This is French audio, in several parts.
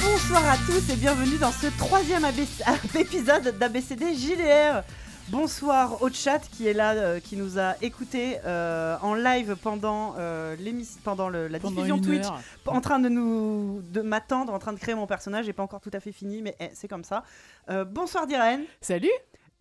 Bonsoir à tous et bienvenue dans ce troisième ABC épisode d'ABCD JDR. Bonsoir au chat qui est là, euh, qui nous a écoutés euh, en live pendant, euh, l'émis- pendant le- la Pendant diffusion une Twitch, heure. p- en train de nous de m'attendre, en train de créer mon personnage. J'ai pas encore tout à fait fini, mais eh, c'est comme ça. Euh, bonsoir Diren, Salut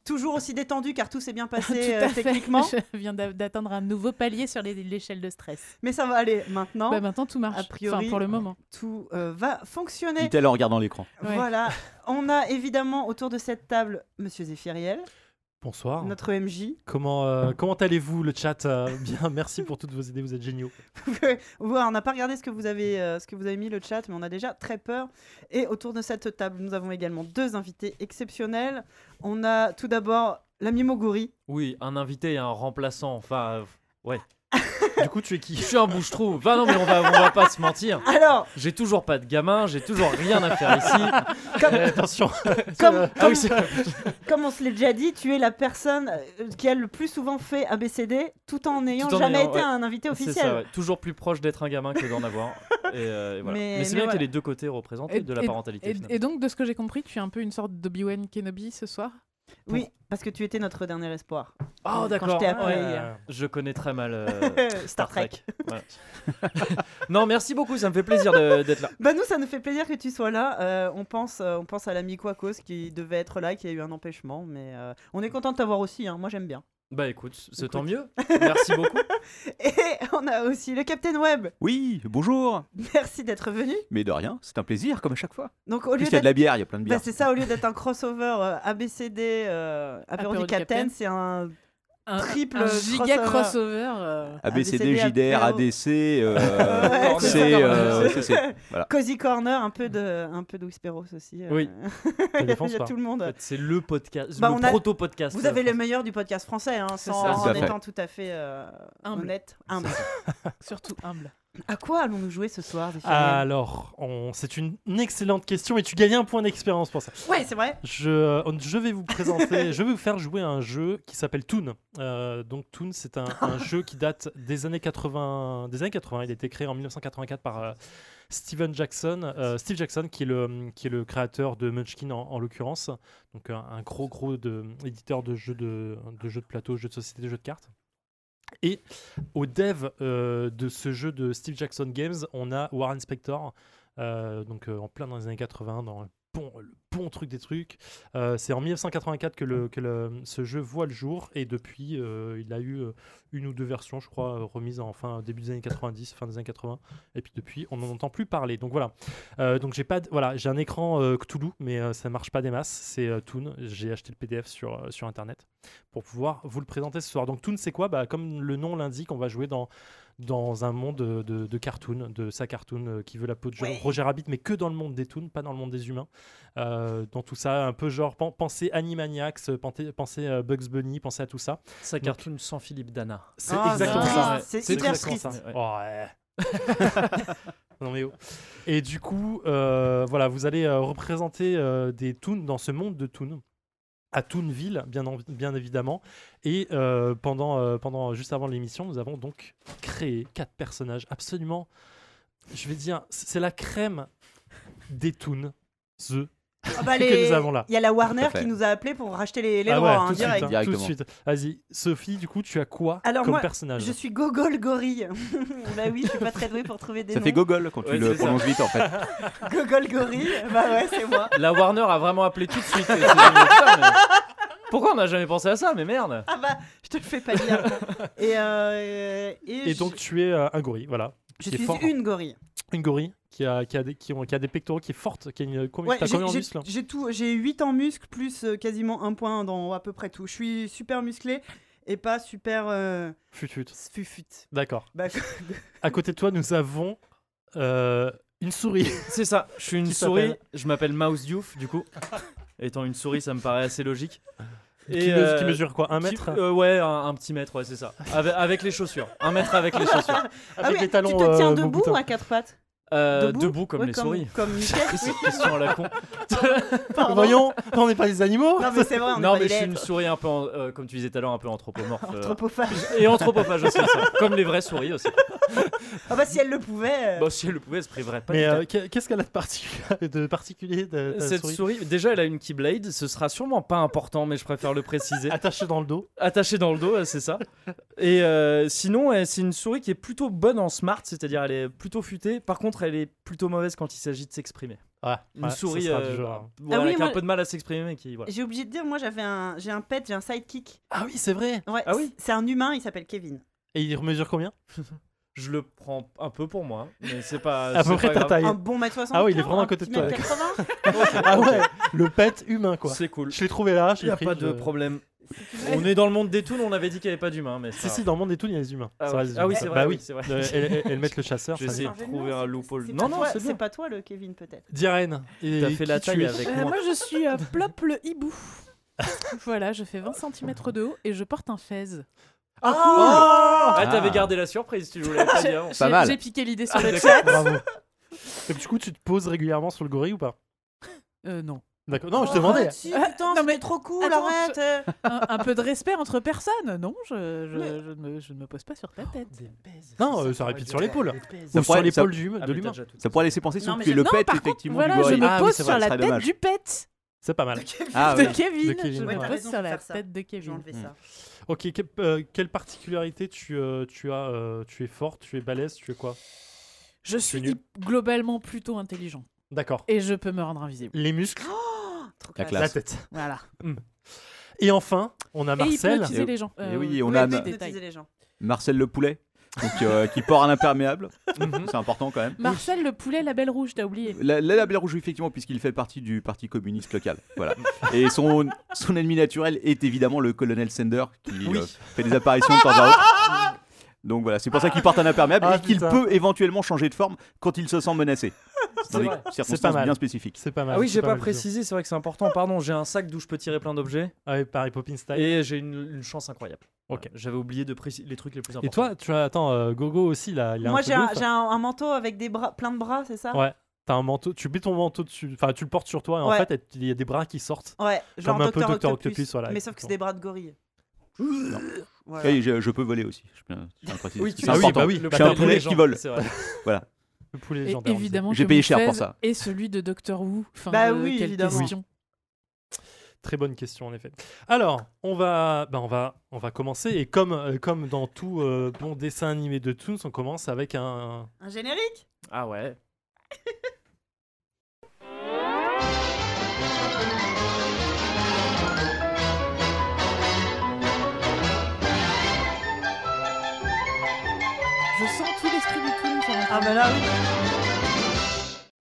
toujours aussi détendu car tout s'est bien passé Tout euh, à fait. techniquement, Je viens d'a- d'atteindre un nouveau palier sur les- l'échelle de stress. mais ça va aller maintenant. Bah, maintenant, tout marche. A priori, Enfin, pour le moment. Tout euh, va fonctionner. Dit-elle en regardant l'écran. Ouais. Voilà, on a évidemment autour de cette table Monsieur Zéphiriel, Oh. Bonsoir. notre Hein MJ. Comment, euh, comment allez-vous, le chat Euh, Bien, merci pour toutes vos idées, vous êtes géniaux. Ouais, on n'a pas regardé ce que vous avez euh, ce que vous avez mis le chat, mais on a déjà très peur. Et autour de cette table, nous avons également deux invités exceptionnels. On a tout d'abord l'ami Moguri. Oui, un invité et un remplaçant. Enfin, euh, Du coup, tu es je qui suis un bouche-trou. Enfin, non, mais on va, on va pas se mentir. Alors, J'ai toujours pas de gamin, j'ai toujours rien à faire ici. Euh, comme, Attention comme, Ah oui, comme- c'est- comme on se l'est déjà dit, tu es la personne euh, qui a le plus souvent fait ABCD tout en n'ayant Tout en jamais ayant, été ouais. un invité c'est officiel. ça, ouais. toujours plus proche d'être un gamin que d'en avoir. Et, euh, et voilà. Mais- Mais, c'est mais bien voilà. que les deux côtés représentés Et- de la parentalité. Et, finalement. et donc, de ce que j'ai compris, tu es un peu une sorte d'Obi-Wan Kenobi ce soir Oui, parce que tu étais notre dernier espoir. oh, Quand je d'accord. t'ai appelé Ouais. hier. Je connais très mal euh, Star Trek. Ouais. non, merci beaucoup, ça me fait plaisir de- d'être là. Bah nous, ça nous fait plaisir que tu sois là. Euh, on pense, euh, on pense à l'ami Quacos qui devait être là, qui a eu un empêchement, mais euh, on est content de t'avoir aussi. hein. Moi, j'aime bien. Bah écoute, c'est tant mieux. Merci beaucoup. Et on a aussi le Captain Web. Oui, bonjour. Merci d'être venu. Mais de rien, c'est un plaisir comme à chaque fois. Donc au En plus, lieu il y a de d'être la bière, il y a plein de Oh, bah, bières. c'est ça, au lieu d'être un crossover euh, ABCD euh, apéro, du Captain, c'est un Un, Triple un giga crossover. crossover. euh, ABCD, ABCD, JDR, apéro. ADC, euh, Ouais, c'est c'est, ça, euh, c'est c'est- c'est- voilà. cozy corner, un peu de, un peu de Whisperos aussi. euh. Oui. il T'as y a défense il y a pas tout le monde. En fait, C'est le podcast, Bah, le on a- proto-podcast. euh, Vous avez le meilleur du podcast français, hein, C'est sans- ça. Tout en à fait. étant tout à fait euh, Humble. honnête. humble. surtout humble. À quoi allons-nous jouer ce soir, Zéphirien Alors, on- c'est une excellente question et tu gagnes un point d'expérience pour ça. Ouais, c'est vrai. Je, euh, on- je vais vous présenter, je vais vous faire jouer à un jeu qui s'appelle Toon. Euh, donc Toon, c'est un, un jeu qui date des années 80. Des années 80, il a été créé en 1984 par euh, Steven Jackson, euh, Steve Jackson, qui est le qui est le créateur de Munchkin en, en l'occurrence. Donc un, un gros gros de, éditeur de jeux de, de jeux de plateau, jeux de société, jeux de cartes. Et au dev euh, de ce jeu de Steve Jackson Games, on a Warren Spector, euh, donc euh, en plein dans les années 80, dans le bon, le bon truc des trucs. Euh, c'est en 1984 que, le, que le- ce jeu voit le jour et depuis, euh, il a eu euh, une ou deux versions, je crois, euh, remises en fin début des années 90, fin des années 80. Et puis depuis, on n'en entend plus parler. Donc voilà. Euh, donc j'ai pas, de- voilà, j'ai un écran euh, Cthulhu, mais euh, ça marche pas des masses. C'est euh, Toon. J'ai acheté le PDF sur euh, sur internet pour pouvoir vous le présenter ce soir. Donc Toon, c'est quoi Bah, comme le nom l'indique, on va jouer dans dans un monde euh, de, de cartoon, de sa cartoon euh, qui veut la peau de Ouais. Roger Rabbit, mais que dans le monde des toons, pas dans le monde des humains. Euh, dans tout ça, un peu genre pen- pensez Animaniacs, euh, pensez, pensez, euh, Bugs Bunny, pensez à tout ça. Sa cartoon sans Philippe Dana. C'est Ah, exactement c'est ça. triste. Ouais. C'est C'est hyper exactement triste. Ouais. ça. Ouais. Oh, non mais oh. Et du coup, euh, voilà, vous allez euh, représenter euh, des toons dans ce monde de toons à Toonville, bien, en- bien évidemment. Et euh, pendant, euh, pendant juste avant l'émission, nous avons donc créé quatre personnages absolument. Je vais dire, c'est la crème des toons. The Ah bah, que les- nous avons là. Il y a la Warner à fait. qui nous a appelé pour racheter les, les Ah droits ouais, hein, tout de suite, direct. hein, tout de Directement. suite. Vas-y, Sophie, du coup, tu as quoi Alors comme moi, Ah, personnage Je suis Gogol Gorille. bah oui, je suis pas très douée pour trouver des Ça noms. fait gogol quand tu Ouais, le c'est ça. prononces vite en fait. Gogol Gorille. Bah ouais, c'est moi. La Warner a vraiment appelé tout de suite. et c'est génial, ça, mais- Pourquoi on n'a jamais pensé à ça Mais merde Ah bah, je te le fais pas dire. Et, euh, et, Et je- donc, tu es euh, un gorille, voilà. je qui est suis fort. une gorille. Une gorille qui a, qui a, des, qui ont, qui a des pectoraux, qui est forte, qui a une, combien, Ouais, Oh, t'as j'ai- combien en hein. j'ai- muscles j'ai tout, j'ai 8 en muscle plus euh, quasiment un point dans à peu près tout. Je suis super musclée et pas super euh, Fut, fut. fufute. D'accord. Bah, À côté de toi, nous avons euh, une souris. C'est ça, je suis une Qui souris, s'appelle je m'appelle Mouse Diouf, du coup. Étant une souris, ça me paraît assez logique. qui, me- euh, qui mesure quoi Un qui- mètre euh, Ouais, un, un petit mètre, ouais, c'est ça. Ave- Avec, les chaussures. Un mètre avec les chaussures. ah Avec oui, les talons. tu te tiens euh, debout Bouboutin. ou à quatre pattes Euh, Debout debout, comme Ouais, les souris. Comme Michel. oui, Cette question à la con. pardon. Voyons, on n'est pas des animaux Non mais c'est vrai, on non, est pas mais je des suis une lettres. souris un peu, en- euh, comme tu disais tout à l'heure, un peu anthropomorphe. euh, Anthropophage. Et anthropophage aussi, ça. comme les vraies souris aussi. Ah bah si elle le pouvait. euh, Bah, si elle le pouvait, elle se priverait pas. Mais du tout. euh, qu'est- qu'est-ce qu'elle a de particulier, de particulier de, ta Cette souris. souris déjà, elle a une Keyblade. Ce sera sûrement pas important, mais je préfère le préciser. Attachée dans le dos. Attachée dans le dos, euh, c'est ça. Et euh, sinon, euh, c'est une souris qui est plutôt bonne en smart, c'est-à-dire elle est plutôt futée. Par contre, elle est plutôt mauvaise quand il s'agit de s'exprimer. Voilà, Une voilà, ça souris sera du hein. euh, genre. voilà, Ah oui, qui a moi- un peu de mal à s'exprimer, mais qui. Voilà. J'ai oublié de dire, moi j'avais un, j'ai un pet, j'ai un sidekick. Ah oui, c'est vrai. Ouais, Ah oui C'est un humain, il s'appelle Kevin. Et il mesure combien Je le prends un peu pour moi, hein, mais c'est pas. À Euh, c'est peu près pas ta grave. taille. Un bon hein, mètre 75. Ah oui, il est vraiment à côté de un petit toi. mètre 80. Ah ouais, le pet humain quoi. C'est cool. Je l'ai trouvé là, je Il n'y l'ai a pris. pas de je- problème. tu veux. On est dans le monde des toons, on avait dit qu'il n'y avait pas d'humains, mais. Si, ça si, va. dans le monde des toons, il y a des humains. Ah Ça ouais. reste des Ah oui, humains. c'est vrai. Bah oui, oui, c'est vrai. Le- elles, elles- elles mettent le chasseur. Je ça sais. vient. Non, je- trouver non, un c'est- loophole. c'est Non, pas non, toi- c'est bien. c'est pas toi le Kevin peut-être. Diaren. et T'as fait la qui tu taille es avec Euh, moi. moi, je suis euh, Plop le hibou. voilà, je fais 20 cm de haut et je porte un fez. Ah, Ah. t'avais gardé la surprise, tu voulais pas dire. Pas mal. J'ai piqué l'idée sur Ah, le d'accord. chat. Bravo. Et du coup, tu te poses régulièrement sur le gorille ou pas Euh, non. D'accord. Non, Ah, je te demandais. si, Oh, putain, Non, mais- c'était trop cool, Attends, arrête. euh. Un, un peu de respect entre personnes. Non, je, je, je ne, me- je ne me pose pas sur ta tête. Non, euh, ça répète sur l'épaule. Ça Ou sur pourrait- l'épaule du- Ah, de mais l'humain. t'as déjà tout. Ça pourrait laisser penser Non, sur mais que je- le non, pet, par contre, effectivement, voilà, du je gorille. me Ah oui, pose c'est vrai, sur ce la serait tête dommage. du pet C'est pas mal. Ah de oui. Kevin. De Kevin, Je ouais. me Ouais, t'as pose raison sur de la faire ça. tête de J'ai Kevin. enlevé Hmm. ça. Ok, que- euh, quelle particularité tu, euh, tu as euh, Tu es fort, tu es balèze, tu es quoi Je suis nul. globalement plutôt intelligent D'accord. et je peux me rendre invisible. Les muscles, Trop La classe. la classe. tête. Hmm. Voilà. Et enfin, on a Et Marcel. hypnotiser les gens. Ah, Euh, Eh oui, on On oui, a- oui, ma- a détail. hypnotisé les gens. Marcel le poulet, donc, euh, qui porte un imperméable. Mhm. C'est important quand même. Marcel, le poulet, la belle rouge, t'as oublié. La, la label rouge, effectivement, puisqu'il fait partie du parti communiste local. Voilà. Et son, son ennemi naturel est évidemment le colonel Sender, qui Oui. euh, fait des apparitions de temps à autre. Donc voilà, c'est pour ça qu'il porte un imperméable Ah, et qu'il putain. peut éventuellement changer de forme quand il se sent menacé. C'est Dans des vrai. circonstances pas mal. bien spécifiques. C'est pas mal. Ah oui, c'est j'ai pas mal, disons. précisé, c'est vrai que c'est important. Pardon, j'ai un sac d'où je peux tirer plein d'objets Ah oui, Paris Poppins style. Et, et j'ai une, une chance incroyable. Ok. J'avais oublié de préciser les trucs les plus importants. toi, tu as. Attends, euh, Gogo aussi, là. Il a Moi un peu j'ai un, d'ouf. j'ai un- un manteau avec des bras, plein de bras, c'est ça Ouais. T'as un manteau, tu mets ton manteau dessus, enfin tu le portes sur toi et en Ouais. fait elle- il y a des bras qui sortent. Ouais, genre Comme un peu Docteur Dr. Octopus. Octopus, voilà, mais sauf que c'est des bras de gorille. Voilà. Et je, je peux voler aussi. Je, je tiens à préciser. Oui, C'est tu- ah oui, important. bah oui, Le Je suis un patron poulet des gens, qui vole. c'est vrai. le poulet Et légendaire. on dit. évidemment, J'ai que payé mon cher pour fez ça. Et celui de Doctor Who. Enfin, Bah euh, oui, quelle évidemment. question. Très bonne question en effet. Alors, on va, bah, on va, on va commencer et comme, euh, comme dans tout euh, bon dessin animé de Toons, on commence avec un. Un générique Ah ouais. Je sens tout l'esprit du film. Ah bah là oui.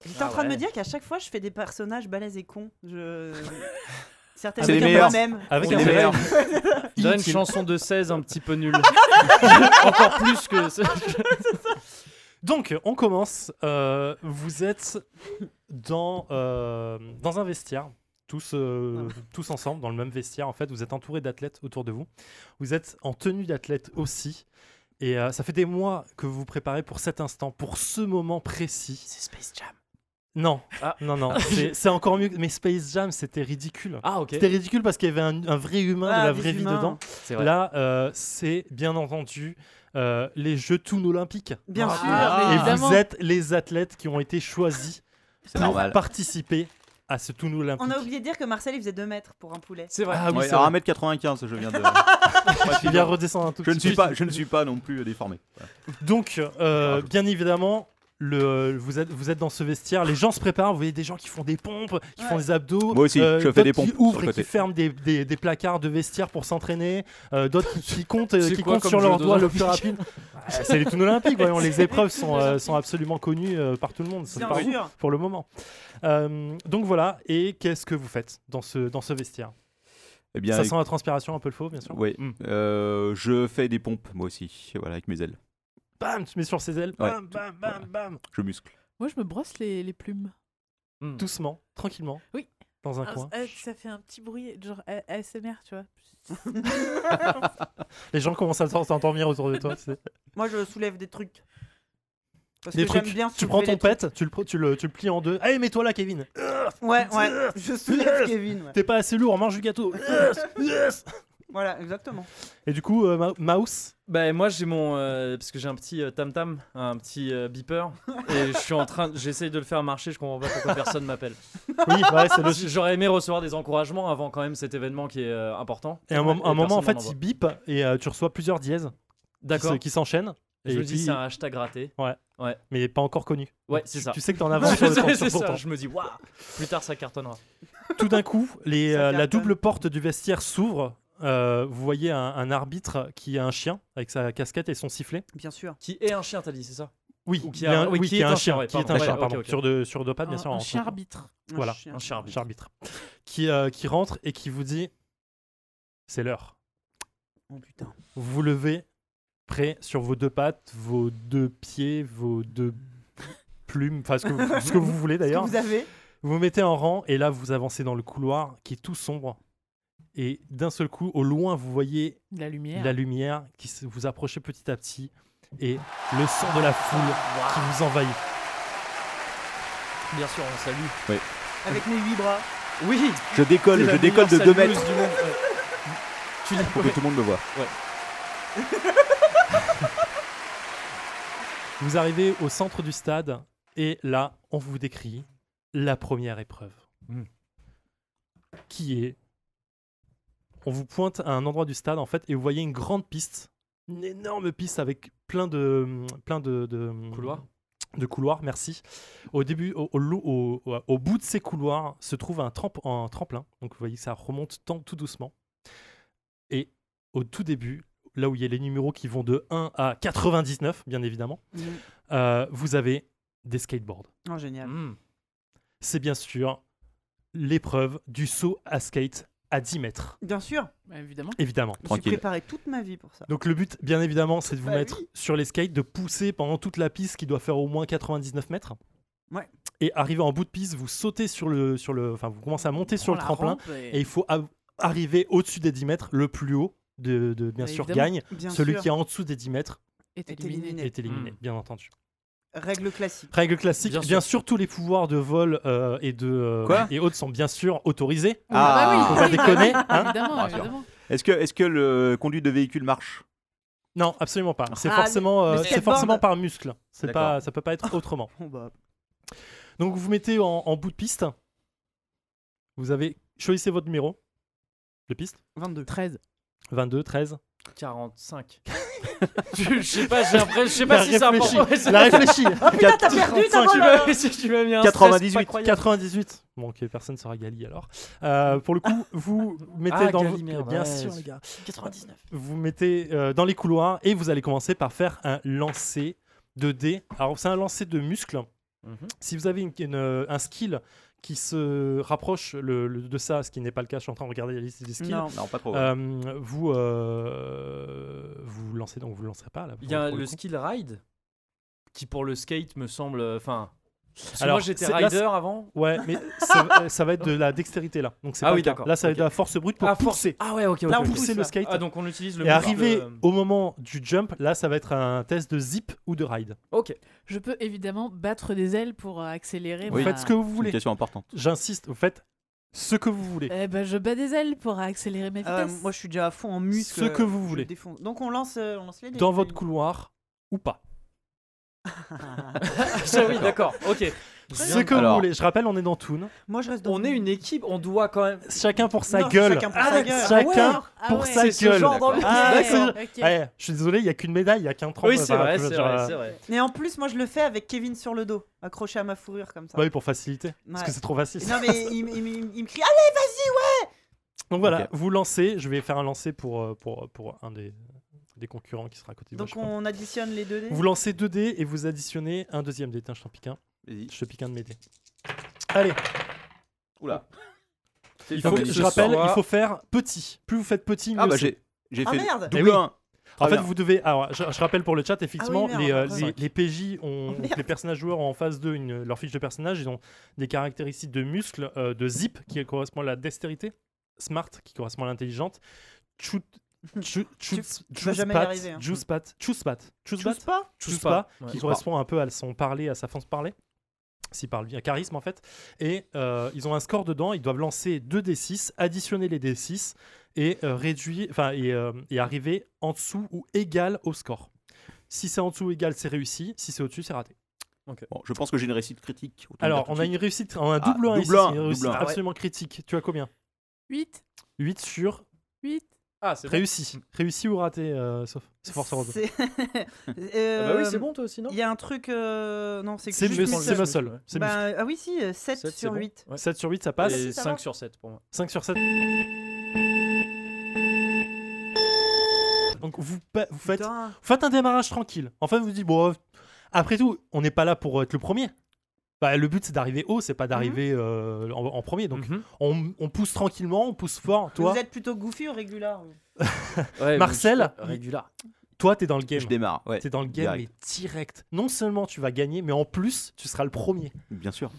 J'étais Ah en train de ouais. me dire qu'à chaque fois je fais des personnages balèzes et cons. Je... Certaines C'est les fois meilleurs. moi-même. Avec On un est vrai- meilleur. J'ai une Inutile. chanson de 16 un petit peu nulle. Encore plus que. ce- Donc, on commence. Euh, vous êtes dans, euh, dans un vestiaire, tous, Ah. euh, tous ensemble, dans le même vestiaire. En fait, vous êtes entourés d'athlètes autour de vous. Vous êtes en tenue d'athlète aussi. Et euh, ça fait des mois que vous vous préparez pour cet instant, pour ce moment précis. C'est Space Jam. Non, Ah. non, non. c'est c'est encore mieux. que- Mais Space Jam, c'était ridicule. Ah ok. C'était ridicule parce qu'il y avait un, un vrai humain Ah, de la des vraie vie humains. dedans. C'est Là, euh, c'est bien entendu euh, les Jeux Toon Olympiques. Bien Ah, sûr. ah, Et Évidemment. vous êtes les athlètes qui ont été choisis C'est pour normal. participer à ce tournoi olympique. On a oublié de dire que Marcel il faisait 2 mètres pour un poulet. C'est vrai. Ah oui, Ouais, c'est alors vrai. 1m95, je viens de. Tu viens redescendre un tout je, ne petit suis peu. pas, je ne suis pas non plus déformé. Voilà. Donc, euh, Grave. bien évidemment, le, vous, êtes, vous êtes dans ce vestiaire, les gens se préparent, vous voyez des gens qui font des pompes, qui Ouais. font des abdos. euh, Moi aussi, je fais d'autres des Qui pompes sur ouvrent le et qui côté. ferment des, des- des placards de vestiaire pour s'entraîner, euh, d'autres qui, qui comptent, euh, C'est qui quoi comptent comme sur jeu leurs doigts le d'Olympique plus rapide. Ah, C'est les tournois olympiques, voyons, les épreuves sont, euh, sont absolument connues euh, par tout le monde. C'est Bien pas vous. sûr. pour le moment. Euh, donc voilà, et qu'est-ce que vous faites dans ce, dans ce vestiaire Eh bien, Ça sent la transpiration un peu le faux, bien sûr. oui. Mm. Euh, je fais des pompes, moi aussi, voilà, avec mes ailes. Bam, tu mets sur ses ailes, Ouais, bam, bam, bam, bam. Je muscle. Moi, je me brosse les, les plumes. Hmm. Doucement, tranquillement. Oui. Dans un Ah, coin. euh, ça fait un petit bruit, genre euh, ASMR, tu vois. Les gens commencent à s'en- s'endormir autour de toi. tu sais. Moi je soulève des trucs. Parce Des que j'aime trucs. bien Tu soulever prends ton les trucs. pet, tu le, pre- tu, le, tu le plies en deux. Allez, mets-toi là, Kevin. Ouais, ouais. Je soulève Kevin. ouais. T'es pas assez lourd, mange du gâteau. Yes, yes. Voilà, exactement. Et du coup, euh, Ma- Mouse, Bah moi j'ai mon euh, parce que j'ai un petit tam tam, un petit euh, beeper et je suis en train, j'essaye de le faire marcher, je comprends pas pourquoi personne m'appelle. oui, ouais, c'est logique. J'aurais aimé recevoir des encouragements avant quand même cet événement qui est euh, important. Et un, mom- un moment, en personne fait, m'en il bip et euh, tu reçois plusieurs dièses qui D'accord. se- qui s'enchaînent. Je et me dis puis- c'est un hashtag raté. mais pas encore connu. Ouais, Donc, c'est tu- ça. Tu sais que t'en avances sur le temps- sur C'est ton ça, temps. Je me dis waouh, plus tard ça cartonnera. Tout d'un coup, les, Ça euh, la cartonne. double porte du vestiaire s'ouvre. Euh, vous voyez un, un arbitre qui a un chien avec sa casquette et son sifflet. Bien sûr. Qui est un chien t'as dit c'est ça Oui, Ou qui il a a un- oui, oui, qui qui est a un chien, qui est un pardon. chien, Ouais, pardon, ok, ok. sur de sur deux Ah, pattes, bien sûr, hein, un en- chien arbitre. Un Voilà. chien. Un chien arbitre. chien arbitre, qui euh, qui rentre et qui vous dit c'est l'heure. Oh putain. vous vous levez prêt sur vos deux pattes, vos deux pieds, vos deux plumes, enfin ce que vous, ce que vous voulez Ce que d'ailleurs. vous avez Vous vous mettez en rang et là vous avancez dans le couloir qui est tout sombre. Et d'un seul coup, au loin, vous voyez De La lumière. la lumière qui se- vous approche petit à petit et le sang de la foule qui vous envahit. Bien sûr, on salue. avec mes huit bras. Oui, Je décolle, c'est la je décolle de meilleure 2 salueuse mètres du monde, ouais. Tu pour dis que tout le monde me voit. Vous arrivez au centre du stade et là, on vous décrit la première épreuve. Mm. Qui est On vous pointe à un endroit du stade en fait et vous voyez une grande piste, une énorme piste avec plein de plein de, de couloir. de couloirs, merci. Au début, au, au lo- au- au- au bout de ces couloirs se trouve un, tremp- un tremplin. Donc vous voyez que ça remonte tant- tout doucement. Et au tout début, là où il y a les numéros qui vont de 1 à 99, bien évidemment, euh, vous avez des skateboards. Oh génial. Mm. C'est bien sûr l'épreuve du saut à skate à 10 mètres, Bien sûr. Bah, évidemment. évidemment. Je me suis Tranquille. préparé toute ma vie pour ça. Donc le but, bien évidemment, c'est de vous Bah mettre oui. sur les skates, de pousser pendant toute la piste qui doit faire au moins 99 mètres. Ouais. Et arrivé en bout de piste, vous sautez sur le, sur le, enfin vous commencez à monter sur On le la tremplin rampe et- et il faut a- arriver au-dessus des 10 mètres, le plus haut de, de- bien Bah, sûr évidemment. gagne. Bien Celui sûr. qui est en dessous des 10 mètres est est éliminé. éliminé. est éliminé, Mm. bien entendu. Règle classique. Règle classique, Bien bien, sûr. sûr. tous les pouvoirs de vol euh, et de euh, Quoi et autres sont bien sûr autorisés. Ah, Faut pas déconner, hein. évidemment, Rassure. évidemment. Est-ce que, est que le conduit de véhicule marche Non, absolument pas. C'est Ah, forcément, le- le euh, c'est skateboard. forcément par muscle. C'est D'accord. pas, ça peut pas être autrement. Bon, bah, Donc vous vous mettez en, en bout de piste. Vous avez choisissez votre numéro de piste 22. 13. 22, 13. 45. je je sais pas, j'ai l'impression- je sais pas La si c'est important. réfléchie. Ouais, c'est- La réfléchie. Putain, t'as perdu ta Tu balle m'as- si tu m'as mis un 98. stress pas croyable. 98. Bon, ok, personne sera Gali alors. Euh, pour le coup, vous mettez Ah, dans Gali, votre- merde, bien ouais, sûr, les c'est- gars. 99. Vous mettez euh, dans les couloirs et vous allez commencer par faire un lancer de dés. Alors c'est un lancer de muscles. Mhm. Si vous avez une- une- un skill qui se rapproche le- le- de ça, ce qui n'est pas le cas, je suis en train de regarder la liste des skills. Non. Non, pas trop. ouais. Euh, vous euh, vous lancez donc vous le lancerez pas là. Il y a pour le coup. skill ride qui pour le skate me semble euh, enfin Alors, Alors moi j'étais c'est- là, rider avant. Ouais, mais ça, euh, ça va être de la dextérité là. Donc c'est Ah pas oui, le cas. d'accord. Là, ça Ok. va être de la force brute pour Ah, force- pousser. Ah ouais, OK Là, on ok. poussait le Pousse, skate. Ah donc on utilise le Et mouvement arrivé euh, de- au moment du jump, là, ça va être un test de zip ou de ride. OK. Je peux évidemment battre des ailes pour euh, accélérer. Oui. Vous ma- faites ce que vous C'est une voulez. question importante. J'insiste, vous faites ce que vous voulez. Eh ben, je bats des ailes pour accélérer ma Euh, vitesse. moi, je suis déjà à fond en muscle. Ce que vous je voulez. défonce. Donc, on lance, euh, on lance les dés. Dans votre couloir ou pas. Ah oui, d'accord. OK. Ce que Alors- vous voulez. Je rappelle, on est dans Toon. Moi, je reste dans On est une équipe, on doit quand même Chacun pour sa Non, gueule. Chacun pour Ah, sa gueule. chacun- Ah pour ouais. sa C'est ce gueule. genre d'accord. d'ambiance. Ah, Ouais, c'est- ok. Ouais, je suis désolé, il n'y a qu'une médaille, il n'y a qu'un Oui, tremplin. c'est Enfin, vrai, je veux c'est dire, vrai, euh, Bah, c'est vrai. Et en plus, moi, je le fais avec Kevin sur le dos, accroché à ma fourrure comme ça. bah oui, pour faciliter. Parce Ouais. que c'est trop facile. Non, mais il, il- il- il me crie ah, Donc voilà, Ok. vous lancez. Je vais faire un lancer pour, euh, pour, pour un des, des concurrents qui sera à côté de moi, Donc je sais pas. on additionne les deux dés. Vous lancez 2 dés et vous additionnez un deuxième dé. Tiens, je t'en pique un. Vas-y. Je te pique un de mes dés. Allez, Oula. Il faut- faut que je ce rappelle, soit- il faut faire petit. Plus vous faites petit, mieux Ah bah c'est. j'ai j'ai Ah, fait merde. double Eh oui. 1. En Ah, fait, bien. vous devez. Alors, je, je rappelle pour le chat, effectivement, Ah merde, les, euh, après. les, les PJ ont. Oh, merde. les personnages joueurs ont en face d'eux une- leur fiche de personnage. Ils ont des caractéristiques de muscles, euh, de zip qui correspond à la dextérité, smart qui correspond à l'intelligente, shoot. Choose tu vas jamais y arriver, hein. pat, choose pat, choose Choose pas Choose pas, pas. qui Ouais. correspond un peu à son parler, à sa façon de parler. s'ils parlent bien, charisme en fait. Et euh, ils ont un score dedans, ils doivent lancer 2 D6, additionner les D6 et, euh, réduire, enfin, et, euh, et arriver en dessous ou égal au score. Si c'est en dessous ou égal, c'est réussi. Si c'est au-dessus, c'est raté. Bon, je pense que j'ai une réussite critique. autant Alors, le dire on tout a de une suite. réussite, on a un Ah, double 1 ici, double un, c'est une réussite double un. absolument critique. Tu as combien 8, 8 sur 8. Ah, c'est réussi. Réussi ou raté, euh, sauf c'est force heureuse. C'est- Ah Euh, bah oui, c'est bon, toi aussi, non Il y a un truc. euh, Non, c'est que C'est je muscle, suis c'est seule. muscle. muscle. c'est muscle. Bah, ah oui, si, 7, Sept, c'est sur bon. 8. Ouais. 7 sur huit, ça passe. Et ça 5 va. sur 7 pour moi. 5 sur 7. Donc vous, pa- vous faites, Putain. vous faites un démarrage tranquille. En fait, vous vous dites, bon, euh, après tout, on n'est pas là pour être le premier. Bah, le but, c'est d'arriver haut, c'est pas d'arriver Mhm. euh, en, en premier. Donc, Mhm. on, on pousse tranquillement, on pousse fort. Toi, Vous êtes plutôt goofy ou régular Ouais, Marcel mais je- Régula. toi, t'es dans le game. Je démarre, ouais. T'es dans le game, mais Direct. direct. Non seulement tu vas gagner, mais en plus, tu seras le premier. Bien sûr.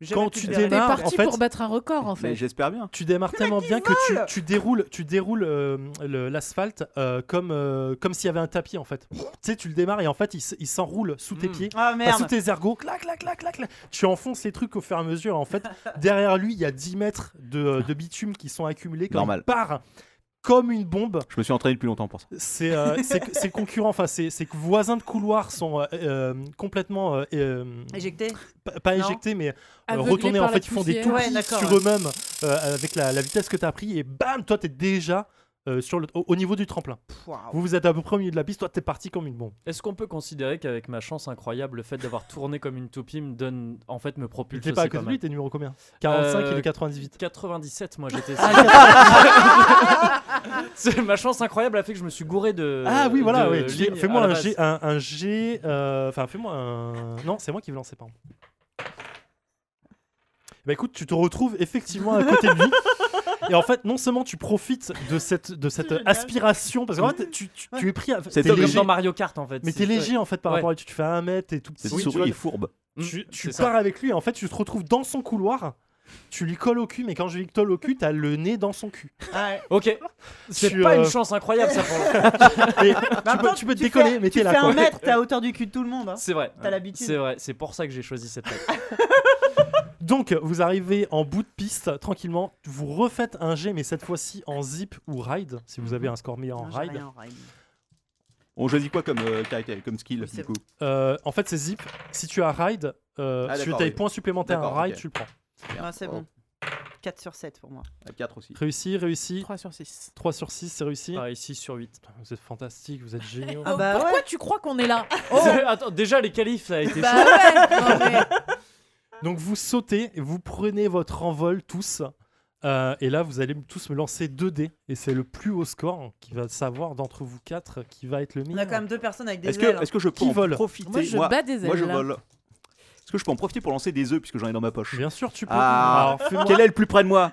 Jamais Quand pu tu faire T'es ça. démarres, parti en fait- pour battre un record en Mais fait. j'espère bien. Tu démarres tellement bien que tu, volent tu déroules, tu déroules euh, le- l'asphalte euh, comme, euh, comme s'il y avait un tapis en fait. Tu sais, tu le démarres et en fait, il, s- il s'enroule sous tes Mm. pieds. Ah Enfin, sous merde tes ergots, clac, clac, clac, clac, clac. Tu enfonces les trucs au fur et à mesure. En fait, derrière lui, il y a 10 mètres de, de bitume qui sont accumulés. Quand Normal. Il part comme une bombe. Je me suis entraîné depuis longtemps pour ça. C'est euh, c'est que- ses concurrents, enfin, ses ses voisins de couloir sont euh, euh, complètement. euh, euh, Éjecté pas- pas Non. éjectés, mais Aveuglé retourner par Euh, en la fait ils font des poussière. tout Ouais, petits d'accord, sur ouais. eux-mêmes euh, avec la, la vitesse que t'as pris et bam toi t'es déjà euh, sur le, au, au niveau du tremplin Ah. vous vous êtes à peu près au milieu de la piste toi t'es parti comme une bombe Est-ce qu'on peut considérer qu'avec ma chance incroyable, le fait d'avoir tourné comme une toupie me donne, en fait, me propulse t'es pas à aussi côté de mal. lui t'es numéro combien 45 et Euh, le 98 97, moi j'étais. Ah, C'est- ma chance incroyable a fait que je me suis gouré de. ah oui voilà euh, de ouais, tu dis, ligne fais-moi à la un base. G un, un G euh, enfin fais-moi un non c'est moi qui vais lancer pardon bah écoute tu te retrouves effectivement à côté de lui Et en fait, non seulement tu profites de cette, de cette génial. aspiration, parce qu'en fait, tu, tu- tu es pris à. C'est t'es C'est comme léger. dans Mario Kart en fait. Mais c'est- t'es léger en fait par Ouais. rapport à lui. Tu fais un mètre, t'es tout petit. Cette tu souris vois. est fourbe. Mm, Tu, tu c'est ça. pars avec lui et en fait tu te retrouves dans son couloir. Tu lui colles au cul, mais quand je lui colle au cul, t'as le nez dans son cul. Ah, Ok. C'est Tu, pas euh, une chance incroyable ça pour le- Et Bah, tu, peux, attends, tu peux te tu décoller, fais- mais Tu t'es là. fais un quoi. mètre, t'es à hauteur du cul de tout le monde. hein. C'est vrai. T'as l'habitude. C'est vrai. C'est pour ça que j'ai choisi cette. lettre. Donc vous arrivez en bout de piste tranquillement. Vous refaites un jet, mais cette fois-ci en zip ou ride, si vous avez un score meilleur en Mhm. Non, j'ai ride. rien en ride. On choisit quoi comme euh, caractère, comme skill Oui, c'est du coup Euh, en fait, c'est zip. Si tu as ride, euh, Ah, si tu as d'accord, des oui. points supplémentaires en D'accord, ride, ok. tu le prends. Ah, c'est Oh, bon. 4 sur 7 pour moi. À 4 aussi. Réussi, réussi. 3 sur 6. 3 sur 6, c'est réussi. Pareil, 6 sur 8. Putain, Vous êtes fantastique, vous êtes géniaux. Ah bah Oh, Pourquoi tu crois qu'on est là Oh. Attends, déjà les qualifs ça a été Bah chaud. ouais, non, mais- Donc vous sautez et vous prenez votre envol tous. Euh, et là, vous allez tous me lancer 2 dés. Et c'est le plus haut score qui va savoir d'entre vous quatre qui va être le On meilleur. a quand même deux personnes avec des Est-ce que, ailes. est-ce que je peux Qui en vole profiter hein. Moi je bats des ailes. hein. moi, je là. vole. Est-ce que je peux en profiter pour lancer des œufs puisque j'en ai dans ma poche Bien sûr, tu peux. Ah. Alors, fais-moi- Quel est le plus près de moi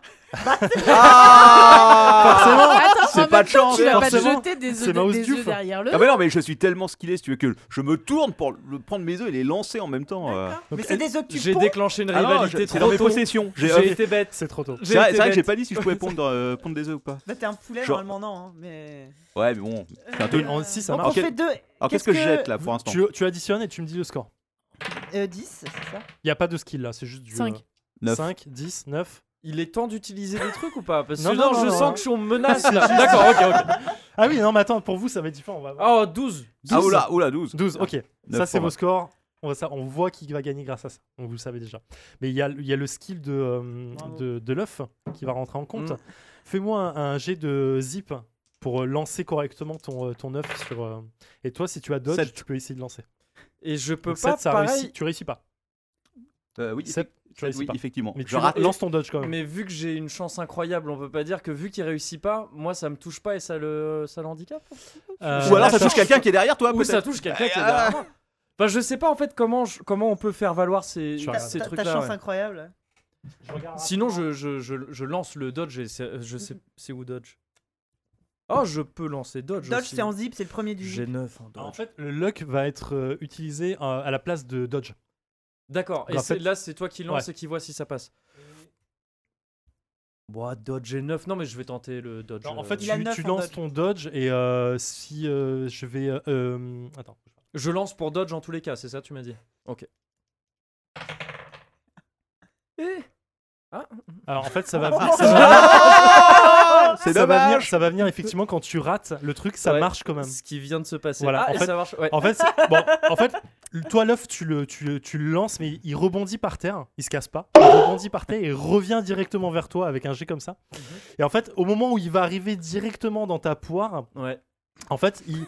Ah Forcément. Bah, Attends, C'est en même pas de temps, chance, Tu vas pas te forcément. jeter des C'est Mouse œufs des Diouf. œufs derrière le. Ah bah non mais je suis tellement skillé si tu veux que je me tourne pour le- prendre mes œufs et les lancer en même temps. euh. Mais Donc, c'est des œufs que tu J'ai ponds déclenché une Ah non, rivalité je- c'est dans trop mes tôt. possessions. J'ai- euh, J'ai été bête. C'est trop tôt. J'ai C'est vrai, été c'est vrai que j'ai bête. pas dit si je pouvais pondre, euh, pondre des œufs ou pas. Bah, t'es un poulet, Genre- normalement, non. hein, Mais. Ouais mais bon. c'est un Anthony, tenu. en 6, ça Donc, marche. on fait deux Alors qu'est-ce Qu'est-ce que, je que- jette là pour l'instant Tu, tu additionnes et tu me dis le score. euh, 10, c'est ça Il n'y a pas de skill là, c'est juste du. euh, Cinq. 9. 5, 10, 9. Il est temps d'utiliser des trucs ou pas Parce que Non, non, non, je non, non. sens que je suis en menace là. D'accord, ok, ok. Ah oui, non, mais attends, pour vous, ça va être différent. On va voir. Oh, 12. Ah oula, oula 12. 12, ok. Neuf Ça, c'est pour vos moi. scores. On, va- ça, on voit qui va gagner grâce à ça. Donc, vous le savez déjà. Mais il y a, il y a le skill de, euh, Bravo. de, de l'œuf qui va rentrer en compte. Mm. Fais-moi un, un jet de zip pour euh, lancer correctement ton, euh, ton œuf sur. euh, Et toi, si tu as dodge, Sept. tu peux essayer de lancer. Et je peux Donc, pas, sept, ça pareil, réussit. Tu réussis pas. Euh, oui, Sept, tu réussis oui, pas. effectivement. Mais je tu rate. lance ton dodge quand même. Mais vu que j'ai une chance incroyable, on peut pas dire que vu qu'il réussit pas, moi ça me touche pas et ça le, ça l'handicape. Euh, Ah, Ou alors ça la touche chance. quelqu'un qui est derrière toi Ou ça peut-être. touche quelqu'un qui est Ah. derrière moi. Bah, Enfin, je sais pas en fait comment, je- comment on peut faire valoir ces, Je T'as- regarde. ces T'as ta trucs-là. chance ouais. incroyable. je regarde Sinon, je, je, je, je lance le dodge et c'est- euh, je Mhm. sais c'est où dodge. Oh, je peux lancer dodge. Dodge, aussi. c'est en zip, c'est le premier du J'ai zip. 9 en En dodge. fait, le luck va être euh, utilisé euh, à la place de dodge. D'accord, En et c'est- fait- là c'est toi qui lance et qui vois si ça passe. Bon, dodge et 9. Non, mais je vais tenter le dodge. Non, en euh, fait, Il a tu, neuf tu en lances dodge. ton dodge et euh, si euh, je vais. euh, euh, attends. Je lance pour dodge en tous les cas, c'est ça tu m'as dit Eh. Ah. Alors en fait, bah, ça va venir. ça va- C'est ça va venir, dommage. ça va venir effectivement quand tu rates le truc, ça Ouais. marche quand même. Ce qui vient de se passer. Voilà, Ah, en et fait- ça marche. ouais. En fait, c'est- bon, en fait, le- toi l'œuf, tu le, tu, le- tu le lances, mais il rebondit par terre, il se casse pas, il rebondit par terre et revient directement vers toi avec un jet comme ça. Mhm. Et en fait, au moment où il va arriver directement dans ta poire, Ouais. en fait, il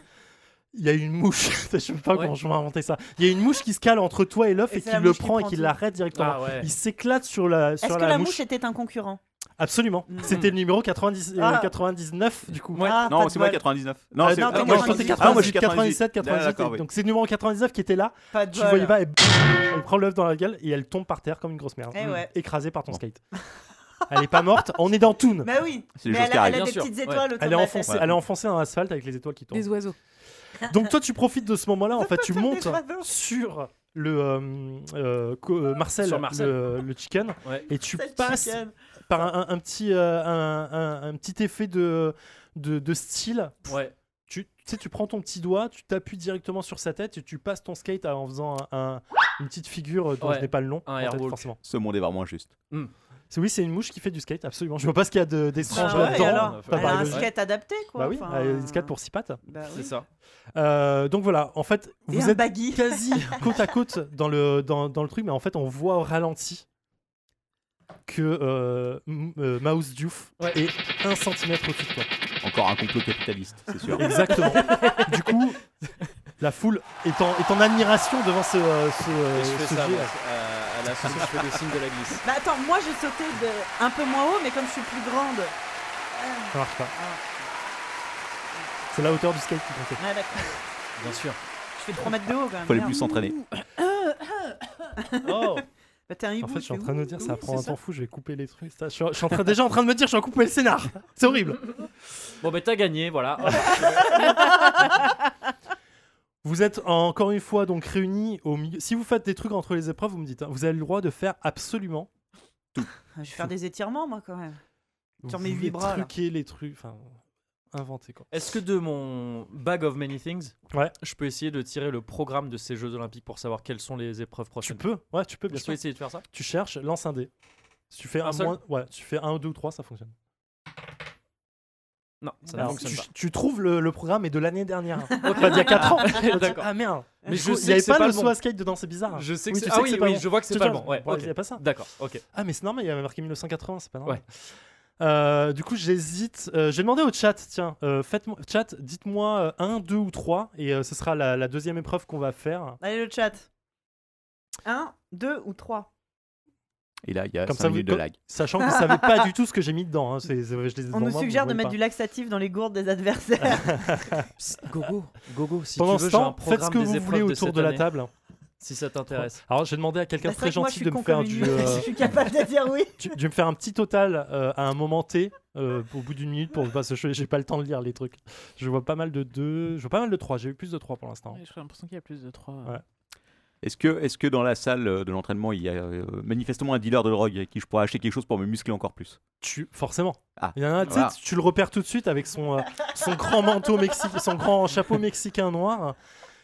il y a une mouche, je sais pas Ouais. comment je vais inventer ça. Il y a une mouche qui se cale entre toi et l'œuf Et et, c'est qui la le mouche qui prend et prend qui tout. l'arrête directement. Ah ouais. Il s'éclate sur la sur Est-ce que la, la mouche. mouche était un concurrent Absolument. Mm. C'était le numéro 90, euh, Ah. 99 du coup. Ah, pas Non, de c'est moi bol. 99. Euh, Non, c'est non, ah, non, moi je pensais non, 98, Ah, moi je suis 98. Ah, 97, 98. d'accord, oui. Donc c'est le numéro 99 qui était là. Pas de Tu le voyais bol. pas, elle, elle prend l'œuf dans la gueule et elle tombe par terre comme une grosse merde. Mm. Eh ouais. Écrasée par ton skate. elle est pas morte, on est dans Toon. Bah oui. C'est les Mais choses elle, qui a- elle arrivent. a Bien des sûr, petites ouais. étoiles autour Elle de est, la enfoncée, tête. elle est enfoncée dans l'asphalte avec les étoiles qui tombent. Des oiseaux. Donc toi, tu profites de ce moment-là, en fait, tu Faire des montes oiseaux. sur le euh, euh, co- euh, Marcel, Sur Marcel. Le, le chicken, Ouais. et tu C'est le passes chicken. par un, un- un petit, euh, un, un- un petit effet de, de, de style. Ouais. Tu, tu sais, tu prends ton petit doigt, tu t'appuies directement sur sa tête et tu passes ton skate à- en faisant un- un- une petite figure euh, dont Ouais. je n'ai pas le nom. Un en tête, airwalk. forcément. Ce monde est vraiment injuste. C'est- Oui, c'est une mouche qui fait du skate, absolument. Je vois pas ce qu'il y a de- d'étrange Ah ouais, et là-dedans. alors Enfin, Elle Pas a par un les- logique. skate adapté quoi. Bah oui, enfin, euh, skate pour 6 pattes. Bah oui. C'est ça. Euh, donc voilà, en fait, Et vous un êtes baggy. quasi côte à côte dans le, dans, dans le truc, mais en fait, on voit au ralenti que euh, M- euh, Mouse Diouf Ouais. est 1 cm au-dessus de toi. Encore un complot capitaliste, c'est Euh, sûr. Exactement. du coup, la foule est en, est en admiration devant ce, euh, ce, Et euh, je fais ce euh, ça, jet. moi, à, à la fin, je fais le signe de la glisse. Bah attends, moi j'ai sauté de... un peu moins haut, mais comme je suis plus grande. Ça marche pas. C'est la hauteur du skate qui comptait. Ouais, d'accord. Bien sûr. Je fais 3 mètres de haut quand même. Fallait merde. plus s'entraîner. Oh Bah, t'es un hibou. En fait, je suis en train de me dire, ça oui, prend c'est un ça. temps fou, je vais couper les trucs. ça. Je suis, je suis en train, déjà en train de me dire, je vais en couper le scénar. C'est horrible. Bon, bah, t'as gagné, voilà. Vous êtes encore une fois donc réunis au milieu. Si vous faites des trucs entre les épreuves, vous me dites, hein, vous avez le droit de faire absolument. Ah, Je vais faire des étirements moi quand même. Sur vous mes huit pouvez bras, là. Truquer les trucs, enfin, inventer quoi. Est-ce que de mon bag of many things, Ouais. je peux essayer de tirer le programme de ces Jeux Olympiques pour savoir quelles sont les épreuves Tu prochaines peux, ouais, tu peux bien Je peux sûr. essayer de faire ça Tu cherches, lance un dé. Si tu fais Un un, seul moins, ouais, tu fais un, deux ou trois, ça fonctionne. Non, ça ne Alors, fonctionne tu, pas. tu trouves le, le programme est de l'année dernière. Enfin, d'il y a 4 ans. D'accord. Ah merde. Mais je Il sais n'y avait que c'est pas, pas le le bon. soit skate dedans, c'est bizarre. Je sais que Oui, tu c'est sais Ah que oui, c'est pas oui, bon. je vois que c'est Je pas te le jure, bon. Ouais, bon, ok. il y a pas ça. D'accord, ok. Ah mais c'est normal, il y avait marqué 1980, c'est pas normal. Ouais. Euh, du coup, j'hésite. Euh, J'ai demandé au chat, tiens, euh, faites-moi chat, dites-moi euh, un, deux ou trois, et euh, ce sera la, la deuxième épreuve qu'on va faire. Allez le chat. 1, 2 ou 3 Et là, il y a Comme 5 ça, minutes vous- de lag. Sachant que vous savez pas du tout ce que j'ai mis dedans. hein, c'est- c'est- je les ai devant On nous moi, vous suggère de voyez mettre pas. du Ah, laxatif dans les gourdes des adversaires. Gogo, gogo, si Pendant tu veux, ce j'ai un temps, faites ce programme que vous des voulez épreuves de autour cette de, la année, table. Si ça t'intéresse. Alors, j'ai demandé à quelqu'un Bah, de c'est vrai très que moi, je gentil suis de me con faire comme du, une mule, euh, Je suis capable de dire oui. tu- de me faire un petit total euh, à un moment T euh, au bout d'une minute pour parce que je- j'ai pas le temps de lire les trucs. Je vois pas mal de deux, je vois pas mal de trois. J'ai eu plus de trois pour l'instant. Ouais, J'ai l'impression qu'il y a plus de trois. Ouais. Est-ce que, est que dans la salle euh, de l'entraînement, il y a euh, manifestement un dealer de drogue à qui je pourrais acheter quelque chose pour me muscler encore plus tu forcément. Ah. Il y en a, un, tu sais, Voilà. tu le repères tout de suite avec son, euh, son grand manteau mexicain, son grand chapeau mexicain noir,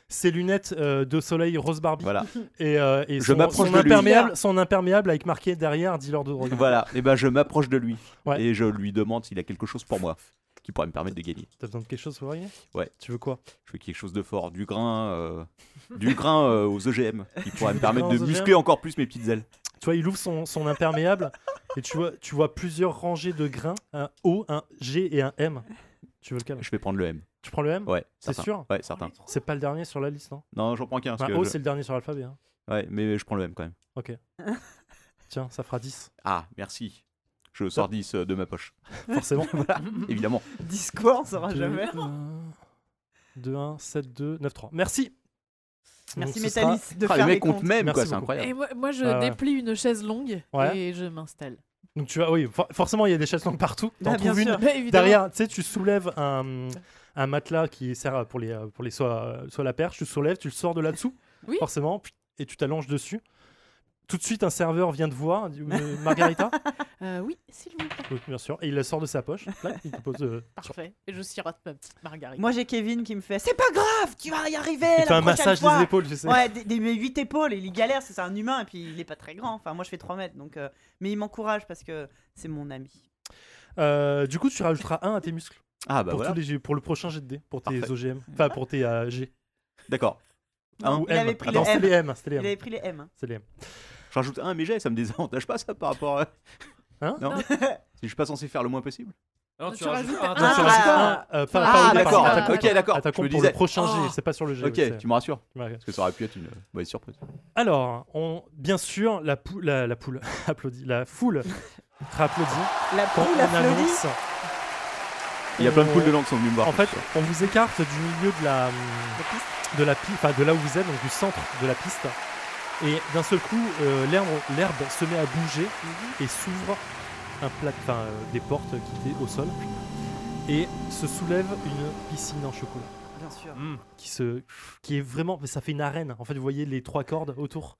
ses lunettes euh, de soleil rose Barbie Voilà. et, euh, et Je son, m'approche son de lui. imperméable, son imperméable avec marqué derrière dealer de drogue. voilà. Et ben, je m'approche de lui Ouais. et je lui demande s'il a quelque chose pour moi qui pourrait me permettre de gagner. T'as besoin de quelque chose, Aurélien Ouais. Tu veux quoi Je veux quelque chose de fort, du grain, euh, du grain euh, aux EGM qui pourrait me permettre grain de aux EGM? muscler encore plus mes petites ailes. Tu vois, il ouvre son, son imperméable et tu vois, tu vois plusieurs rangées de grains, un O, un G et un M. Tu veux lequel Je vais prendre le M. Tu prends le M Ouais, C'est certain. sûr Ouais, certain. Ah, C'est pas le dernier sur la liste, non Non, j'en prends qu'un. parce Enfin, que O, je- c'est le dernier sur l'alphabet. hein. Ouais, mais je prends le M quand même. Tiens, ça fera 10, Ah, merci. Je sors 10 euh, de ma poche. forcément. voilà, évidemment. Ah, Discord, on saura jamais. 2, 1, 7, 2, 9, 3. Merci. Merci Donc, ce sera- Métalis de Ah, faire les les mecs comptes. comptent même, Merci quoi, c'est beaucoup. incroyable. Et moi, moi, je Ah ouais. déplie une chaise longue Ouais. et je m'installe. Donc tu vas, oui, for- forcément, il y a des chaises longues partout. T'en Bah, bien trouves une sûr. Bah, évidemment. derrière. Tu sais, tu soulèves un, un matelas qui sert pour les, euh, pour les soit, soit la perche. Tu soulèves, tu le sors de là-dessous, Oui. forcément, puis- et tu t'allonges dessus. Tout de suite, un serveur vient de voir dit, euh, Margarita. Euh, oui, s'il vous plaît. Oui, bien sûr. Et il la sort de sa poche. Là, il te pose. euh, sur- Parfait. Et je sirote ma petite margarita. Moi j'ai Kevin qui me fait C'est pas grave, tu vas y arriver Il la te fait un prochaine massage fois. des épaules, je sais. Ouais, des, des- mes 8 épaules, il y galère, c'est c'est un humain et puis il est pas très grand. Enfin, moi je fais 3 mètres donc. euh, mais il m'encourage parce que c'est mon ami. Euh, du coup, tu rajouteras un à tes muscles Ah, bah pour, voilà. tous les jets- pour le prochain jet de dés, pour tes Parfait. OGM. Enfin, pour tes euh, G. D'accord. Hein Un. Ou il M. avait pris Ah le non, M. c'était les M. C'était les Il M. avait pris les M. hein. c'était les M. Je rajoute un à mes jets, ça me désavantage pas ça par rapport à. Hein Non Je suis pas censé faire le moins possible Alors tu rajoutes un. Non, tu rajoutes Ah. un, euh, Ah, pas- pas au Ah, départ, d'accord, à ta Ah, compte. ok, d'accord. À Je ta me compte pour le disais. prochain Ah. Oh. jet, c'est pas sur le jet. oui, Ok, c'est- tu me rassures, tu m'as- parce que ça aurait pu être une euh, mauvaise surprise. Alors, on, bien sûr, la, pou- la, la poule applaudit, la foule applaudit La quand poule on applaudit. annonce. Il y a plein de poules de On- langue qui sont venues me voir. Euh, En fait, on vous écarte du milieu de la, de la pi- enfin, de là où vous êtes, donc du centre de la piste. Et d'un seul coup, euh, l'herbe, l'herbe se met à bouger et s'ouvre un plat, enfin, euh, des portes qui étaient au sol. Et se soulève une piscine en chocolat Bien sûr. qui se, qui est vraiment, mais ça fait une arène. En fait, vous voyez les trois cordes autour.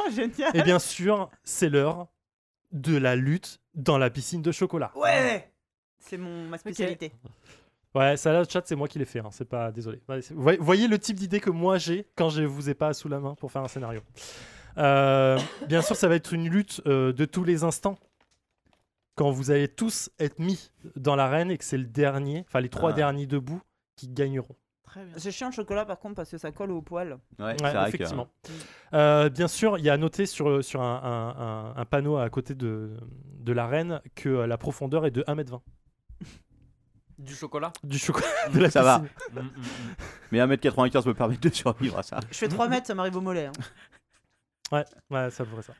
Oh, génial. Et Eh bien sûr, c'est l'heure de la lutte dans la piscine de chocolat. Ouais C'est mon, ma spécialité. Ouais, ça là, chat, c'est moi qui l'ai fait. hein, C'est pas désolé. Ouais, c'est- voyez- Voyez le type d'idée que moi j'ai quand je vous ai pas sous la main pour faire un scénario. Euh, bien sûr, ça va être une lutte euh, de tous les instants. Quand vous allez tous être mis dans l'arène et que c'est le dernier, enfin les trois Ah. derniers debout qui gagneront. Très bien. C'est chiant le chocolat par contre parce que ça colle au poil. Ouais, c'est Ouais, vrai que- effectivement. hein. Euh, bien sûr, il y a noté sur, sur un, un- un- un panneau à côté de, de l'arène que euh, la profondeur est de 1m20 Ah. Du chocolat du chocolat de la Ça va. piscine. Mm, Mais 1m95 me permet de survivre à ça. Je fais 3 mètres, ça m'arrive au mollet. hein. Ouais, ça pourrait ça.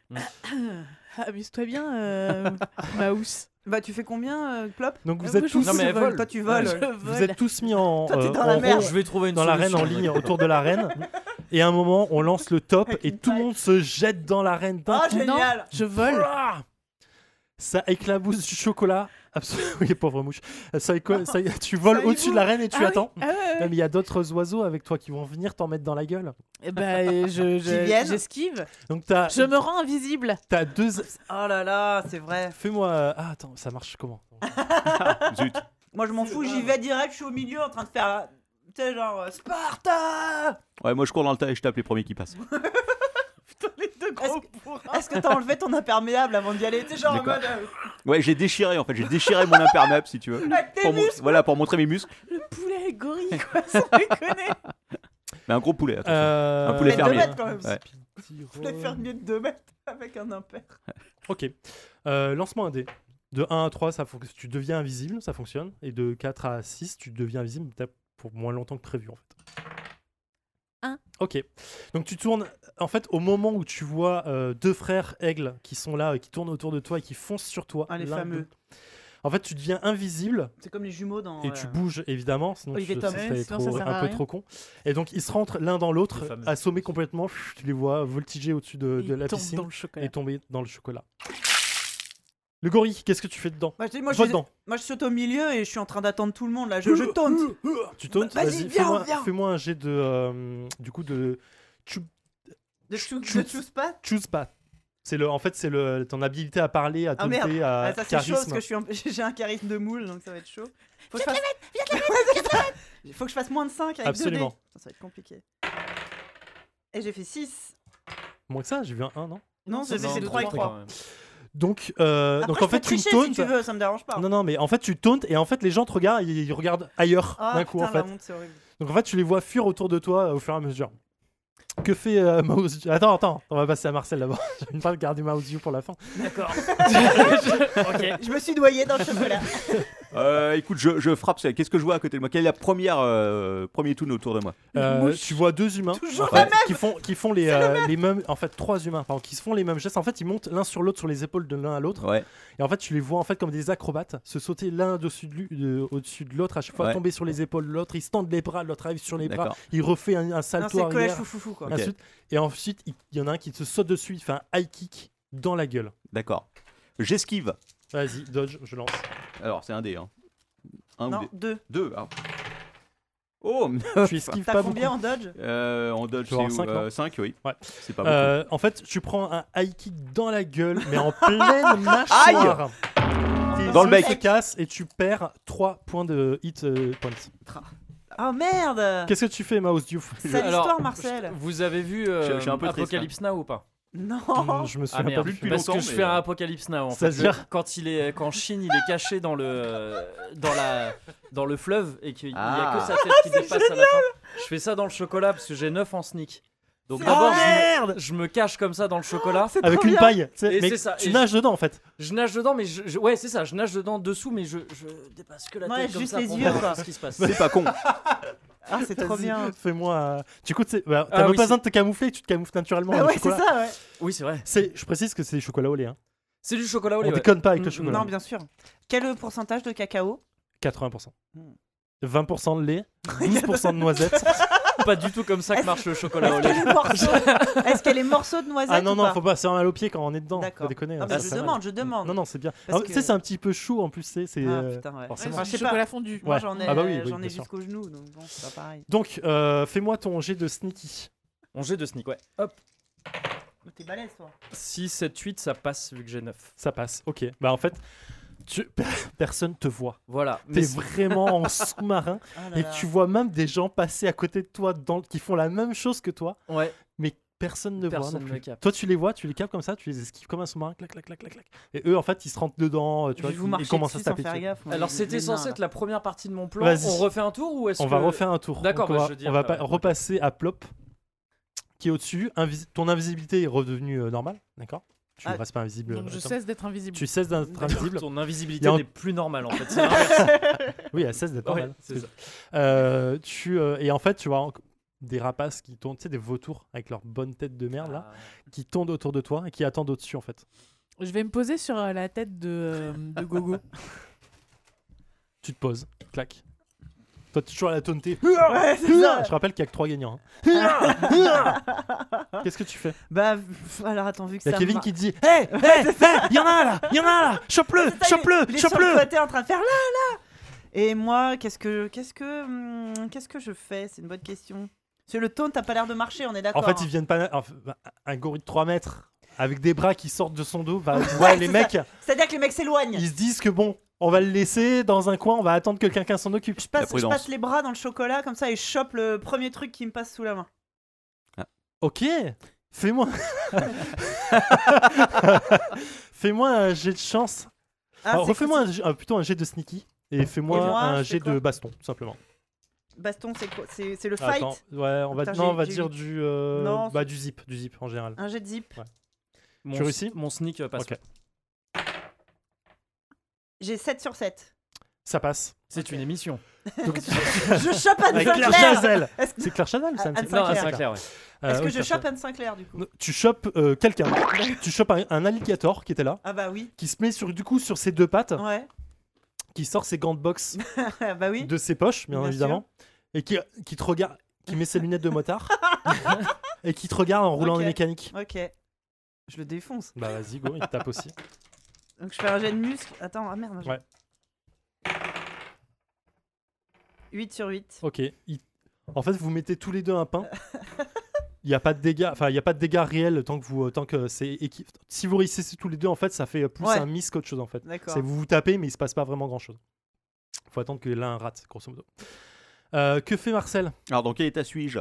Amuse-toi bien, euh, Maus. Bah, tu fais combien, euh, Plop Donc Euh, vous êtes moi, je tous, vous- Non, mais elle vole. Toi, tu Je voles. vole. vous êtes tous mis en, Toi, t'es euh, dans en la rond merde. Je vais trouver une dans l'arène en solution. ligne autour de l'arène. Et à un moment, on lance le top Avec et une tout le paille. monde se jette dans l'arène d'un Oh, coup. génial Ah, Je vole. Ouah Ça éclabousse du chocolat. Absolument, oui, pauvre mouche. Ça écla- ça- tu Oh. voles Ça y au-dessus va. de l'arène et tu Ah oui. attends. Ah ouais, Non, ouais. mais il y a d'autres oiseaux avec toi qui vont venir t'en mettre dans la gueule. Eh ben, euh, je- je- viennent. j'esquive. Donc t'as Je me rends invisible. t'as deux. Oh là là, c'est vrai. Fais-moi. Ah attends, ça marche comment Zut. Moi, je m'en fous, j'y vais direct, je suis au milieu en train de faire. euh, Tu sais, genre, euh, Sparta Ouais, moi je cours dans le tas et je tape les premiers qui passent. Est-ce que- Est-ce que t'as enlevé ton imperméable avant d'y aller Tu sais, genre, en D'accord. mode. euh, Ouais, j'ai déchiré en fait, j'ai déchiré mon imperméable si tu veux. Avec tes Pour mon- muscles Voilà, pour montrer mes muscles. Le poulet gorille, quoi, sans déconner. Mais un gros poulet. attention. Euh, Un Mais poulet deux fermier. mètres, quand même. Ouais. Je voulais faire mieux de 2 mètres avec un impair. Ok. Euh, Lance-moi un dé. De 1 à 3, ça fon- tu deviens invisible, ça fonctionne. Et de 4 à 6, tu deviens invisible mais t'as pour moins longtemps que prévu, en fait. Un. Ok. Donc tu tournes. En fait, au moment où tu vois euh, deux frères aigles qui sont là, et qui tournent autour de toi et qui foncent sur toi. Ah, les l'un fameux. d'eux. En fait, tu deviens invisible C'est comme les jumeaux dans. et euh, tu bouges, évidemment. Sinon, Olivier tu, Tom. ça Ouais, serait sinon, trop- ça sert à un peu rien. trop con. Et donc, ils se rentrent l'un dans l'autre, Les fameux. assommés complètement. Pff, Tu les vois voltiger au-dessus de, Il de la tombe piscine dans le chocolat. et tomber dans le chocolat. Le gorille, qu'est-ce que tu fais dedans Moi, je, dis, moi, je, Va suis- dedans. moi, je saute au milieu et je suis en train d'attendre tout le monde là. Je, je taunte. Tu tauntes Bah, Vas-y, Vas-y, viens, fais-moi viens. fais-moi un jet de. euh, du coup, de. chou- De chou- Chou- euh, de choose pas. Choose pas. C'est le, en fait, c'est le, ton habilité à parler, à Ah, merde. taunter, à Ah, ça c'est chaud charisme. parce que je suis en- j'ai un charisme de moule donc ça va être chaud. Faut que je fasse... Il faut que je fasse moins de 5 avec Absolument. 2 dés. Putain, Ça va être compliqué. Et j'ai fait 6. Moins que ça, j'ai vu un 1, non Non, c'est c'est deux, 3 et 3. Donc, euh, Après, donc je en peux fait, tu tricher si tauntes. tu veux, ça me dérange pas. non, non, mais en fait, tu tauntes et en fait, les gens te regardent, ils, ils regardent ailleurs Ah, d'un coup, putain, en fait. la honte, c'est horrible. Donc, en fait, tu les vois fuir autour de toi euh, au fur et à mesure. Que fait euh, Mouse Attends, attends, on va passer à Marcel d'abord. J'aime pas garder Mouse You pour la fin. D'accord. Je me suis noyé dans le chocolat. Euh, écoute, je, je frappe. c'est- Qu'est-ce que je vois à côté de moi Quelle est la première euh, premier toon autour de moi Euh, tu vois deux humains Toujours en fait, qui font qui font les, euh, les mêmes en fait trois humains pardon, qui se font les mêmes gestes en fait ils montent l'un sur l'autre sur les épaules de l'un à l'autre Ouais. et en fait tu les vois en fait comme des acrobates se sauter l'un dessus de, l'u- de- au-dessus de l'autre à chaque fois Ouais. tomber sur les épaules de l'autre ils se tendent les bras l'autre arrive sur les bras D'accord. il refait un, un Non, c'est salto collège arrière foufoufou quoi. Ok. Ensuite- et ensuite il il y en a un qui se saute dessus il fait un high kick dans la gueule D'accord. J'esquive. vas-y dodge je lance Alors, c'est un dé. Hein. Un ou Non, des- 2. deux. ah. Oh Tu esquives T'as pas combien beaucoup. en dodge euh, En dodge, Tu vas avoir c'est cinq, 5, non oui. Ouais. C'est pas beaucoup. Euh, en fait, tu prends un high kick dans la gueule, mais en pleine mâchoire. Tes Dans le os bec. se cassent et tu perds 3 points de hit euh, points. Oh merde Qu'est-ce que tu fais, Mouse Diouf C'est Alors, l'histoire, Marcel Vous avez vu euh, Je- je suis un peu triste, hein. Apocalypse Now ou pas Non Je me suis Ah merde, depuis parce que longtemps, je mais, fais un euh, Apocalypse Now en fait. c'est-à-dire Le- quand il est quand Shin il est caché dans le euh, dans la dans le fleuve et qu'il n'y a que Ah. sa tête qui dépasse à la fin. Je fais ça dans le chocolat parce que j'ai 9 en sneak. Donc C'est d'abord vrai. je, Merde me- je me cache comme ça dans le chocolat. Ah, C'est Avec trop une bien. paille. tu sais, Et mais c'est ça, tu et- nages dedans en fait. Je nage dedans mais je, je- ouais, c'est ça, je nage dedans dessous mais je, je dépasse que la Ouais, tête comme juste ça les pour yeux, voir quoi. ce qui se passe. C'est pas con. Ah, c'est trop Vas-y, bien Fais-moi. euh, Du coup, tu sais, bah, t'as Ah même oui, pas c'est- besoin de te camoufler, tu te camoufles naturellement. Ah dans le ouais, c'est chocolat. ça, ouais Oui, c'est vrai. C'est- Je précise que c'est du chocolat au lait. Hein. C'est du chocolat au On lait. ouais. déconne pas avec le Mm, chocolat. Non, bien sûr. Quel pourcentage de cacao 80%. Hmm. 20% de lait, 12% de noisettes. Pas du tout comme ça que marche le chocolat au Est-ce lait. qu'elle est morceau Est-ce qu'elle est morceau de noisette ah non, ou non, pas faut pas, c'est un mal au pied quand on est dedans. Faut D'accord. déconner. Ah, hein, mais c'est je pas mal. demande, je demande. Non, non, c'est bien. Parce Ah, Tu que- sais, c'est un petit peu chaud en plus, c'est. c'est, Ah euh, putain, ouais. Enfin, forcément. Enfin, je sais pas. chocolat fondu. Moi, Ouais. j'en ai, Ah bah oui, oui, j'en ai bien sûr. jusqu'au genou, donc bon, c'est pas pareil. Donc, euh, fais-moi ton jet de sneaky. On jet de sneak, ouais. Mais T'es balèze, toi. 6, 7, 8, ça passe vu que j'ai 9. Ça passe. Ok. Bah, en fait, tu... personne te voit. Voilà. T'es Mais vraiment en sous-marin Ah là et là. tu vois même des gens passer à côté de toi dans... qui font la même chose que toi, ouais, mais personne ne voit. personne non ne plus. capte. Toi, tu les vois, tu les capes comme ça, tu les esquives comme un sous-marin, clac, clac, clac, clac, clac. Et eux, en fait, ils se rentrent dedans, euh, tu Je vois, vais vous ils marcher commencent à dessus se sans taper. faire dessus. gaffe. moi, Alors j'ai c'était les censé mains, être la première partie de mon plan. Vas-y. On refait un tour ou est-ce que On va refaire un tour. D'accord, Donc, on bah, va, je veux dire, on va pas- euh, ok. repasser à Plop, qui est au-dessus. Invis- ton invisibilité est redevenue euh, normale, d'accord Tu Ah. restes pas invisible. Donc euh, je attends. cesse d'être invisible. Tu cesses d'être invisible. Ton Il y invisibilité a un- n'est plus normale en fait. C'est l'inverse. Oui, elle cesse d'être Ouais, normale. c'est ça. Euh, tu, euh, et en fait, tu vois en- des rapaces qui tournent, tu sais, des vautours avec leur bonne tête de merde, là, Ah, qui tournent autour de toi et qui attendent au-dessus, en fait. Je vais me poser sur euh, la tête de, euh, de Gogo. Tu te poses, clac. Toi, t'es toujours à la tonneté. Ouais, c'est ça. Je rappelle qu'il y a que 3 gagnants. hein. Qu'est-ce que tu fais Bah, pff, alors attends, vu que Il ça. y a Bah, Kevin mar- qui te dit Hé, hé, hé, il y en a un là, il y en a un là, chope-le, Ah, C'est ça, il est- il chope-le, est sur le chope-le. côté en train de faire là, là. Et moi, qu'est-ce que, qu'est-ce que, hum, qu'est-ce que je fais C'est une bonne question. Parce que le taunt t'as pas l'air de marcher, on est En d'accord. fait, ils hein. viennent pas. enfin, Un gorille de 3 mètres avec des bras qui sortent de son dos. va- ouais, les c'est mecs, C'est-à-dire que les mecs s'éloignent. ils se disent que bon, on va le laisser dans un coin, on va attendre que quelqu'un s'en occupe. Je passe, je prudence. passe les bras dans le chocolat comme ça et je chope le premier truc qui me passe sous la main. Ok, fais-moi. fais-moi un jet de chance. Ah, Alors, c'est Refais-moi quoi, un jet- ah, plutôt un jet de sneaky et fais-moi Et moi, un je fais jet de quoi baston, tout simplement. c'est- Baston, c'est quoi C'est c'est le fight Attends, ouais, on va, Attends, non, on j'ai- va j'ai dire eu- du, euh, Non, bah, du zip, du zip en général. Un jet de zip. Mon Tu réussis s- Mon sneak euh, passe. Ok. J'ai 7 sur 7. Ça passe. C'est une émission. je chope Anne Avec Claire Sinclair Chazelle. Est-ce que, C'est Claire Chazelle, ça Ah, me semble. Anne Sinclair. Non, c'est clair, ouais. Euh, est-ce que oui, je Claire chope Chazelle. Anne Sinclair du coup Non, Tu chopes euh, quelqu'un. tu chopes un, un alligator qui était là, Ah bah oui. qui se met sur du coup sur ses deux pattes, Ouais. qui sort ses gants de boxe bah oui. de ses poches, bien, Bien évidemment, et qui, qui te regarde, qui met ses lunettes de motard, et qui te regarde en roulant Ok. les mécaniques. Ok. Je le défonce. Bah vas-y, go, il te tape aussi. Donc je fais un jet de muscle. Attends, ah merde. Ouais. 8 sur 8. Ok. il- En fait, vous mettez tous les deux un pain. Il n'y a pas de dégâts, enfin il y a pas de dégâts réels tant que vous, euh, tant que c'est équi- Si vous réussissez tous les deux, en fait, ça fait euh, plus Ouais. un miss qu'autre chose en fait. D'accord. C'est vous vous tapez, mais il se passe pas vraiment grand chose. Faut attendre que l'un rate, grosso modo. Euh, que fait Marcel Alors, dans quel état suis-je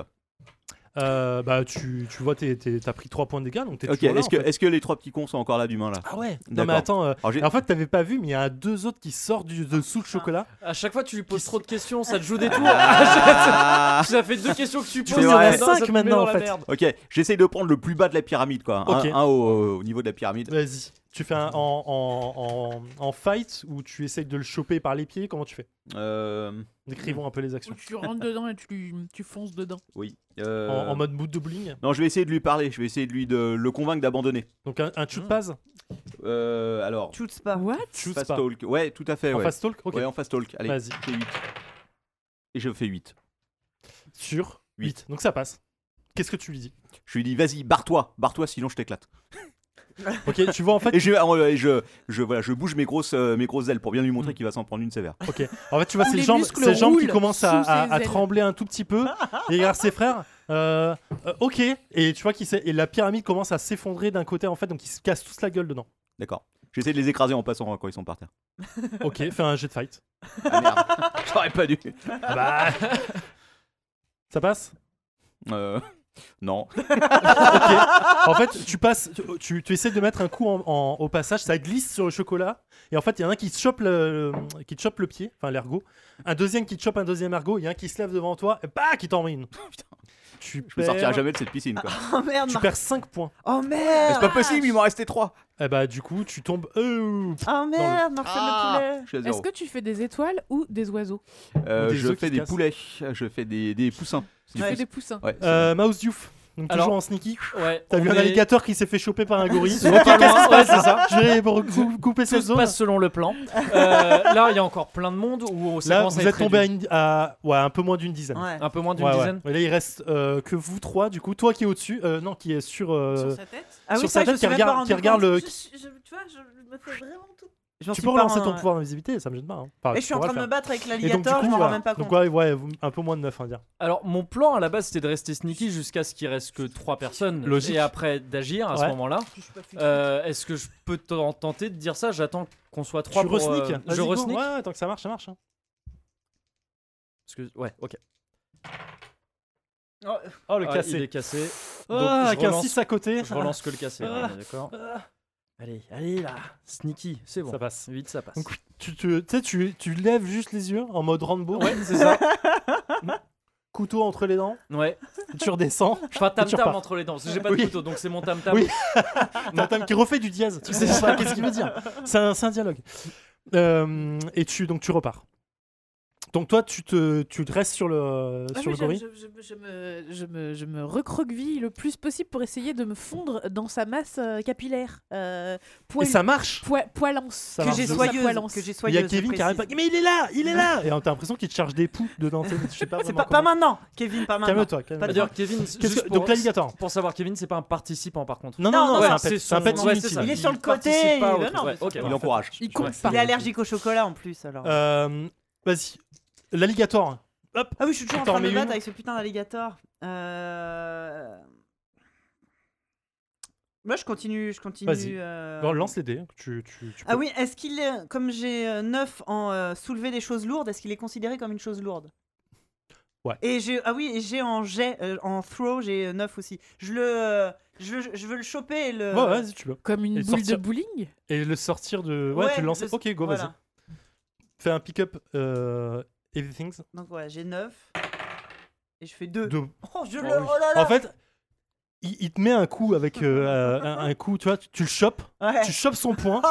Euh, Bah tu, tu vois, t'es- t'es- t'as pris 3 points de dégâts, donc t'es Ok, toujours là, est-ce en que, fait. est-ce que les trois petits cons sont encore là d'humain là Ah ouais Non mais D'accord. attends, euh, Alors, j'ai- et en fait t'avais pas vu, mais il y a deux autres qui sortent du dessous le chocolat. À chaque fois, tu lui poses trop de questions, ça te joue des tours. Ah ça fait deux questions que tu Tu poses. fais et en ouais. même temps, Cinq ça te met maintenant, dans en la fait. merde. Ok, j'essaye de prendre le plus bas de la pyramide quoi. Un- Ok. Un, euh, au, au niveau de la pyramide. Vas-y, tu fais un en, en, en, en fight ou tu essayes de le choper par les pieds Comment tu fais Euh, Décrivons un peu les Où actions. tu rentres dedans et tu, lui- tu fonces dedans. oui. euh, En, en mode bout de bling. Non, je vais essayer de lui parler. Je vais essayer de lui de le convaincre d'abandonner. Donc un, un shoot pass Euh, alors, Shoots pas. What Shoot Hmm. fast pas. talk. Ouais, tout à fait. En Ouais. fast talk Ok. Ouais, en fast talk. Allez, Vas-y. c'est 8. Et je fais 8. Sur Huit. 8. Donc ça passe. Qu'est-ce que tu lui dis Je lui dis, vas-y, barre-toi, barre-toi, sinon je t'éclate. Ok, tu vois en fait, Et je, euh, et je, je- voilà, je bouge mes grosses, euh, mes grosses ailes pour bien lui Mm. montrer qu'il va s'en prendre une sévère. ok. En fait, tu vois Où ses les jambes, muscles ses jambes qui roulent commencent à, sous à- ses à ailes. trembler un tout petit peu. Et il regarde ses frères. euh, euh, ok. Et tu vois qu'il s'est- et la pyramide commence à s'effondrer d'un côté en fait, donc ils se cassent tous la gueule dedans. D'accord. J'essaie de les écraser en passant hein, quand ils sont par terre. Ok, fais un jet de fight. Ah merde, j'aurais pas dû. Ah bah. Ça passe Euh, non. Ok. En fait, tu passes, tu- tu, tu essaies de mettre un coup en- en- au passage, ça glisse sur le chocolat, et en fait, il y en a un qui te chope le, qui te chope le pied, enfin l'ergot, un deuxième qui te chope un deuxième ergot, il y en a un qui se lève devant toi, et bah, qui t'en met une. Tu Je me sortirai perds, jamais de cette piscine. quoi. Oh merde, tu Marc. perds 5 points. Oh Mais C'est pas Ah, merde. possible, il m'en restait 3. Et bah, du coup, tu tombes. euh, Oh merde, Marcel le poulet. Je suis à Est-ce zéro. que tu fais des étoiles ou des oiseaux Euh, Ou des je œufs qui fais se des cassent. poulets, je fais des, des poussins. Tu fais des poussins. Ouais, c'est euh, Mouse Diouf, donc Alors- toujours en sneaky. Ouais, T'as on vu un est- alligator qui s'est fait choper par un gorille. Souvent pas loin, ouais, c'est ça. Je vais pour- cou- couper Tout cette se zone. passe selon le plan. Euh, là, il y a encore plein de monde où on Là, vous êtes tombé à, une- à- ouais, un peu moins d'une dizaine. Ouais. un peu moins d'une Ouais, ouais. dizaine. Et là, il reste euh, que vous trois, du coup. Toi qui est au-dessus, euh, non, qui est sur. euh, Sur sa tête Ah sur oui, sa ça, je tête me suis qui même regarde- pas rendu qui regarde compte. le. Ah. je, je- je- Tu vois, je me fais vraiment tout. J'en suis Tu peux pas relancer un- ton pouvoir d'invisibilité, ça me gêne pas. hein. Enfin, Et tu je suis en pourras train de le me battre avec faire. Et donc, du l'alligator, coup, je m'en rends voilà. même pas Donc, compte. ouais, ouais, vous- un peu moins de 9, on va dire. Alors, mon plan à la base, c'était de rester sneaky jusqu'à ce qu'il reste que trois personnes. Logique. Et après, d'agir à ce Ouais. moment-là. Je suis pas flic. Euh, Est-ce que je peux t'en- tenter de dire ça J'attends qu'on soit trois tu pour, euh, resneak Vas-y, Je go. resneak Ouais, ouais, tant que ça marche, ça marche. hein. Parce que- Ouais, ok. Oh, le Ah, cassé. Il est cassé. Donc, Ah, je avec un relance- 6 à côté. Je relance que le cassé. Ah. ouais, D'accord. Ah, Allez, allez là. Sneaky, c'est bon. Ça passe. Vite, ça passe. Donc, Tu, tu, tu sais, tu, tu lèves juste les yeux en mode Rambo. Ouais, c'est ça. Couteau entre les dents, Ouais. tu redescends. Enfin, tam tam repars. entre les dents. Parce que j'ai pas de Oui. couteau, donc c'est mon tam tam. Oui. Tam Tam qui refait du dièse. Tu sais pas qu'est-ce qu'il veut dire. C'est un, c'est un dialogue. Euh, et tu donc tu repars. Donc toi tu te tu te restes sur le Ah sur oui, le gorille. je, je- je- je me, je, me, je me recroqueville le plus possible pour essayer de me fondre dans sa masse euh, capillaire. Euh, Et poil, ça marche. poi- poilance. Ça Que marche j'ai de ouf. soyeuse. Poilance. Que j'ai Il soyeuse. y a Kevin qui arrive pas. Mais il est là, il est là. Et t'as l'impression qu'il te charge des poux dedans. tu sais, Je sais pas C'est vraiment pas, pas comment. maintenant, Kevin, pas maintenant. Calme-toi. calme-toi. D'ailleurs, Kevin, Qu'est-ce juste que- pour- Donc l'alligator. Pour savoir, Kevin, c'est pas un participant par contre. Non non non, non, c'est non, un pet. c'est C'est un son- pet ouais, c'est inutile. ça. Il est sur le participe côté. pas au bah truc. non, Ouais, mais ok, c'est Il pas- parfait. encourage. Il compte Ouais. pas. Il est allergique au chocolat en plus alors. Euh, Vas-y. L'alligator. Hop. Ah oui, je suis toujours en T'en train de mets me battre une avec ce putain d'alligator. Euh... Moi, je continue, je Vas-y. continue. euh, Bon, Lance les dés. Tu tu tu peux. Ah oui, est-ce qu'il est, comme j'ai euh, 9 en euh, soulever des choses lourdes, est-ce qu'il est considéré comme une chose lourde Ouais. Et j'ai, ah oui, et j'ai en jet, euh, en throw, j'ai euh, 9 aussi. Je le, euh, je, veux- je veux le choper et le. Ouais ouais, vas-y tu peux. Comme une Et boule sortir- de bowling Et le sortir de. Ouais, Ouais, tu le lances. le- Ok go vas-y. voilà. Fais un pick up euh, everything. Donc ouais, j'ai 9 et je fais 2. De Oh, je Oh le, oui. oh là là. En fait, il, il te met un coup avec euh, euh, un, un coup, tu vois, tu, tu le chopes, Ouais. tu chopes son poing,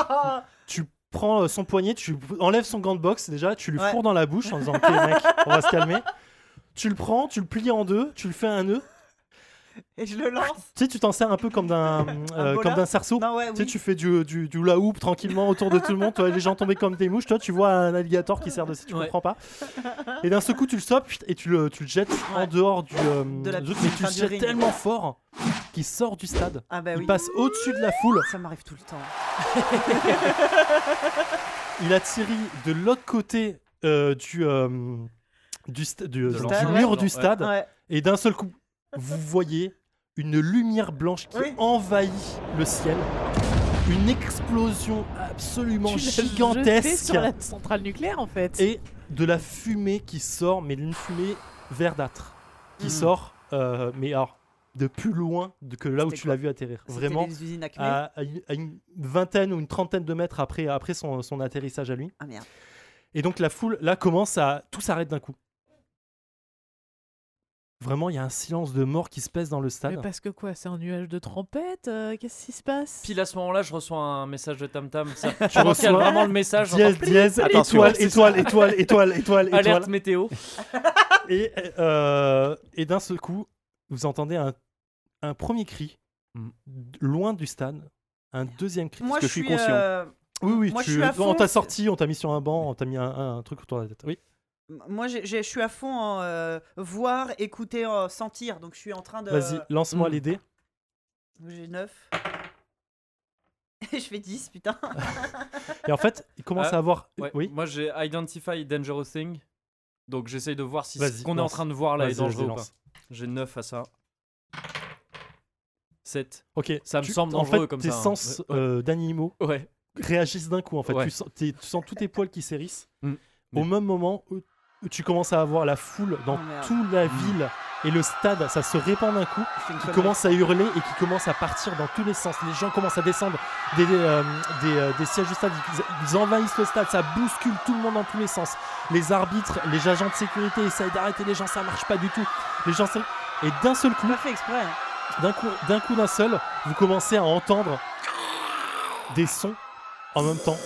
tu prends euh, son poignet, tu enlèves son gant de boxe déjà, tu lui Ouais. fourres dans la bouche en disant OK mec, on va se calmer. Tu le prends, tu le plies en deux, tu le fais un nœud. et je le lance. Tu sais, tu t'en sers un peu comme d'un euh, bola comme d'un sarceau. Non ouais, Tu sais, oui. tu fais du, du, du hula hoop tranquillement autour de tout le monde, toi, les gens tomber comme des mouches, toi tu vois un alligator qui sert de ça, tu Ouais. comprends pas. Et d'un seul coup tu le sopes pfft, et tu le, tu le jettes en Ouais. dehors du... euh, De la truc, piscine, mais tu le enfin, du jettes ring. tellement fort qu'il sort du stade. Ah bah il oui. passe au-dessus de la foule, Ça m'arrive tout le temps. il a tiré de l'autre côté euh, du, euh, du, sta- du- du stade, mur ouais. du stade Ouais. et d'un seul coup vous voyez une lumière blanche qui Oui. envahit le ciel. Une explosion absolument Tu l'as jeté gigantesque. sur la centrale nucléaire en fait. Et de la fumée qui sort, mais une fumée verdâtre qui sort, euh, mais alors de plus loin de- que là où C'était tu quoi l'as vu atterrir. C'était Vraiment, Ah. les usines à Acme. à, à une, à une vingtaine ou une trentaine de mètres après, après son, son atterrissage à lui. Ah merde. Et donc la foule, là, commence à. Tout s'arrête d'un coup. Vraiment, il y a un silence de mort qui se pèse dans le Mais stade. parce que quoi, c'est un nuage de trompette euh, Qu'est-ce qui se passe Pile à ce moment-là, je reçois un message de Tam Tam. Ça Tu reçois vraiment le message. Dièse, j'entends dièse, Attention. étoile, étoile, étoile, étoile, étoile, étoile. Alerte météo. Et, euh, et d'un seul coup, vous entendez un, un premier cri, Mm. d- loin du stade, un deuxième cri. Moi que je je suis suis conscient. euh, oui, oui, moi, tu- je suis à on fond, t'a c'est- sorti, on t'a mis sur un banc, on t'a mis un, un- un truc autour de la tête. Oui. Moi, j'ai- j'ai- je suis à fond en euh, voir, écouter, en Euh, hmm. sentir. Donc, je suis en train de. Vas-y, lance-moi Mm. les dés. J'ai 9. je fais 10, putain. Et en fait, il commence Ah, à avoir. Ouais. Oui. Moi j'ai Identify Dangerous Thing. Donc j'essaye de voir si Vas-y, ce qu'on est en lance. train de voir là est Vas-y, dangereux vas-y, ou pas. lance. J'ai 9 à ça. 7. Ok. Ça me Tu- semble en dangereux fait, comme tes ça, hein. sens Ouais. euh, d'animaux Ouais. réagissent d'un coup. En fait, Ouais. tu, sens, t'es- tu sens tous tes poils qui s'hérissent. Mm. Au même moment où où tu commences à avoir la foule dans Oh, merde. toute la ville Mm. et le stade, ça se répand d'un coup. Je fais une qui connerie. commence à hurler et qui commence à partir dans tous les sens. Les gens commencent à descendre des, euh, des, euh, des sièges du stade, ils, ils envahissent le stade, ça bouscule tout le monde dans tous les sens. Les arbitres, les agents de sécurité essayent d'arrêter les gens, ça marche pas du tout. Les gens se- et d'un seul coup, Pas fait exprès. hein. d'un coup, d'un coup d'un seul, vous commencez à entendre des sons en même temps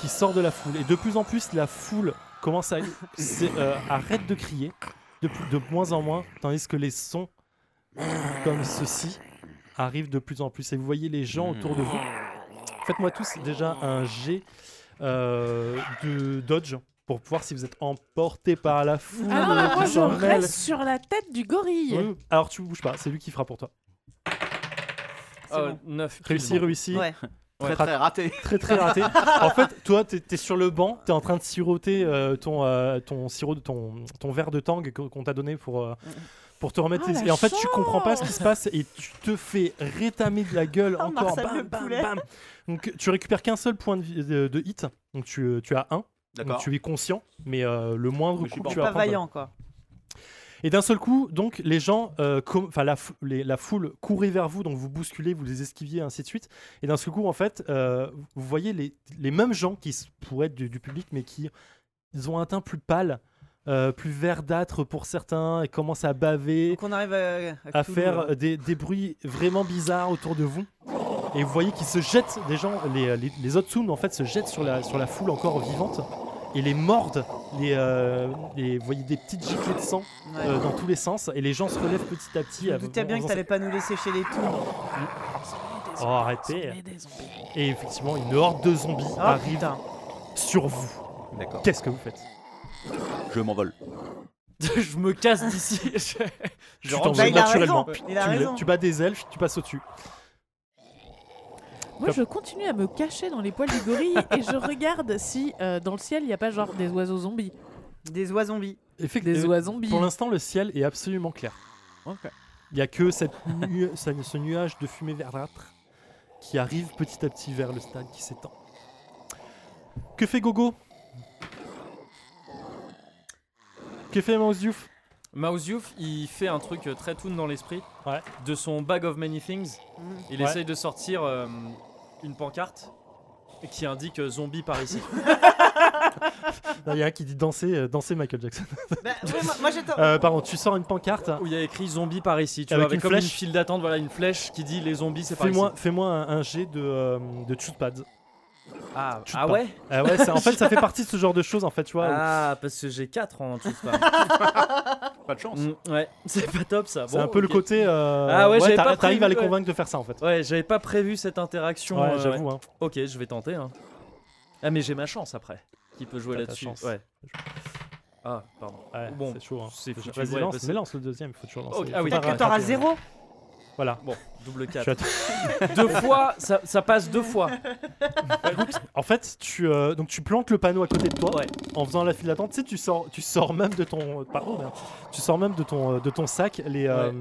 qui sortent de la foule. Et de plus en plus, la foule commence à c'est, euh, arrête de crier de, plus- de moins en moins, tandis que les sons comme ceci arrivent de plus en plus. Et vous voyez les gens autour de vous. Faites-moi tous déjà un jet euh, de dodge pour voir si vous êtes emporté par la foule. Ah non, mais moi qui je s'en mêle. reste sur la tête du gorille. Oui, oui. Alors tu bouges pas, c'est lui qui fera pour toi. C'est Ah, bon. 9. Réussi, réussi. Ouais. Très très raté. Très très raté. en fait, toi, t'es es sur le banc, t'es en train de siroter euh, ton, euh, ton, sirop de- ton, ton verre de tang que- qu'on t'a donné pour, euh, pour te Ah, remettre. Oh, tes- la et en fait, tu comprends pas ce qui chance. se passe et tu te fais rétamer de la gueule Oh, encore. Marcel le poulet. Donc, tu récupères qu'un seul point de, vie- de, de hit. Donc, tu, euh, tu as un. Donc, D'accord. tu es conscient, mais euh, le moindre Mais je suis coup que pas- tu vas Pas prendre- vaillant, quoi. et d'un seul coup, donc, les gens, euh, com- enfin, la, fou- les- la foule courait vers vous, donc vous bousculez, vous les esquiviez, ainsi de suite. Et d'un seul coup, en fait, euh, vous voyez les, les mêmes gens qui s- pourraient être du, du public, mais qui ils ont un teint plus pâle, euh, plus verdâtre pour certains, et commencent à baver, Donc on arrive à, à Cthulhu, hein. faire là. euh, des, des bruits vraiment bizarres autour de vous. Et vous voyez qu'ils se jettent, des gens, les, les, les Otsun, en fait se jettent sur la, sur la foule encore vivante et les mordent. Les, euh, les- vous voyez des petites giclées de sang Ouais. euh, dans tous les sens et les gens se relèvent petit à petit. Je à- me doutais bien en que faisant t'allais pas nous laisser chez les tours. ça. Oh, arrêtez. On est des zombies. Et effectivement, une horde de zombies Ah arrive putain. sur vous. D'accord. Qu'est-ce que vous faites Je m'envole. je me casse d'ici. Je- Tu je t'en rentre Bah, vas chez il a moi. naturellement. raison, Tu, il a lè- raison. tu bats des elfes, tu passes au-dessus. Moi, je continue à me cacher dans les poils du gorille et je regarde si euh, dans le ciel il n'y a pas genre des oiseaux zombies. Des oies zombies. Des Effectivement. oiseaux zombies. Pour l'instant, le ciel est absolument clair. Il n'y a que cette nu- ce ce nuage de fumée verdâtre qui arrive petit à petit vers le stade qui s'étend. Que fait Gogo Que fait Mausdiouf Mouse Youth, il fait un truc euh, très toon dans l'esprit. Ouais. De son Bag of Many Things, Mm. il Ouais. essaye de sortir euh, une pancarte qui indique euh, zombie par ici. Il y en a un qui dit danser, euh, danser Michael Jackson. Bah, ouais, moi, moi j'attends. Euh, pardon, tu sors une pancarte. hein. où il y a écrit zombie par ici. Tu Avec vois, avec une comme une flèche. file d'attente, voilà, une flèche qui dit les zombies c'est par ici. Fais-moi fais un, un jet de, euh, de shootpad. Ah, Shoot ah pas. ouais Ah ouais, ça- en fait, ça fait partie de ce genre de choses, en fait, tu vois. où Ah, parce que j'ai 4 en tout ça. Pas de chance. Mm, Ouais, c'est pas top ça. C'est Bon, un peu le ok. côté. euh, Ah ouais, j'avais t'arri- pas T'arrives à les prévu, ouais. convaincre de faire ça, en fait. Ouais, j'avais pas prévu cette interaction. Ouais, euh, j'avoue. hein. Ok, je vais tenter. hein. Ah, mais j'ai ma chance après. Qui peut jouer T'as ta là-dessus chance. Ouais. Ah, pardon. Ouais, Bon, c'est chaud. hein. c'est foutu, Vas-y, ouais, lance, parce- mais lance le deuxième, il faut toujours lancer. Ok, ah oui, Faut pas Peut-être que t'auras rater, hein. zéro. Voilà. Bon, double Tu 4. attends. deux fois, ça, ça passe deux fois. En fait, tu, euh, donc tu plantes le panneau à côté de toi Ouais. en faisant la file d'attente. Tu sais, tu sors, tu sors même de ton. Pardon, merde. Tu sors même de ton, euh, de ton sac les. euh, ouais.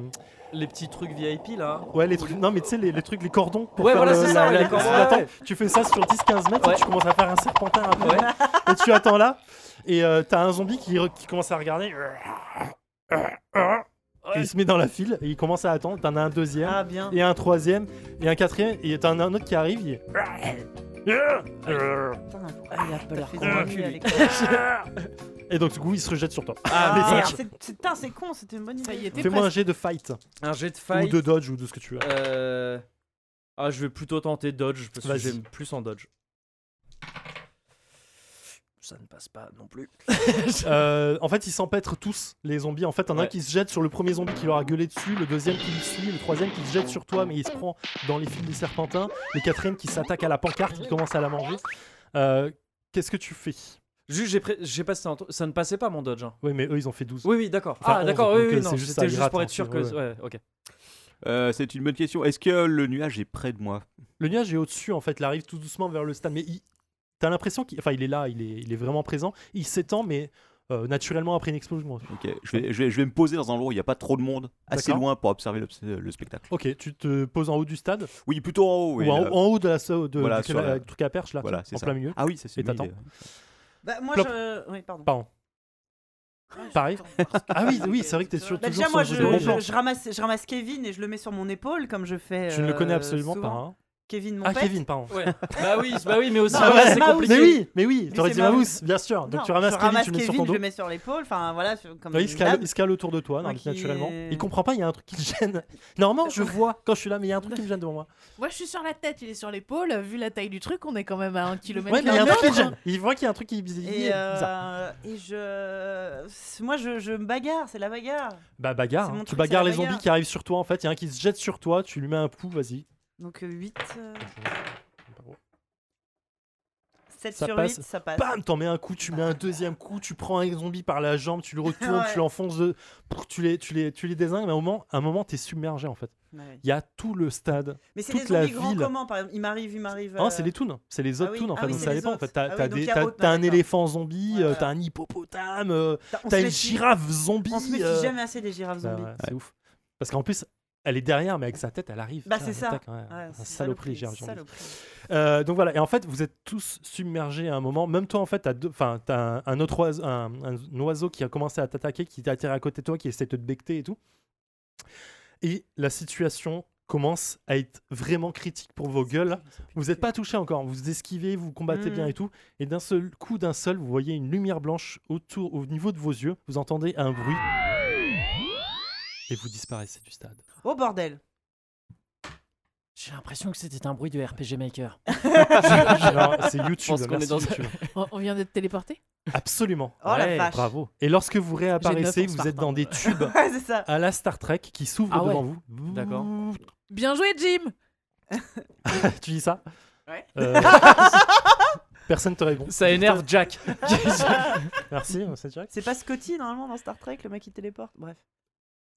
Les petits trucs VIP là. les trucs. Non, mais tu sais, les, les trucs, les cordons. Pour Ouais, faire voilà, le- c'est ça, la- ouais, la les cordons, file d'attente. ouais, Tu fais ça sur 10-15 mètres Ouais. et tu commences à faire un serpentin après. Ouais. Et tu attends là. Et euh, t'as un zombie qui, re- qui commence à regarder. Et il se met dans la file et il commence à attendre. T'en as un deuxième. Ah bien. et un troisième, et un quatrième, et t'en as un autre qui arrive. il- Putain, ah, il a pas l'air Euh, convaincu, cul. Alex. Et donc, du coup, il se rejette sur toi. Ah, mais merde, c'est- c'est- c'est- Putain, c'est con, c'était une bonne Ça y idée. était Fais-moi un presque. jet de fight, Un jet de ou fight. de dodge, ou de ce que tu veux. Euh, Ah, je vais plutôt tenter dodge parce que Vas-y. j'aime plus en dodge. Ça ne passe pas non plus. Euh, en fait, ils s'empêtrent tous, les zombies. En fait, t'en as un Ouais. qui se jette sur le premier zombie qui leur a gueulé dessus, le deuxième qui le suit, le troisième qui se jette sur toi, mais il se prend dans les fils des serpentins, le quatrième qui s'attaque à la pancarte, qui commence à la manger. Euh, Qu'est-ce que tu fais Juste, j'ai pré- j'ai passé un tr- ça ne passait pas mon dodge. hein. Oui, mais eux, ils ont fait 12. Oui, oui, d'accord. Enfin, ah, onze, d'accord, oui, donc, euh, oui, non, c'est juste ça, c'était juste gratte, pour hein, être sûr c'est- que. ouais, Ouais, ok. Euh, c'est une bonne question. Est-ce que le nuage est près de moi Le nuage est au-dessus, en fait, il arrive tout doucement vers le stade. Mais il... t'as l'impression qu'il enfin, il est là, il est, il est vraiment présent. Il s'étend, mais euh, naturellement après une explosion. Ok, je vais, je, vais, je vais me poser dans un endroit où il n'y a pas trop de monde, assez D'accord. loin pour observer le, le spectacle. Ok, tu te poses en haut du stade, Oui, plutôt en haut. oui, ou en, là. en haut de la, so- de, Voilà, du sur la- euh, truc à perche, là, Voilà, c'est en ça. plein milieu. Ah oui, ça c'est Et une t'attends. idée. Bah, moi, Plop. je. Oui, pardon. Pardon. Ouais, je- Pareil. Ah oui, oui, c'est vrai que t'es Bah, sur toujours déjà, moi, je, sur le bon je- plan. je ramasse, je ramasse Kevin et je le mets sur mon épaule comme je fais. Je ne le euh, connais absolument pas. souvent. hein. Kevin, mon Ah, père. Kevin, pardon. Ouais. bah oui, bah oui, mais aussi Ah voilà, ouais, c'est Maus. compliqué. Mais oui, mais oui, Lui, t'aurais c'est dit Maus. Maus, bien sûr. Non, Ah, Donc tu ramasses je Kevin, ramasse tu le mets sur Kevin, ton je dos. le mets sur l'épaule. Enfin, voilà, sur- comme. Non, il, une se cale, dame. il se cale autour de toi, non, Moi qui- naturellement. Il comprend pas, il y a un truc qui le gêne. Normalement, je vois quand je suis là, mais il y a un truc qui me gêne devant moi. Moi, je suis sur la tête, il est sur l'épaule. Vu la taille du truc, on est quand même à un kilomètre. Ouais, mais il y a un l'un de truc qui le l'autre. gêne. Il voit qu'il y a un truc qui est bizarre. il Et, est euh, bizarre. et je. Moi, je, je me bagarre, c'est la bagarre. Bah, bagarre. c'est hein. mon Tu truc, bagarres c'est la les zombies bagarre. qui arrivent sur toi, en fait. Il y a un qui se jette sur toi, tu lui mets un coup, vas-y. Donc euh, 8, Ça 7 sur passe. 8, ça passe. Bam, t'en mets un coup, tu mets un deuxième coup, tu prends un zombie par la jambe, tu le retournes, Ouais. tu l'enfonces, de... pour- tu les, tu les, tu les désingues, mais à un moment, à un moment, t'es submergé en fait. Ouais. Il y a tout le stade. Mais c'est toute des la zombies grands ville. comment par exemple Il m'arrive, il m'arrive. Hein, euh, c'est les toons, c'est les ah autres oui, toons en ah fait, oui, donc c'est ça les dépend en autres. fait. T'as Ah oui, t'as donc des- il y a t'as- autre, t'as un d'accord. éléphant zombie, Ouais, euh, ouais. t'as un hippopotame, euh, on se t'as une méfie- girafe zombie. On se méfie euh, jamais assez des girafes bah zombies. ouais, C'est ouf. Parce qu'en plus, elle est derrière, mais avec sa tête, elle arrive. Bah, Putain, c'est ça. attaque, ouais. Ouais, Un c'est saloperie, girafe zombie. saloperie. Euh, donc voilà, et en fait, vous êtes tous submergés à un moment. Même toi, en fait, t'as deux- enfin, t'as un, un autre oiseau, un, un oiseau qui a commencé à t'attaquer, qui t'a attiré à côté de toi, qui essaie de te becter et tout. Et la situation commence à être vraiment critique pour vos gueules. Vous n'êtes pas touché encore, vous esquivez, vous combattez bien Mhm. et tout. Et d'un seul coup, d'un seul, vous voyez une lumière blanche autour, au niveau de vos yeux. Vous entendez un bruit. Et vous disparaissez du stade. Oh bordel J'ai l'impression que c'était un bruit de RPG Maker. Alors, C'est YouTube. pense qu'on merci est dans- YouTube. On- On vient d'être téléporté Absolument. Oh la vache Bravo. Et lorsque vous réapparaissez, J'ai neuf en vous êtes Spartan. dans des tubes Ouais, c'est ça à la Star Trek qui s'ouvrent Ah ouais. devant vous. D'accord. Bien joué, Jim tu dis ça Ouais. Euh, Personne te répond. Ça énerve Jack. Merci, c'est Jack. C'est pas Scotty normalement dans Star Trek, le mec qui téléporte Bref.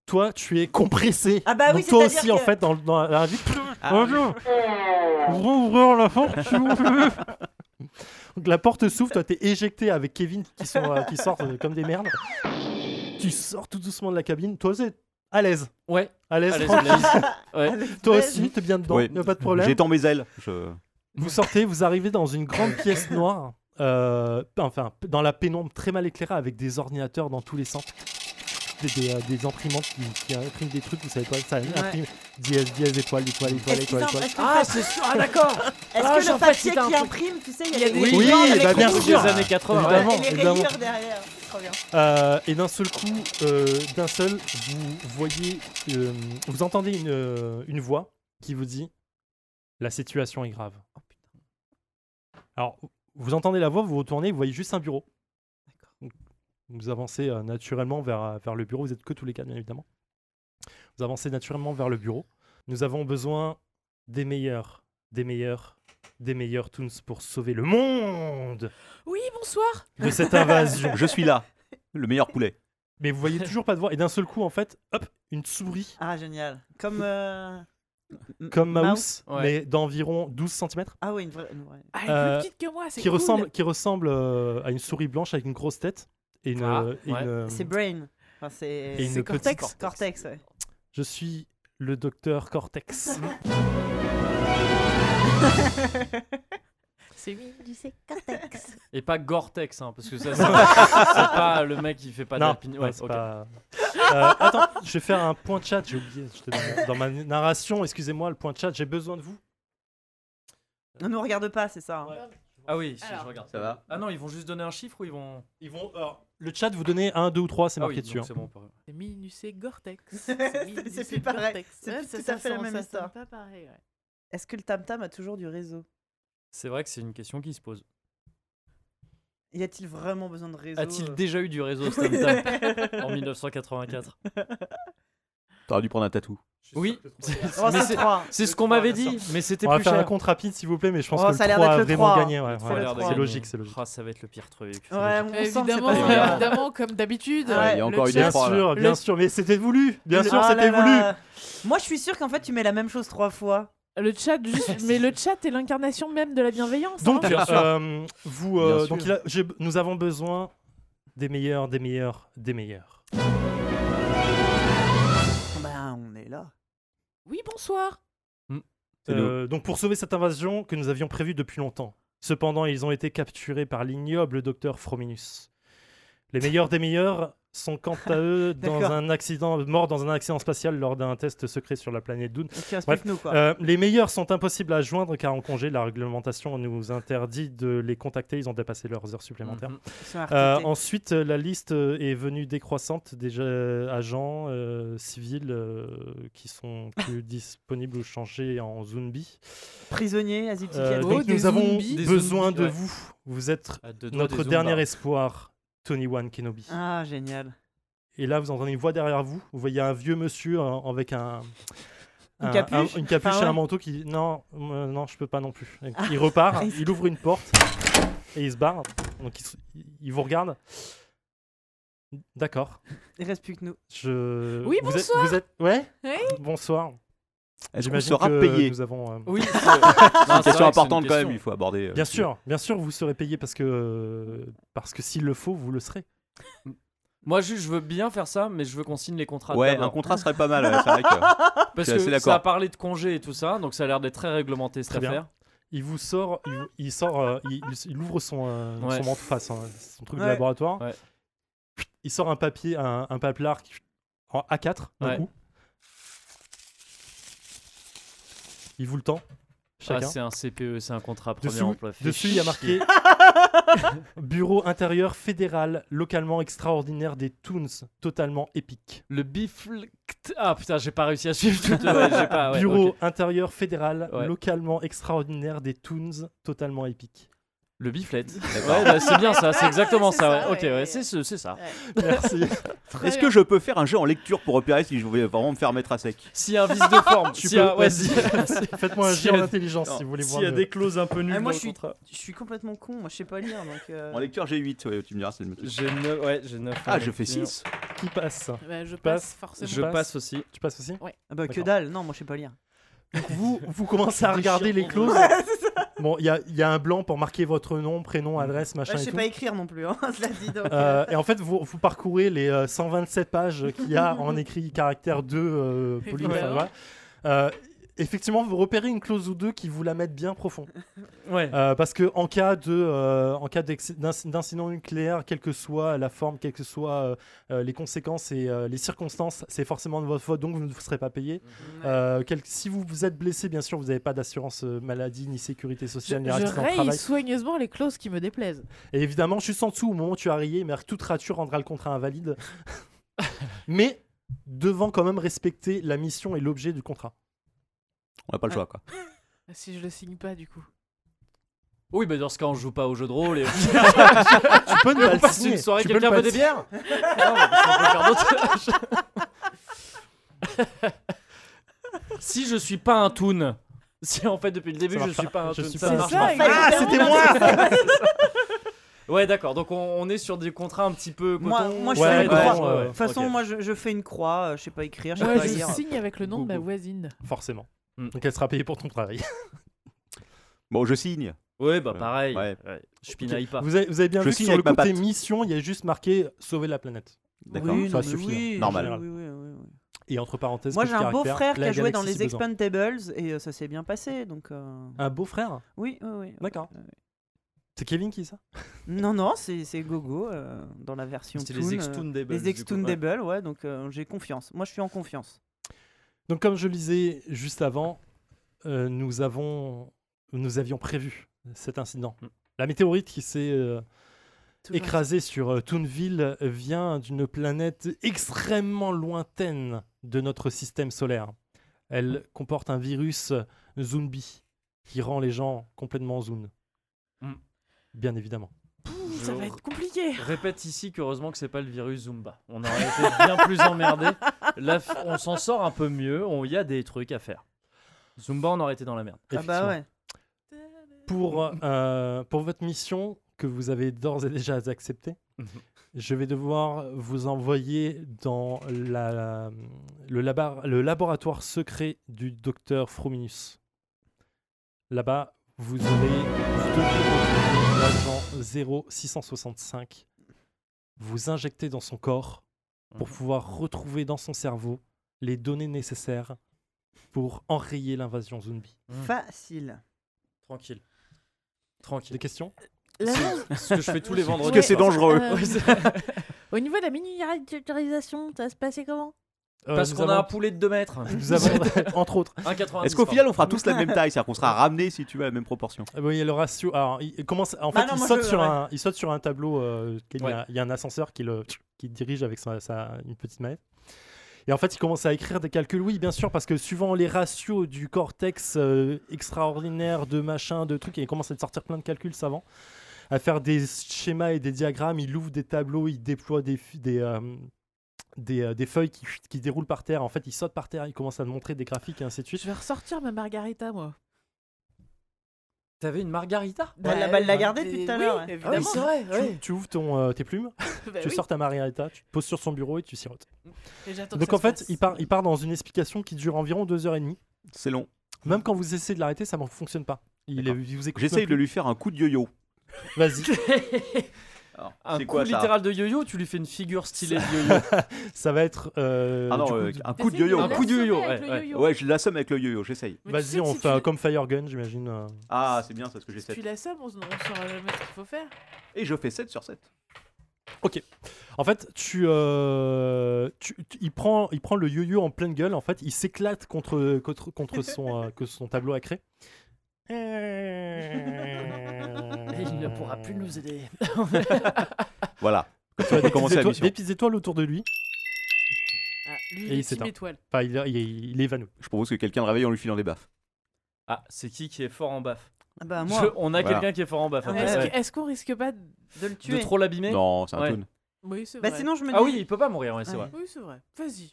Toi, tu es compressé. Ah bah oui, Donc toi c'est-à-dire aussi, que- en fait, dans, dans la vie. Ah, Bonjour. Ouvrons, ouvrons la porte. s'il vous plaît. Donc la porte s'ouvre, toi t'es éjecté avec Kevin qui, sont, euh, qui sortent euh, comme des merdes. Tu sors tout doucement de la cabine. Toi c'est à l'aise. Ouais. À l'aise, Allez, tranquille. Ouais. Eh, Euh, Toi aussi, t'es bien dedans, Oui. y a pas de problème. J'étends mes ailes. Je... Vous sortez, vous arrivez dans une grande pièce noire, euh, enfin, p- dans la pénombre très mal éclairée avec des ordinateurs dans tous les sens. Des, des, euh, des imprimantes qui, qui impriment des trucs, vous savez pas, ça imprime dièse, dièse, étoile, étoile, étoile, Est-ce qu'ils étoile, en- étoile. est-ce que le papier- c'est sûr. Ah, d'accord. est-ce Ah, que j'en le fais, papier putain, un qui truc. imprime, tu sais, il y a des Oui, Oui, rayures avec bah, bien les sûr. couleurs. Des années 80. ouais. Évidemment, Et les évidemment. rayures derrière. Trop bien. Euh, et d'un seul coup, euh, d'un seul, vous voyez, euh, vous entendez une, euh, une voix qui vous dit La situation est grave. Alors, vous entendez la voix, vous retournez, vous voyez juste un bureau. Donc, Vous avancez euh, naturellement vers, euh, vers le bureau, vous êtes que tous les quatre, bien évidemment. Vous avancez naturellement vers le bureau. Nous avons besoin des meilleurs, des meilleurs, des meilleurs Toons pour sauver le monde Oui, bonsoir de cette invasion. Je suis là. Le meilleur poulet. Mais vous voyez toujours pas de voix. Et d'un seul coup, en fait, hop, une souris Ah génial. Comme. euh, M- comme Mouse, Ouais. mais d'environ 12 cm, Ah oui, une vraie. une vraie- Ah, elle est Euh, plus petite que moi, c'est qui cool. ressemble, qui ressemble euh, à une souris blanche avec une grosse tête et une. Ah, euh, et une, ouais. euh, C'est Brain. Enfin, c'est. et une C'est petite. Cortex. Cortex, ouais. Je suis le docteur Cortex. C'est Et pas Gore-Tex, hein, parce que ça, c'est c'est pas le mec qui fait pas non, d'alpine. non, Ouais, c'est ok. pas- Euh, attends, je vais faire un point de chat. J'ai oublié. j'étais dans, ma, dans ma narration, excusez-moi, le point de chat. J'ai besoin de vous. On nous regarde pas, c'est ça. hein. Ouais. Ah oui, si, Alors. je regarde. Ça va Ah non, ils vont juste donner un chiffre ou ils vont. Ils vont. alors, le chat, vous donnez 1, 2 ou 3, c'est Ah marqué oui, dessus. donc hein. c'est bon pour eux. C'est Minusé Gore-Tex. C'est- Minus c'est et plus pareil. Gore-Tex. C'est Ouais, plus ça- tout ça à fait la sonne- même ça sonne histoire. pas pareil, ouais. Est-ce que le Tam Tam a toujours du réseau C'est vrai que c'est une question qui se pose. Y a-t-il vraiment besoin de réseau A-t-il euh déjà eu du réseau Stamtap en 1984 T'aurais dû prendre un tatou. Oui. Oh, Mais c'est c'est- trois. C'est ce qu'on m'avait dit, mais c'était On va plus faire un cher. compte rapide, s'il vous plaît, mais je pense Oh, que le ça a 3 l'air a d'être le vraiment 3, hein. gagné. ouais, Ça a ouais. l'air de c'est gagner. logique, c'est logique. Ah, ça va être le pire truc. c'est Ouais, logique. on sent que c'est Évidemment, pas celui-là. évidemment, comme d'habitude. Ah, euh, il y a le encore une chat- Bien trois, là. sûr, bien Le- sûr, mais c'était voulu. Bien Le- sûr, Oh c'était là voulu. là. Moi, je suis sûr qu'en fait, tu mets la même chose trois fois. Le chat, juste- mais le chat est l'incarnation même de la bienveillance. Donc, hein. euh, vous, Bien euh, sûr. donc il a- j'ai- nous avons besoin des meilleurs, des meilleurs, des meilleurs. Bah, on est là. Oui, bonsoir. C'est nous. Euh, donc, pour sauver cette invasion que nous avions prévue depuis longtemps. Cependant, ils ont été capturés par l'ignoble docteur Frominus. Les meilleurs des meilleurs sont quant à eux dans D'accord. un accident, morts dans un accident spatial lors d'un test secret sur la planète Dune. Donc, respecte-nous, quoi. Euh, les meilleurs sont impossibles à joindre car en congé, la réglementation nous interdit de les contacter. Ils ont dépassé leurs heures supplémentaires. Mm, Ils sont Euh, RTT. ensuite, euh, la liste euh, est venue décroissante des euh, agents euh, civils euh, qui sont plus disponibles ou changés en zombie. Prisonniers, asile Euh, psychiatrique. donc des nous avons zombies. Des besoin zombies, de ouais. vous. Vous êtes À deux doigts notre Ah, des dernier Zumba. espoir, Tony Wan Kenobi. Ah, génial. Et là, vous entendez une voix derrière vous. Vous voyez un vieux monsieur euh, avec un. Une un- capuche un- une capuche Enfin, et ouais. un manteau qui. Non, euh, non, je peux pas non plus. Donc, Il Ah, repart, il ouvre une porte et il se barre. Donc il, se- il vous regarde. D'accord. Il reste plus que nous. Je... Oui, vous êtes- bonsoir. vous êtes... Ouais Hey. Bonsoir. Est-ce qu'on J'imagine sera que payé Nous avons, euh, Oui, c'est- Non, c'est C'est une vrai que question c'est importante une quand question. même, il faut aborder. euh, Bien ce sûr, bien sûr, vous serez payé parce que, euh, parce que s'il le faut, vous le serez. Moi, juste, je veux bien faire ça, mais je veux qu'on signe les contrats. sujet. Ouais, d'abord. un contrat serait pas mal. euh, ouais, c'est vrai que- Parce suis assez que d'accord. ça a parlé de congés et tout ça, donc ça a l'air d'être très réglementé cette Très bien. affaire. Il vous sort, il, vous- il sort, euh, il, il- il ouvre son, euh, Ouais. son manteau, enfin, son, son truc de Ouais. laboratoire. Ouais. Il sort un papier, un, un paplard qui- en A4 d'un Ouais. coup. Il vous le tend, Ah, chacun. c'est un CPE, c'est un contrat premier Dessous, emploi. Fais dessus, il y chier. a marqué Bureau intérieur fédéral, localement extraordinaire des Toons, totalement épique. Le bifl. Ah putain, j'ai pas réussi à suivre tout. euh, ouais, j'ai pas, Ah ouais, Bureau ok. intérieur fédéral, Ouais. localement extraordinaire des Toons, totalement épique. Le biflet. D'accord. Ouais, bah, c'est bien ça, c'est Ouais, exactement c'est ça. ça, ouais. Ok, ouais. ouais, c'est ce- c'est ça. Merci. Est-ce que je peux faire un jeu en lecture pour repérer si je voulais vraiment me faire mettre à sec Si un vice de forme, Tu si peux- un- ouais, si- Faites-moi un Ah, S'il jet y a- en intelligence si vous voulez voir. S'il y a le- des clauses un peu nulles Ah, moi, dans je suis- le contrat. Je suis complètement con, moi je sais pas lire donc. euh, En lecture, j'ai 8, ouais, tu me diras, c'est le même truc. J'ai 9, ouais, j'ai 9. Ah, je fais 6. Qui passe Bah, je Passe. passe forcément. Je passe. passe aussi. Tu passes aussi Ah bah que D'accord. dalle, non, moi je sais pas lire. vous, vous commencez à regarder les clauses. Bon, il y a, il y a un blanc pour marquer votre nom, prénom, Mm. adresse, Bah, machin je et sais tout. pas écrire non plus, hein, cela dit donc. Euh, et en fait, vous, vous parcourez les euh, 127 pages qu'il y a en écrit caractère 2 euh, Et Pauline, voilà. enfin, voilà. Euh, effectivement, vous repérez une clause ou deux qui vous la mettent bien profond. Ouais. Euh, parce que en cas de, euh, en cas d'ex- d'inc- d'incident nucléaire, quelle que soit la forme, quelles que soient euh, euh, les conséquences et euh, les circonstances, c'est forcément de votre faute, donc vous ne serez pas payé. Ouais. Euh, quel- si vous vous êtes blessé, bien sûr, vous n'avez pas d'assurance euh, maladie, ni sécurité Je, sociale, ni je accident de raye travail. soigneusement les clauses qui me déplaisent. Et évidemment, juste en dessous, au moment où tu as rayé, mais toute rature rendra le contrat invalide. mais devant quand même respecter la mission et l'objet du contrat. On n'a pas le choix, quoi. Si je le signe pas, du coup. Oui, mais dans ce cas, on joue pas au jeu de rôle et Tu peux ne pas le on passe signer, une soirée. tu peux Quelqu'un le pas veut des le bières Non, mais parce qu'on peut faire d'autres choses. Si je suis pas un toon, si en fait depuis le début marche je suis pas un Je toon, suis ça pas un marche toon. pas. Ah, c'était moi Ouais, d'accord. Donc on, on est sur des contrats un petit peu. Moi- coton, moi, je ouais, fais des ouais, contrats. ouais, ouais. De toute façon, Ok. moi je, je fais une croix, euh, je sais pas écrire, je sais Ouais, pas je lire. signe avec le nom de ma voisine. Forcément. Mm. Donc elle sera payée pour ton travail. Bon, je signe. Ouais, bah pareil. Ouais. Ouais. Je pinaille pas. Vous avez, vous avez bien Je vu que signe sur le avec ma côté patte. mission, il y a juste marqué sauver la planète. D'accord. ça non, mais suffit, hein. en Normal. général. Oui, oui, oui, oui. Et entre parenthèses, Moi code j'ai un beau caractère, frère qui la a joué dans galaxie les si besoin. Expandables et euh, ça s'est bien passé donc. euh, Un beau frère Oui, oui, oui. D'accord. Ouais, ouais. C'est Kevin qui ça Non, non, c'est c'est Gogo euh, dans la version C'était Toon, les euh, ex-Toondables. Les ex-Toondables, ouais, donc euh, j'ai confiance. Moi je suis en confiance. Donc comme je le disais juste avant, euh, nous avons, nous avions prévu cet incident. Mm. La météorite qui s'est euh, Toujours. écrasée sur euh, Toonville vient d'une planète extrêmement lointaine de notre système solaire. Elle comporte un virus zombie qui rend les gens complètement zoon. Mm. Bien évidemment. Je Ça va être compliqué. Répète ici qu'heureusement que c'est pas le virus Zumba. On aurait été bien plus emmerdés. Là, f- on s'en sort un peu mieux. On y a des trucs à faire. Zumba, on aurait été dans la merde. Ah bah ouais. pour, euh, pour votre mission que vous avez d'ores et déjà acceptée, Mhm. je vais devoir vous envoyer dans la, le, labar- le laboratoire secret du docteur Frominus. Là-bas, vous aurez vous devrez retrouver l'agent 0665, vous injecter dans son corps pour pouvoir retrouver dans son cerveau les données nécessaires pour enrayer l'invasion zombie. Mm. Facile. Tranquille. Tranquille. Des questions Ce que je fais tous les vendredis. Parce que c'est dangereux. Euh, Au niveau de la miniaturisation, ça se passait comment Euh, Parce nous qu'on a un avons- poulet de 2 mètres. nous avons, entre autres. 1,90. Est-ce qu'au pardon. final, on fera tous la même taille C'est-à-dire qu'on sera ramenés si tu veux à la même proportion. Ah Oui, le ratio. Alors, il il commence. En fait, Bah non, il, moi, saute je- sur ouais. un, il saute sur un tableau. euh, il, y a, Ouais. il y a un ascenseur qui le qui dirige avec sa, sa- une petite manette. Et en fait, il commence à écrire des calculs. Oui, bien sûr, parce que suivant les ratios du cortex euh, extraordinaire de machin, de trucs, et il commence à te sortir plein de calculs savants, à faire des schémas et des diagrammes. Il ouvre des tableaux, il déploie des fi- des euh, des, euh, des feuilles qui, qui déroulent par terre. En fait, il saute par terre, il commence à te montrer des graphiques et ainsi de suite. Je vais ressortir ma margarita, moi. T'avais une margarita Bah, la balle l'a gardée depuis tout à l'heure. ouais. Ah oui, euh, Évidemment. c'est vrai. Tu, tu ouvres ton, euh, tes plumes, Bah tu oui. sors ta marietta, tu te poses sur son bureau et tu sirotes. Et j'attends que Donc ça en se fait, fasse. il part, il part dans une explication qui dure environ deux heures et demie. C'est long. Même quand vous essayez de l'arrêter, ça ne fonctionne pas. Il, est- il vous écoute. J'essaye même de lui faire un coup de yo-yo. plus. Vas-y. Un C'est coup quoi ça littéral de yo-yo, tu lui fais une figure stylée de yo-yo. ça va être. euh, Ah non, du coup, euh, du- un coup de Essaye yo-yo. Un la coup de semer yo-yo, avec ouais, le ouais. yo-yo. Ouais, je l'assomme avec le yo-yo, j'essaye. Mais tu sais Vas-y, que on si fait tu- un comme Fire Gun, j'imagine. euh. Ah, c'est bien, c'est ce que Si j'essaie. tu l'assommes, on ne saura jamais ce qu'il faut faire. Et je fais 7 sur 7. En fait, tu, euh, tu- tu- il, prend, il prend le yo-yo en pleine gueule. En fait, il s'éclate contre, contre, contre son, euh, que son tableau à créer. il ne aider. Voilà. Comme ça, Tu on as peut des, commencer petites la étoiles, mission. des petites étoiles autour de lui. Ah, lui, il Et il est team s'éteint. étoile. Enfin, il, il, il est évanoui. Je propose que quelqu'un le réveille en lui filant des baffes. Ah, c'est qui qui est fort en baf Ah bah Je- moi, On a Voilà. quelqu'un qui est fort en baf. Ah, après. Est-ce ouais. que- est-ce qu'on risque pas de... de le De tuer. trop l'abîmer Non, c'est un Ouais. toon. Oui, c'est vrai. Bah sinon je me dis. Ah oui, il peut pas mourir, ouais, c'est Ouais. vrai. Oui, c'est vrai. Vas-y.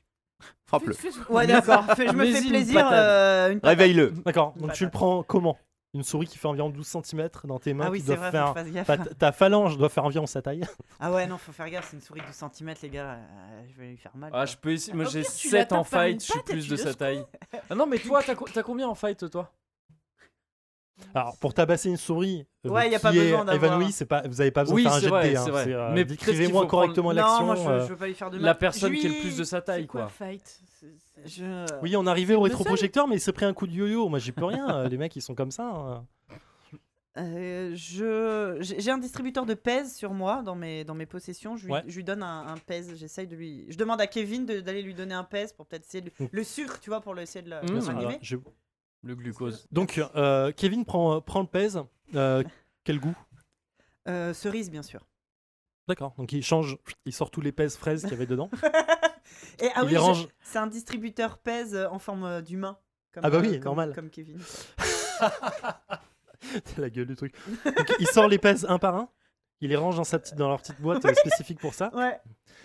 Frappe-le. Fais- fais- Ouais d'accord. Fais- Je me Mais fais une plaisir. patate. euh, une patate. Réveille-le. D'accord, Une donc tu le patate. prends comment Une souris qui fait environ 12 cm dans tes mains Ah oui qui c'est doit vrai. faut que faire. je fasse gaffe. ta, ta phalange doit faire environ sa taille. Ah ouais non faut faire gaffe c'est une souris de 12 cm les gars. euh, Je vais lui faire mal. Ah, quoi. je peux essayer. Moi, Au j'ai pire, tu 7 en l'attrapes par une fight, je suis patte et plus tu de le sa secoues. taille. Ah non, mais toi, t'as co- t'as combien en fight, toi Alors pour tabasser une souris euh, Ouais, y a qui pas est besoin d'avoir- évanouie, c'est pas, vous avez pas besoin Oui, de faire un c'est jet vrai, de dés. hein, c'est vrai. c'est, euh, Mais décrivez-moi qu'est-ce qu'il faut correctement Non l'action. moi je, euh. je veux pas lui faire de mal. La personne qui est Lui- le plus de sa C'est taille, quoi, quoi. fight C'est- c'est- Je- Oui, on arrivait au Le seul rétroprojecteur, mais il s'est pris un coup de yo-yo. Moi, j'y peux rien. euh, Les mecs, ils sont comme ça. hein. Euh, je j'ai j'ai un distributeur de pèse sur moi dans mes dans mes possessions. Je lui, Ouais. je lui donne un, un pèse. J'essaye de lui. Je demande à Kevin de- d'aller lui donner un pèse pour peut-être essayer de Mm. Ah le sûr, tu vois, pour le essayer de le Mm. le Bien sûr. ranimer. Alors, je- Le glucose. Donc, euh, Kevin prend, euh, prend le pèse. Euh, quel goût Euh, cerise bien sûr. D'accord. Donc, il change. Il sort tous les pèses fraises qu'il y avait dedans. Et ah Il oui, les je- range. c'est un distributeur pèse euh, en forme euh, d'humain. comme, euh, Ah bah oui, comme- normal. Comme Kevin. T'as la gueule du truc. Donc, il sort les pèses un par un. Il les range dans, sa petite, dans leur petite boîte euh, spécifique pour ça. Ouais.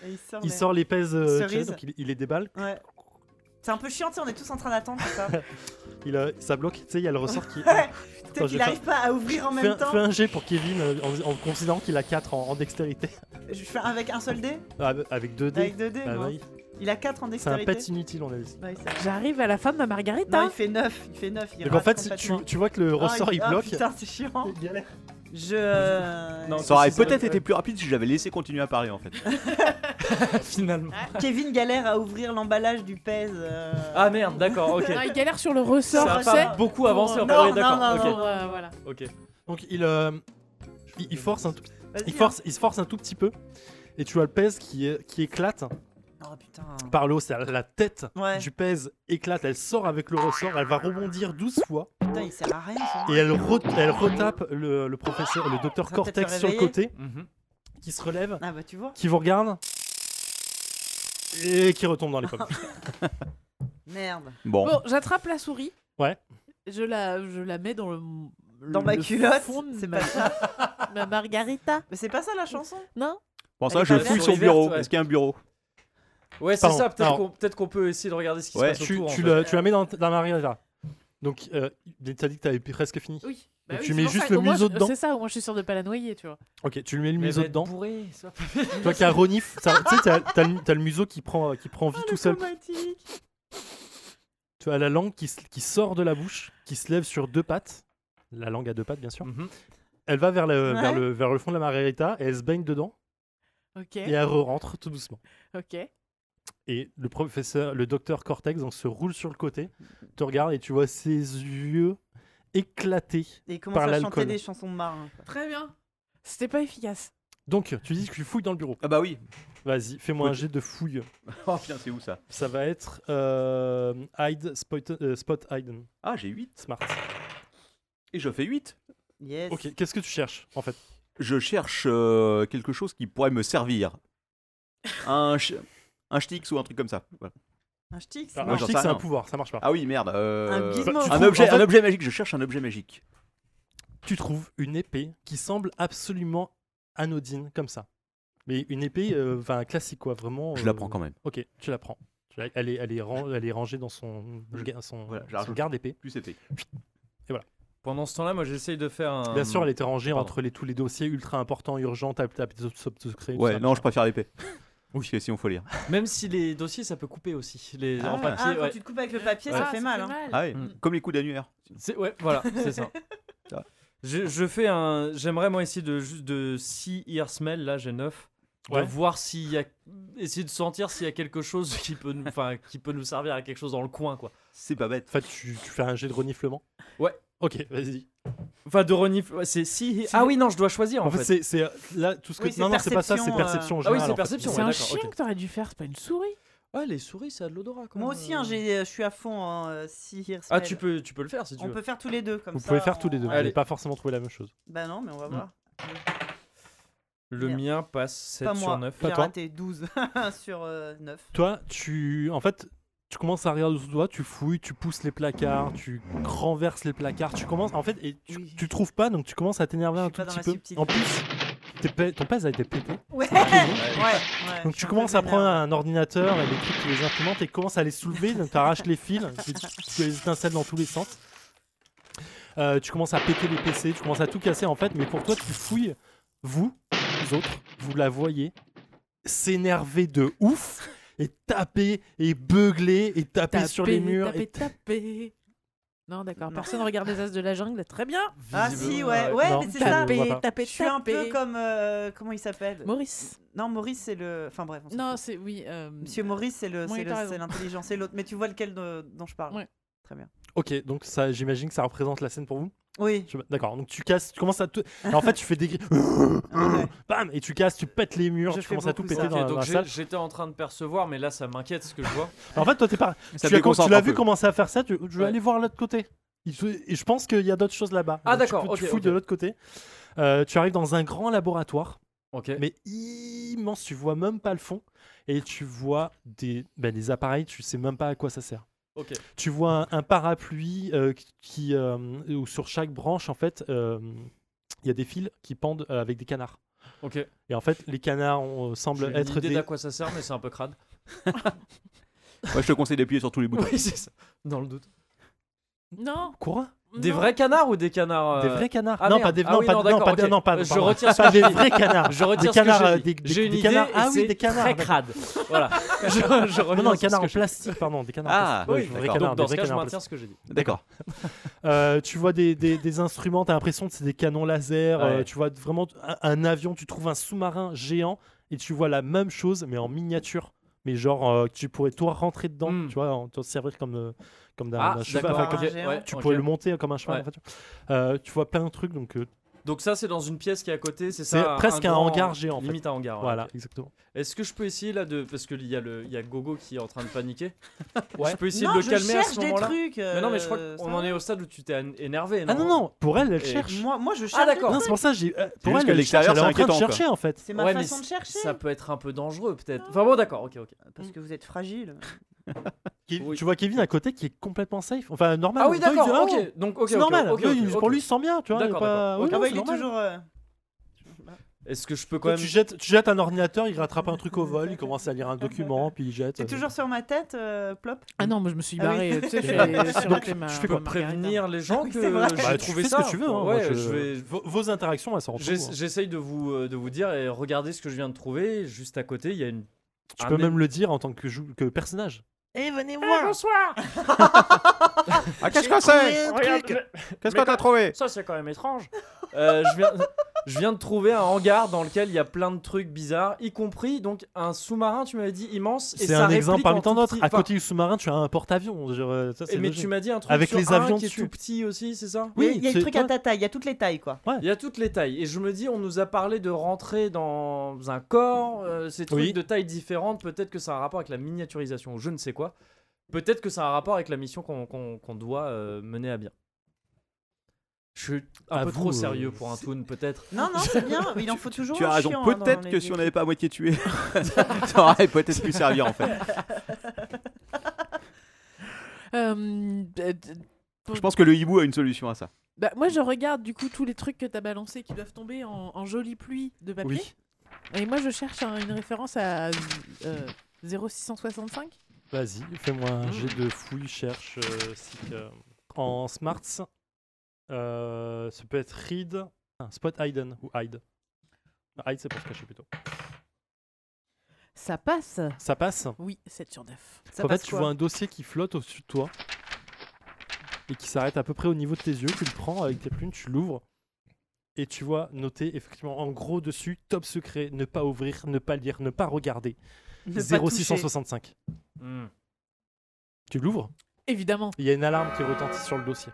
Et il sort. Il les- sort les pèses. euh, Oh, Cerise. tu sais, donc il, il les déballe. Ouais. C'est un peu chiant, tu sais, on est tous en train d'attendre c'est ça. Il, euh, ça bloque. Tu sais, il y a le ressort qui. Peut-être je vais qu'il arrive pas à ouvrir en Fais même un, temps. fais un jet pour Kevin euh, en, en considérant qu'il a 4 en, en dextérité. Je fais avec un seul dé, Ah, Avec 2 dés. avec deux dés. Bah moi. oui. Il a 4 en C'est un dextérité. pet inutile, on a dit. Ouais, c'est- J'arrive à la fin de ma margarita. Non, il fait 9, il fait 9, il Donc en rate fait, tu, complètement. tu vois que le Ah, ressort il ah, bloque. putain, c'est chiant. Il galère. Je. euh, Non, Ça aurait c'est ça, peut-être ouais. été plus rapide si j'avais laissé continuer à parler en fait. Finalement. Kevin galère à ouvrir l'emballage du pèse. euh. Ah merde, d'accord, ok. Non, il galère sur le ressort, Ça a tu sais. pas beaucoup avancé, en fait. Non, non, Ouais, non, d'accord, non. ok. Pour, euh, voilà. Ok. Donc il, euh, il, il force un tout, Vas-y, il, hein. force, il se force un tout petit peu. Et tu vois le pèse qui, est- qui éclate Oh putain. par le haut. C'est la tête Ouais, du pèse éclate. Elle sort avec le ressort. Elle va rebondir 12 fois. putain, il sert à rien ça. Et elle, re- elle retape le, le professeur, le docteur Ça va peut-être Cortex le sur le réveiller. côté. Mhm. Qui se relève, Ah bah tu vois. qui vous regarde. Et qui retombe dans les pommes. Merde. Bon, Bon, j'attrape la souris. Ouais. Je la, je la mets dans le. Dans le ma culotte, fond de c'est ma- pas ça. Ma margarita. Mais c'est pas ça la chanson Non pour ça Elle je est fouille pas son verte, bureau. ouais. Est-ce qu'il y a un bureau Ouais, c'est Pardon. ça, peut-être Alors- qu'on peut-être qu'on peut essayer de regarder ce qui Ouais, se passe tu, autour. en tu fait. la- tu la mets dans, dans la margarita. Donc, euh, t'as dit que t'avais presque fini. Oui. Bah Donc oui, tu c'est mets pour juste ça. le Au moins, museau je- dedans. C'est ça, au moins je suis sûr de pas la noyer, tu vois. Ok, tu lui mets le Mais museau va être dedans. bourré, ça. Toi qui as renif, ça- tu sais, t'as t'as le t'as le museau qui prend, qui prend Ah, vie tout seul. Tu as la langue qui, se- qui sort de la bouche, qui se lève sur deux pattes la langue à deux pattes, bien sûr. Mhm. Elle va vers le, vers, Ouais. le, vers le fond de la margarita et elle se baigne dedans Ok, et elle rentre tout doucement. ok. Et le professeur, le docteur Cortex donc, se roule sur le côté, te regarde et tu vois ses yeux éclatés. Et il commence Par à chanter l'alcool. des chansons de marins. quoi. Très bien. C'était pas efficace. Donc, tu dis que tu fouilles dans le bureau. Ah bah oui. Vas-y, fais-moi un jet de fouille. Oh putain, c'est où ça Ça va être euh, hide, spot, euh, spot hidden, Ah, j'ai 8 smart. et je fais 8. Yes. Ok, qu'est-ce que tu cherches en fait Je cherche euh, quelque chose qui pourrait me servir. Un, ch- un Stix ou un truc comme ça. Voilà. Un ch'tix. Alors, non, Un Bah, j'en stick, sais c'est un rien. pouvoir, ça marche pas. Bah, Ah oui, merde. euh, Un gizmo. tu un trouves- objet, en fait- un objet magique, je cherche un objet magique. Tu trouves une épée qui semble absolument anodine comme ça. Mais une épée, euh, enfin classique quoi, vraiment. Je euh, la prends quand même. Ok, tu la prends. Tu la- Elle est, elle, est ran- elle est rangée dans son, Je- ga- son, voilà, je la son rajoute. garde-épée. Plus épais. Pendant ce temps-là, moi j'essaye de faire un. Bien sûr, elle était rangée pardon. entre les, tous les dossiers ultra importants, urgents, t'as t'as des sub- secrets. tout Ouais, ça, non, je machin. préfère l'épée. Oui, si on faut lire. Même si les dossiers ça peut couper aussi. Les... Ah. en papier. Ah, quand ouais. tu te coupes avec le papier, ça Ah, fait mal. hein. Ah ouais, Mm. comme les coups d'annuaire. C'est- ouais, voilà, c'est ça. Ah. Je, je fais un. J'aimerais moi essayer de juste de see, ear, smell. Là, j'ai 9. De Ouais. voir s'il y a. Essayer de sentir s'il y a quelque chose qui peut nous, enfin, qui peut nous servir à quelque chose dans le coin, quoi. C'est pas bête. Enfin, tu, tu fais un jet de reniflement Ouais. Ok, vas-y. Enfin, de renif. ouais, c'est see, ear- Ah oui, non, je dois choisir en, En fait, fait. c'est- c'est euh, là tout ce que. Oui, c'est non, non, c'est pas ça, c'est perception, perception. en euh, Ah oui, général, c'est en fait. perception, C'est ouais, un d'accord, chien ok. que t'aurais dû faire, c'est pas une souris. Ah, les souris, ça a de l'odorat quand Moi même. aussi, hein, j'ai- je suis à fond en euh, Sea Here Ah, Smell. tu peux, tu peux le faire si tu On veux. peut faire tous les deux comme Vous ça. pouvez faire on- tous les deux. Vous Ouais. n'allez pas forcément trouver la même chose. Bah non, mais on va voir. Le Merde. mien passe 7 Pas sur moi. 9. J'ai Pas toi. raté 12 sur euh, 9. Toi, tu. En fait, tu commences à regarder sous toi, tu fouilles, tu pousses les placards, tu renverses les placards, tu commences. En fait, et tu, Oui. tu trouves pas, donc tu commences à t'énerver Je un suis tout pas dans petit la peu. subtilité. En plus, t'es pa- ton pèse a été pété. Ouais. Ouais. ouais. Donc Euh, je suis tu un commences peu à prendre vénère. un ordinateur et les trucs, tu les imprimantes et commences à les soulever, donc t'arraches les fils, tu- tu as les étincelles dans tous les sens. Euh, tu commences à péter les PC, tu commences à tout casser en fait, mais pour toi tu fouilles, vous, les autres, vous la voyez, s'énerver de ouf, et taper, et beugler, et taper, sur les murs. Taper, et- taper. Non, d'accord. Non. Personne regarde les as de la jungle. Très bien. Ah Visible. si, ouais, ouais, Non, mais c'est je ça. vois Taper, pas. Je taper, suis un peu taper. comme euh, comment il s'appelle Maurice. Non, Maurice c'est le. Enfin bref. on s'en Non, fout. c'est oui. euh, Monsieur Maurice c'est le, Oui, c'est t'as le- raison. c'est l'intelligent, c'est l'autre. Mais tu vois lequel de- dont je parle Ouais. Ok, donc ça, j'imagine que ça représente la scène pour vous. Oui. Je- D'accord, donc tu casses, tu commences à te... Alors, en fait, tu fais des cris, ouais. bam, et tu casses, tu pètes les murs, Je tu fais commences à tout beaucoup ça. péter Ok, dans, la- Ok, dans donc la j'ai- salle. j'étais en train de percevoir, mais là ça m'inquiète ce que je vois. En fait, toi, t'es pas. Ça tu as- déconcentre tu l'as un vu peu. commencer à faire ça, tu, je vais Ouais. aller voir l'autre côté. Il se- Et je pense qu'il y a d'autres choses là-bas. Ah, Donc, tu d'accord, peux- Tu, ok, fouilles ok. de l'autre côté. Euh, tu arrives dans un grand laboratoire, Ok. mais immense. Tu vois même pas le fond. Et tu vois des, ben, des appareils, tu sais même pas à quoi ça sert. Ok. Tu vois un, un parapluie euh, qui, euh, où sur chaque branche, en fait, euh, il y a des fils qui pendent euh, avec des canards. Ok. Et en fait, les canards ont- J'ai semblent une être idée des. d'à quoi ça sert, mais c'est un peu crade. Moi, je te conseille d'appuyer sur tous les boutons. Oui, c'est ça. Dans le doute. Non. Quoi Des non. vrais canards ou des canards euh, Des vrais canards ah, Non, merde. pas des Ah non, oui, pas non, des- non, pas d'accord, des- ok. non, pas des- Je pardon. retire ce Pas que des j'ai dit. vrais canards. Je retire Des canards, ce euh, que j'ai des- dit. des- J'ai une des idée canards. Ah et oui, c'est des canards, Très d'accord. crade. Voilà. je, je Non, reviens non, sur canard ce que en j'ai dit. plastique, pardon, des canards. en plastique. Ah, oui, des vrais d'accord. canards. Donc dans ce cas, canards je en maintiens ce que j'ai dit. D'accord. Euh, tu vois des, des, des instruments, t'as l'impression que c'est des canons laser, Ouais. euh, tu vois vraiment un, un avion, tu trouves un sous-marin géant et tu vois la même chose mais en miniature. Mais genre, euh, tu pourrais toi rentrer dedans, Hmm. tu vois, en- t'en servir comme, euh, comme d'un Ah, d'un cheval. d'accord. enfin, comme- un ok, géant. ouais, tu ok. pourrais le monter comme un cheval. Ouais. en fait, tu vois. Euh, tu vois plein de trucs, donc euh, Donc ça, c'est dans une pièce qui est à côté, c'est C'est ça presque un grand- hangar géant, en fait. Limite un hangar. ouais, voilà, ok. exactement. Est-ce que je peux essayer là de parce que il y a le il y a Gogo qui est en train de paniquer. Ouais. Je peux essayer non, de le je calmer à cherche ce des moment-là. trucs. Mais non, mais je crois euh, qu'on ça en va. est au stade où tu t'es an- énervé. Ah Non non, non, pour elle, elle Et- cherche. Moi, moi, je cherche. Ah des d'accord. Non, trucs. c'est pour ça, j'ai. euh, juste pour elle, que elle cherche, l'extérieur, elle est en c'est train de inquiétant, quoi. chercher, en fait. C'est ma Ouais, mais façon de chercher. Ça Ah peut être un peu dangereux peut-être. Enfin bon, d'accord, ok, ok. Parce que vous êtes fragile. Kev- Oui. Tu vois Kevin à côté qui est complètement safe. Enfin, normal. Ah oui, Toi, il d'accord, dit, ah, ok. oh, Donc, ok, c'est ok, normal. ok, Lui, ok, ok. Pour lui, il se sent bien, tu vois. il est D'accord, pas- d'accord. Oui, Ok. non, Ah bah c'est il est normal. toujours. euh, Est-ce que je peux quand Toi, même Ah, tu, jettes, tu jettes un ordinateur, il rattrape un truc au vol, il commence à lire un document, puis il jette. T'es toujours sur ma tête, euh, Plop Ah non, moi je me suis Ah oui. barré. Tu sais, je suis Donc, allée sur le thème, je euh, peux ma margarita. prévenir les gens Oui, que c'est vrai. j'ai Bah, tu trouvé fais ça ce que tu veux. hein, moi, Ouais, je- je vais Vos, vos interactions, elles sont entre J'ess- vous. hein. J'essaye de vous euh, de vous dire et regardez ce que je viens de trouver. Juste à côté, il y a une. Tu un peux é- même le dire en tant que, jou- que personnage. Eh, venez Ah, bonsoir Ah, qu'est-ce que c'est Regarde, mais- Qu'est-ce mais que t'as trouvé Ça, c'est quand même étrange. Euh, je, viens, je viens de trouver un hangar dans lequel il y a plein de trucs bizarres, y compris donc un sous-marin, tu m'avais dit, immense. et C'est ça un exemple réplique en parmi tout tant d'autres. petit- À enfin, côté du sous-marin, tu as un porte-avions. je veux dire, euh, ça, c'est Mais logique. tu m'as dit un truc Avec sur les un avions qui est dessus. tout petit aussi, c'est ça Oui, il y a c'est- des trucs à ta taille, il y a toutes les tailles quoi. Il y a toutes les tailles. Et je me dis, on nous a parlé de rentrer dans un corps, euh, ces trucs Oui. de tailles différentes. Peut-être que ça a un rapport avec la miniaturisation ou je ne sais quoi. Peut-être que ça a un rapport avec la mission qu'on qu'on- qu'on doit euh, mener à bien. Je suis un À peu vous, trop euh, sérieux pour un toon, peut-être. Non, non, c'est bien, il en faut toujours Tu un as raison, chiant, hein, dans- peut-être dans les que si on équipes. n'avait pas à moitié tué, ça aurait peut-être pu servir en fait. Euh, euh, d- Je pense que le hibou a une solution à ça. bah, moi, je regarde du coup tous les trucs que t'as balancés qui doivent tomber en, en jolie pluie de papier. Oui. Et moi, je cherche un- une référence à euh, 0665. Vas-y, fais-moi un Mm. jet de fouille, cherche. euh, si, euh, en smarts, euh, ça peut être read, ah, spot hidden ou hide. Non, Hide, c'est pour se cacher plutôt. Ça passe Ça passe. Oui, 7 sur 9. Ça en fait, passe tu quoi vois un dossier qui flotte au-dessus de toi et qui s'arrête à peu près au niveau de tes yeux. Tu le prends avec tes plumes, tu l'ouvres et tu vois noté effectivement en gros dessus top secret, ne pas ouvrir, ne pas lire, ne pas regarder. Ne pas toucher. 0665. Hmm. Tu l'ouvres Évidemment. Il y a une alarme qui retentit sur le dossier.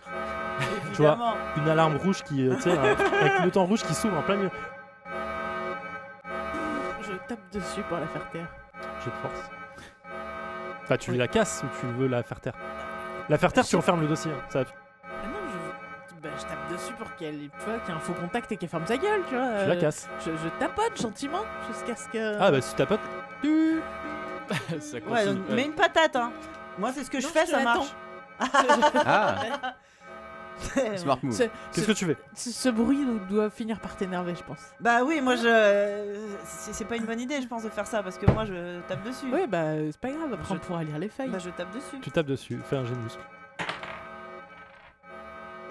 Évidemment. tu Une alarme rouge qui, euh, tu sais, un- avec le temps rouge qui s'ouvre en plein milieu. Je tape dessus pour la faire taire. J'ai de force. Enfin, tu la casses ou tu veux la faire taire La faire taire, tu enfermes le dossier. hein. Ça, tu Ah non, je, bah, je tape dessus pour qu'elle tu vois, qu'il y ait un faux contact et qu'elle ferme sa gueule, tu vois. la Euh, casses. je, je tapote gentiment jusqu'à ce que. Ah bah si t'as pas Tu- ça Euh, Ouais, donc, mets une patate, hein. Moi, c'est ce que Non, je fais, je te ça l'attends. marche. Ah, smart move. Ce, Qu'est-ce que tu fais ce- ce bruit nous- doit finir par t'énerver, je pense. Bah oui, moi je. C'est c'est pas une bonne idée, je pense, de faire ça parce que moi je tape dessus. Ouais, bah c'est pas grave, après Je- on pourra lire les feuilles. Bah je tape dessus. Tu tapes dessus, fais un jet de muscle.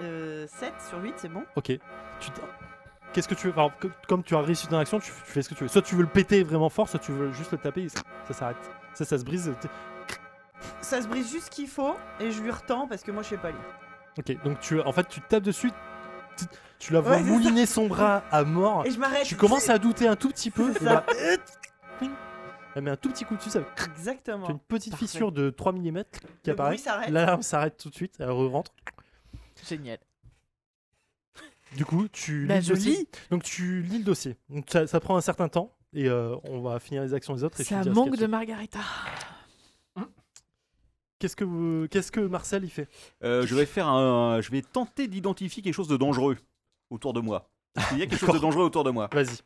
Euh, 7 sur 8, c'est bon. Ok. Tu t- Qu'est-ce que tu veux Enfin, co- Comme tu as réussi ton action, tu, tu fais ce que tu veux. Soit tu veux le péter vraiment fort, soit tu veux juste le taper et ça s'arrête. Ça, ça se brise. T'es- Ça se brise juste ce qu'il faut et je lui retends parce que moi je sais pas lire. Ok, donc tu, en fait, tu tapes dessus, tu, tu la vois Ouais, c'est ça. mouliner son bras à mort. Et je m'arrête. Ah, Tu commences à douter un tout petit peu. eh C'est et ça. là, elle met ben, un tout petit coup dessus, ça fait- Exactement. tu as une petite Parfait. fissure de 3 mm qui Le apparaît. bruit s'arrête. L'alarme s'arrête tout de suite, elle rentre. Génial. Du coup, tu Bah le je dossier. lis. Donc tu lis le dossier. Donc, ça, ça prend un certain temps et euh, on va finir les actions des autres. Et tu me Ça diras ce manque qu'il y a de margarita. Qu'est-ce que vous- qu'est-ce que Marcel il fait Euh, je vais faire un, je vais tenter d'identifier quelque chose de dangereux autour de moi. Il y a quelque chose de dangereux autour de moi. Vas-y.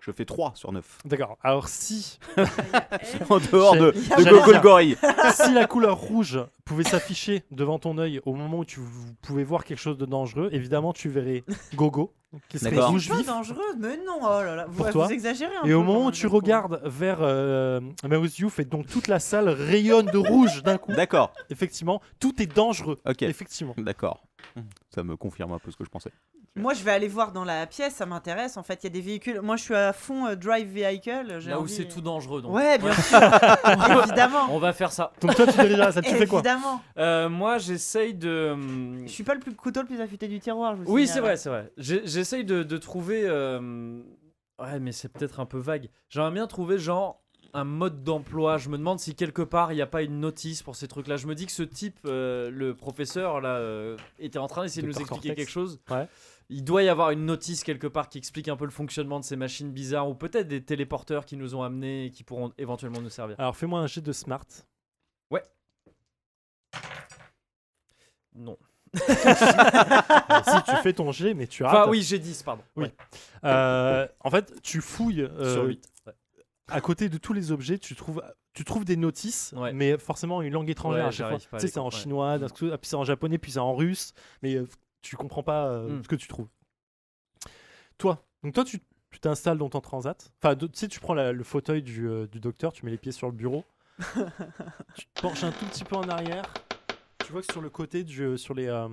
Je fais 3 sur 9. D'accord. Alors si En dehors de, J'ai- de j'allais Gogol dire. Gorille. si la couleur rouge pouvait s'afficher devant ton œil au moment où tu vous pouvez voir quelque chose de dangereux, évidemment tu verrais Gogo qui serait D'accord. rouge pas vif. dangereux, mais non, oh là là, vous, Pour vous toi. exagérez un peu. Et au quand moment où même, tu je trouve. regardes vers euh, Mouse Youth et donc toute la salle rayonne de rouge d'un coup, D'accord. effectivement, tout est dangereux. Ok. Effectivement. D'accord. Ça me confirme un peu ce que je pensais. Moi je vais aller voir dans la pièce, ça m'intéresse en fait, il y a des véhicules. Moi je suis à fond euh, drive vehicle. j'ai Là où envie- c'est tout dangereux, donc. euh, Ouais, bien sûr, évidemment. On va faire ça. Donc toi tu diriges la salle, tu fais quoi Évidemment. Euh, moi, j'essaye de. hum, Je suis pas le plus couteau le plus affûté du tiroir. Je vous Oui, signale. c'est vrai, c'est vrai. J'ai- J'essaye de, de trouver. euh, Ouais, mais c'est peut-être un peu vague. J'aimerais bien trouver, genre, un mode d'emploi. Je me demande si quelque part il n'y a pas une notice pour ces trucs-là. Je me dis que ce type, euh, le professeur, là, euh, était en train d'essayer de nous Dr. expliquer Cortex. quelque chose. Ouais. Il doit y avoir une notice quelque part qui explique un peu le fonctionnement de ces machines bizarres ou peut-être des téléporteurs qui nous ont amenés et qui pourront éventuellement nous servir. Alors fais-moi un jet de smart. Non. Euh, si tu fais ton jet, mais tu rates. Enfin, Ah oui, j'ai 10, pardon. Oui. Ouais. Euh, en fait, tu fouilles euh, Sur 8. à côté de tous les objets, tu trouves, tu trouves des notices, Ouais. mais forcément une langue étrangère Ouais, à chaque fois. j'arrive Tu pas à sais, les c'est en comprendre. chinois, d'un coup, puis c'est en japonais, puis c'est en russe, mais euh, tu comprends pas euh, Mm. ce que tu trouves. Toi, donc toi, tu tu t'installes dans ton transat. Enfin, de- tu sais, tu prends la- le fauteuil du, euh, du docteur, tu mets les pieds sur le bureau, tu te penches un tout petit peu en arrière. Tu vois que sur le côté, du, sur les, euh,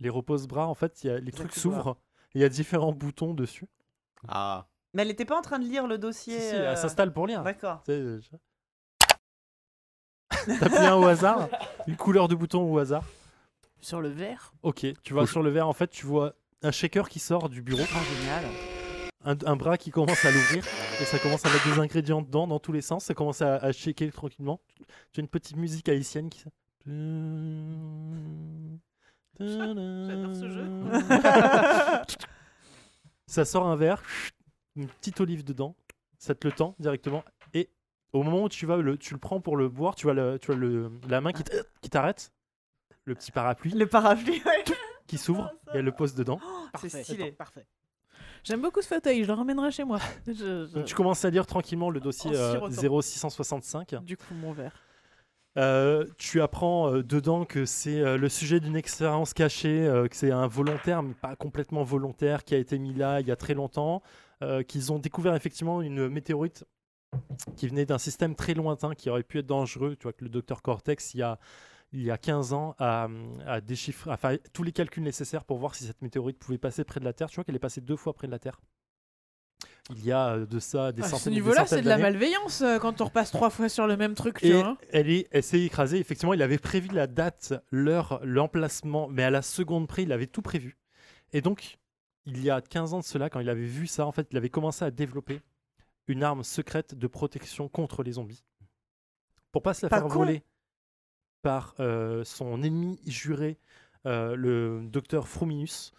les repose-bras, en fait, il y a- les trucs accoudoirs. s'ouvrent. et Il y a différents boutons dessus. Ah. Mais elle était pas en train de lire le dossier. Si, si, euh, elle s'installe pour lire. D'accord. Tu sais, euh, je- T'appuies un au hasard, une couleur de bouton au hasard. Sur le verre. Ok, tu vas Faut- sur le verre, en fait, tu vois un shaker qui sort du bureau, Ah, génial. Oh, un, un bras qui commence à l'ouvrir, et ça commence à mettre des ingrédients dedans, dans tous les sens, ça commence à, à shaker tranquillement. Tu as une petite musique haïtienne qui... J'adore J'adore ce ça sort un verre, une petite olive dedans, ça te le tend directement, et au moment où tu vas le, tu le prends pour le boire, tu as, le, tu as le, la main qui t- qui t'arrête, le petit parapluie Le parapluie, ouais. qui s'ouvre, Ah, et elle le pose dedans. c'est stylé. Parfait. J'aime beaucoup ce fauteuil, je le ramènerai chez moi. Je- Oh. je- Donc tu commences à lire tranquillement le dossier En euh, sirotant. 0665. Du coup, mon verre. Euh, tu apprends euh, dedans que c'est euh, le sujet d'une expérience cachée, euh, que c'est un volontaire, mais pas complètement volontaire, qui a été mis là il y a très longtemps, euh, qu'ils ont découvert effectivement une météorite qui venait d'un système très lointain, qui aurait pu être dangereux. Tu vois que le docteur Cortex, il y a, il y a 15 ans, a, a déchiffré, a fait tous les calculs nécessaires pour voir si cette météorite pouvait passer près de la Terre. Tu vois qu'elle est passée deux fois près de la Terre. Il y a euh, de ça des À Ah, ce centaines et des niveau-là, c'est centaines de la d'années. malveillance euh, quand on repasse trois fois sur le même truc. tu Et vois, hein. elle, est, elle s'est écrasée. Effectivement, il avait prévu la date, l'heure, l'emplacement, mais à la seconde près, il avait tout prévu. Et donc, il y a 15 ans de cela, quand il avait vu ça, en fait, il avait commencé à développer une arme secrète de protection contre les zombies. Pour pas se la Pas faire con. voler par euh, son ennemi juré, euh, le docteur Fruminus,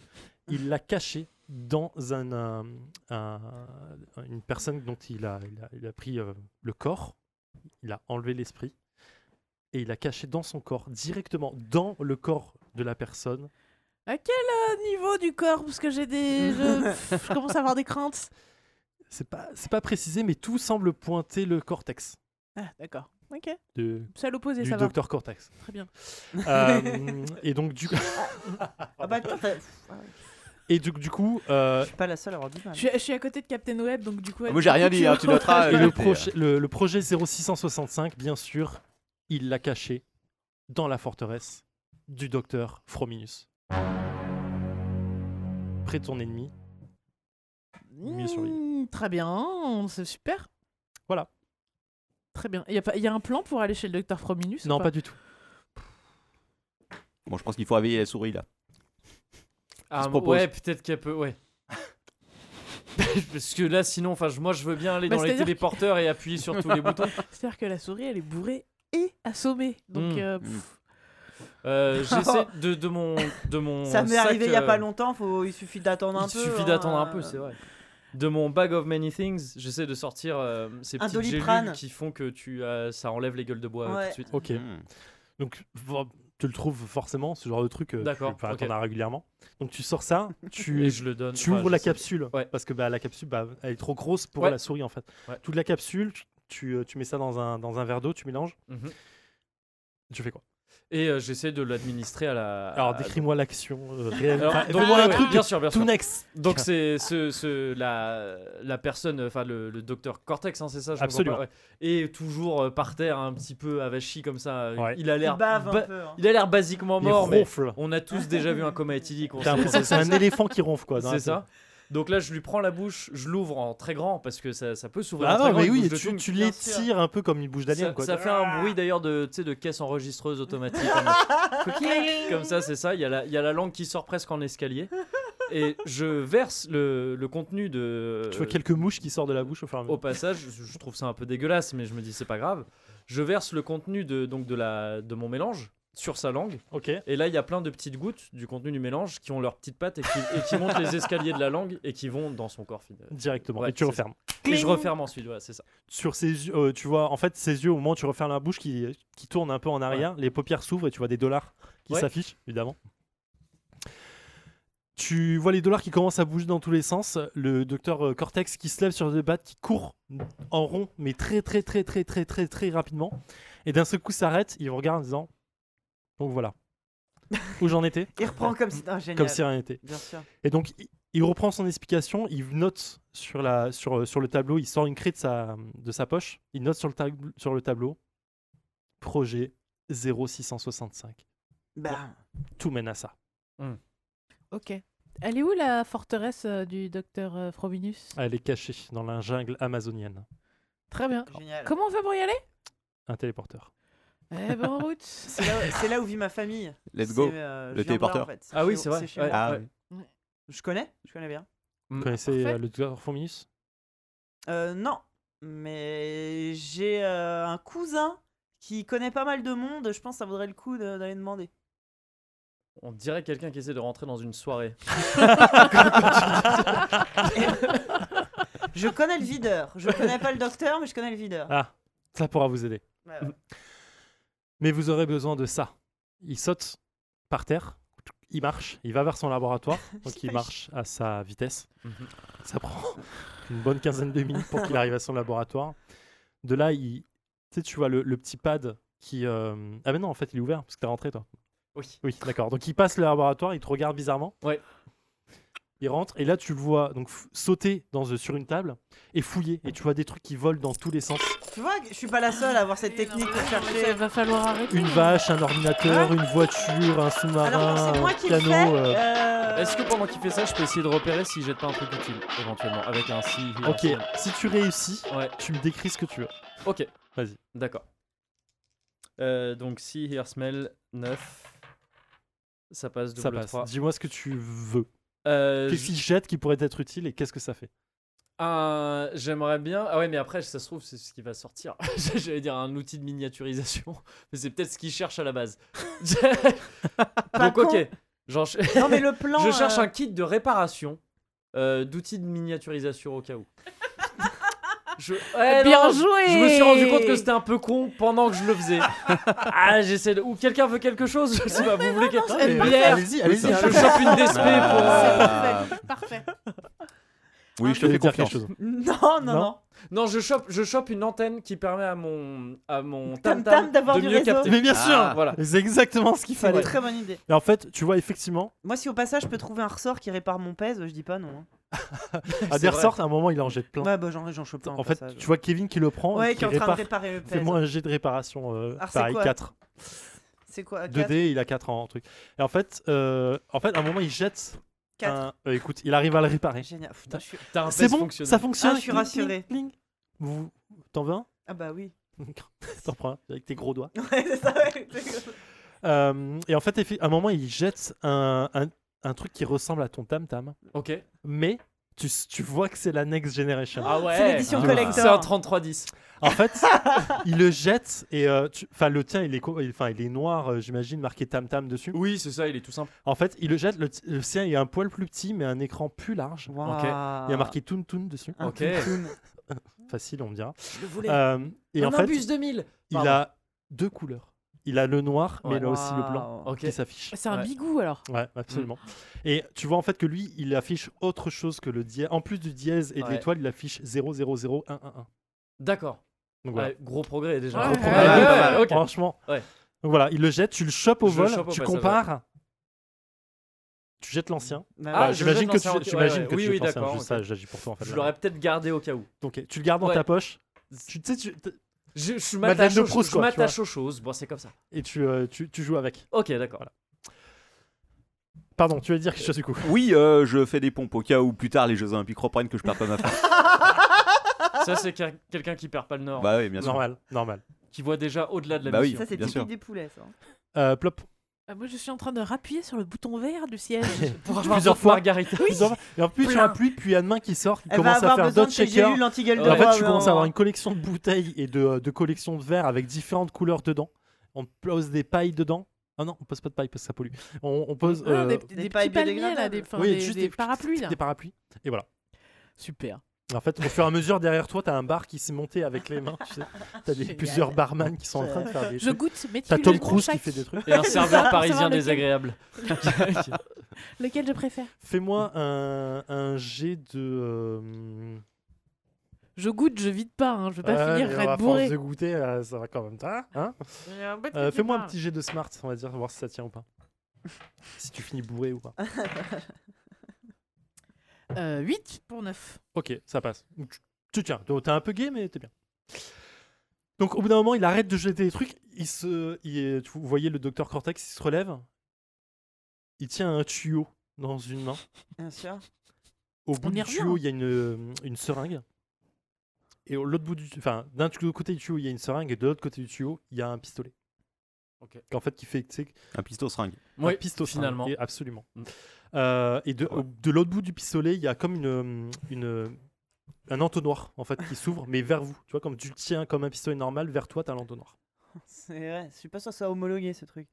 il l'a cachée dans un, euh, un- une personne dont il a, il a- il a pris euh, le corps, il a enlevé l'esprit et il a caché dans son corps, directement dans le corps de la personne. À quel euh, niveau du corps Parce que j'ai des. Je... pff, je commence à avoir des craintes. C'est pas, c'est pas précisé, mais tout semble pointer le cortex Ah, d'accord. Ok. de, C'est à l'opposé, du ça va. docteur Cortex. Très bien. Euh, et donc du, Ah bah, attends, t'as- pff, et du, du coup, euh, je suis pas la seule à avoir du mal. Je suis, je suis à côté de Captain Web, donc du coup. Moi, j'ai rien dit, hein, tu noteras. Ah, et euh, le, t'es, euh, projet- le- le projet 0665, bien sûr, il l'a caché dans la forteresse du docteur Frominus. Près de ton ennemi. mieux surveiller. Mmh, très bien, c'est super. Voilà. Très bien. Il y, a pas- il y a un plan pour aller chez le docteur Frominus ou Non, pas du tout. Bon, je pense qu'il faut réveiller la souris là. Ah, propose. ouais, peut-être qu'elle peut. Ouais. Parce que là, sinon, enfin, je- moi, je veux bien aller Bah, dans les c'est-à-dire que- téléporteurs et appuyer sur tous les boutons. C'est-à-dire que la souris, elle est bourrée et assommée. Donc, Hmm. Mmh. euh, pff, Euh, J'essaie de, de mon, de mon. Ça m'est sac, arrivé il y a euh, pas longtemps, faut... il suffit d'attendre un Il peu. suffit hein. d'attendre un peu, c'est vrai. De mon bag of many things, j'essaie de sortir euh, ces Un petites Doliprane. gélules qui font que tu, euh, ça enlève les gueules de bois euh, Ouais. tout de suite. Ok. Mmh. Donc, vo- tu le trouves forcément, ce genre de truc. euh, tu- D'accord, enfin, ok. T'en as régulièrement. Donc, tu sors ça, Et tu, je le donne. tu enfin, ouvres la j'essaie. capsule. Ouais. Parce que bah, la capsule, bah, elle est trop grosse pour Ouais. la souris, en fait. Ouais. Toute la capsule, tu- tu, euh, tu mets ça dans un, dans un verre d'eau, tu mélanges. Mhm. Tu fais quoi Et euh, j'essaie de l'administrer à la. Alors, à- décris-moi l'action euh, réelle. Bah, Alors, Enfin, donc, fais-moi un ouais, truc bien sûr, bien tout sûr. next. Donc c'est ce, ce- la, la personne, enfin le, le docteur Cortex, hein, c'est ça je me Absolument. comprends pas, ouais. Et toujours euh, par terre, un petit peu avachi comme ça. Euh, Ouais. Il a Il l'air, bave un ba- peu. hein. il a l'air basiquement Il mort, mais ronfle. on a tous déjà vu un coma éthylique. on T'as sait- l'impression que c'est un éléphant qui ronfle, quoi. dans la C'est tête. ça. Donc là, je lui prends la bouche, je l'ouvre en très grand parce que ça, ça peut s'ouvrir. en Ah très non, grand, mais une oui, bouche de tu, thune. tu Bien sûr. l'étires un peu comme une bouche d'alien, Ça, quoi. ça fait un bruit d'ailleurs de, tu sais, de caisse enregistreuse automatique. hein. Comme ça, c'est ça. Il y, a la- il y a la langue qui sort presque en escalier. Et je verse le, le contenu de. Tu vois quelques mouches qui sortent de la bouche au fur et à Au mesure. passage, je je trouve ça un peu dégueulasse, mais je me dis c'est pas grave. Je verse le contenu de, donc de, la, de mon mélange sur sa langue. Ok. Et là, il y a plein de petites gouttes du contenu du mélange qui ont leurs petites pattes et qui, et qui montent les escaliers de la langue et qui vont dans son corps. final. Directement. Ouais, et tu c'est refermes. Et je referme ensuite, ouais, c'est ça. Sur ses yeux, euh, tu vois, en fait, ses yeux, au moment où tu refermes la bouche, qui, qui tourne un peu en arrière, les paupières s'ouvrent et tu vois des dollars qui Ouais. s'affichent, évidemment. Tu vois les dollars qui commencent à bouger dans tous les sens. Le docteur euh, Cortex qui se lève sur deux pattes, qui court en rond, mais très, très, très, très, très, très, très rapidement. Et d'un seul coup, s'arrête. Il vous regarde en disant Donc voilà. Où j'en étais Il reprend comme si. Ah, génial. Comme si rien n'était. Bien sûr. Et donc, il- il reprend son explication, il note sur, la, sur, sur le tableau, il sort une craie de sa, de sa poche, il note sur le, tab- sur le tableau projet 0665. Bah, Tout mène à ça. ok. Elle est où la forteresse euh, du docteur euh, Frominus Elle est cachée dans la jungle amazonienne. Très bien. génial. Comment on fait pour y aller Un téléporteur. Eh ben, en route. C'est là, c'est là où vit ma famille. Let's C'est, go. euh, Le je viens de là, téléporteur. en fait. Ah oui, chez- c'est vrai. chez Ouais. moi. Ah ouais. ouais. Je connais, je connais bien. Vous connaissez Parfait. euh, le docteur Fourmius Euh, non, mais j'ai euh, un cousin qui connaît pas mal de monde. Je pense que ça vaudrait le coup de- d'aller demander. On dirait quelqu'un qui essaie de rentrer dans une soirée. Je connais le videur. Je connais pas le docteur, mais je connais le videur. Ah, ça pourra vous aider. Ouais, ouais. Mais vous aurez besoin de ça. Il saute par terre, il marche, il va vers son laboratoire, donc il marche à sa vitesse. Mhm. Ça prend une bonne quinzaine de minutes pour qu'il arrive à son laboratoire. De là, il... tu sais, tu vois le, le petit pad qui... euh, Ah mais non, en fait, il est ouvert, parce que t'es rentré, toi. Oui. Oui, d'accord. Donc il passe le laboratoire, il te regarde bizarrement. Ouais. Il rentre, et là, tu le vois donc f- sauter dans, euh, sur une table et fouiller, et tu vois des trucs qui volent dans tous les sens. Tu vois, que je suis pas la seule à avoir cette technique pour Eh Ça chercher. va falloir arrêter. Une vache, un ordinateur, une voiture, un Ah. Alors sous-marin, quand c'est moi un qui le piano. fais. euh, euh, Est-ce que pendant qu'il fait ça, je peux essayer de repérer s'il jette pas un truc utile, éventuellement, avec un si. un Ok, si. si tu réussis, Ouais. tu me décris ce que tu veux. Ok. Vas-y. D'accord. Euh, donc, si Here Smell 9. Ça passe double Ça passe. 3. Dis-moi ce que tu veux. Euh, Qu'est-ce j- qu'il jette qui pourrait être utile et qu'est-ce que ça fait un- J'aimerais bien. Ah ouais, mais après, ça se trouve, c'est ce qui va sortir. J'allais dire un outil de miniaturisation. Mais c'est peut-être ce qu'il cherche à la base. Pas donc, ok. Genre, je... Non mais le plan. je cherche euh, un kit de réparation euh, d'outils de miniaturisation au cas où. Je... Eh Ouais, Bien non, je- joué Je me suis rendu compte que c'était un peu con pendant que je le faisais. ah, j'essaie de. Ou quelqu'un veut quelque chose Je sais pas, vous voulez quelque chose Une bière Allez-y, Je chope une DSP Bah, pour. euh, Ah. Parfait. Oui, je te fais Dire quelque confiance. chose. Non, non, Non. non. Non, je chope, je chope une antenne qui permet à mon à mon tam Tam-tam tam d'avoir de du mieux réseau. capter. Mais bien Ah. sûr Voilà. C'est exactement ce qu'il C'est fallait. une très bonne idée. Et en fait, tu vois effectivement, Moi, si au passage je peux trouver un ressort qui répare mon pèse, je dis pas non. hein. à des vrai. ressorts, à un moment, il en jette plein. Ouais, bah j'en j'en chope un. au en fait, passage. tu vois Kevin qui le prend et ouais, qui qui est en train répare. de réparer le pèse. Fais-moi un jet de réparation. euh, Alors, c'est pareil, quoi 4. C'est quoi 2D, il a 4 ans, truc. Et en fait, euh, en fait, à un moment, il jette. Quatre. Ah, un- euh, écoute, il arrive à le réparer. Génial. Putain, je suis- T'as un C'est test bon, fonctionnel. ça fonctionne. Ah, je suis Cling, rassuré. cling, cling. Vous, t'en veux un Ah bah oui. T'en prends un avec tes gros doigts. Ouais, c'est ça, ouais. Euh, et en fait, effi- à un moment, il jette un, un, un truc qui ressemble à ton tam tam, Ok. mais tu, s- tu vois que c'est la next generation. Ah ouais. C'est l'édition Ah. C'est un collector. 3310. En fait, il le jette et euh, tu- enfin le tien, il est co- enfin il est noir, euh, j'imagine, marqué tam tam dessus. Oui, c'est ça, il est tout simple. En fait, il le jette. Le, t- le sien, il a un poil plus petit, mais un écran plus large. Waouh. Ah. Il y a marqué Toon Toon dessus. Un Ok. toutoun. Facile, on me dira. Je le voulais. Euh, et un en fait, Nimbus 2000. il Pardon. a deux couleurs. Il a le noir, mais Ouais. il a aussi le blanc Waouh. Ok. qui s'affiche. C'est un Ouais. mm. bigou alors. Ouais, absolument. Et tu vois en fait que lui, il affiche autre chose que le dièse. En plus du dièse et de Ouais. l'étoile, il affiche 000111. D'accord. Donc voilà. Oh, Ouais, gros progrès déjà. Ouais. Gros Ouais, progrès. ouais, Pas ouais, mal, ok. Franchement. Ouais. Donc voilà, il le jette, tu le chopes au Je le vol, chope au tu passage, compares. Tu jettes l'ancien. Bah Bah, Ah, ouais. je j'imagine jette que tu, l'ancien, ok. j'imagine Ouais, ouais. que Oui, tu oui, jettes l'ancien, d'accord, je- ok. ça, j'agis pour toi en fait. Je là. l'aurais peut-être gardé au cas où. Donc eh, tu le gardes dans Ouais. ta poche. Tu tu sais, tu- t- Je, je Madeleine m'attache de aux, Proust, je quoi, tu m'attache aux choses. Bon, c'est comme ça. et tu, euh, tu, tu joues avec. Ok, d'accord. Pardon, tu veux dire quelque chose du coup Oui, euh, je fais des pompes au cas où plus tard les Jeux Olympiques reprennent que je perds pas ma femme. Ça, c'est quel- quelqu'un qui perd pas le nord. bah oui, bien sûr. Normal, normal. Qui voit déjà au-delà de la Bah oui. mission. Ça, c'est bien typique sûr. des poulets, ça. hein. Euh, plop. Euh, Moi, je suis en train de rappuyer sur le bouton vert du siège. Pour avoir Plusieurs d'autres fois. Margarita. Plusieurs- Et en plus, tu Plein. appuies, puis Anne-Main qui sort, qui Elle va commence à avoir faire besoin d'autres de j'ai eu checkers. l'anti-gueule de hein. Et en bois, fait, tu mais commences à on- avoir une collection de bouteilles et de, euh, de collections de verres avec différentes couleurs dedans. On pose des pailles dedans. Ah non, on pose pas de pailles parce que ça pollue. On, on pose Ah, euh, des, Des des petits pailles palmiers là, biodégradables. des, enfin, Oui, des, juste des des- parapluies là. des parapluies. Et voilà. Super. En fait, au fur et à mesure, derrière toi, t'as un bar qui s'est monté avec les mains. Tu sais. T'as des- Génial. plusieurs barman qui sont en train de faire des Je trucs. goûte T'as Tom méticuleusement Cruise qui chaque- fait des trucs. Et un serveur savoir parisien lequel. désagréable. Lequel je préfère Fais-moi un, un jet de. euh, Je goûte, je vide pas. Hein. Je veux pas ouais, finir mais à à être force bourré. de goûter, euh, ça va quand même. hein, hein Euh, Fais-moi un petit jet de smart, on va dire, voir si ça tient ou pas. si tu finis bourré ou pas. Euh, 8 pour 9. Ok, ça passe. Donc, tu- Tu tiens, Donc, t'es un peu gay, mais t'es bien. Donc au bout d'un moment, il arrête de jeter des trucs. Il se, il est- vous voyez le docteur Cortex, il se relève. Il tient un tuyau dans une main. Bien sûr. Au bout On y du revient. tuyau, il y a une, euh, une seringue. Et au- l'autre bout du, enfin, d'un tu- côté du tuyau, il y a une seringue et de l'autre côté du tuyau, il y a un pistolet. Ok. Qu'en fait, qui fait tu sais, Un pistolet seringue. un Oui, pistolet, finalement. et- absolument. Mm. Euh, et de, Ouais. au- de l'autre bout du pistolet, il y a comme une, une- un entonnoir en fait qui s'ouvre, mais vers vous. Tu vois, comme tu le tiens comme un pistolet normal, vers toi, t'as l'entonnoir. C'est vrai, je suis pas sûr que ça soit homologué ce truc.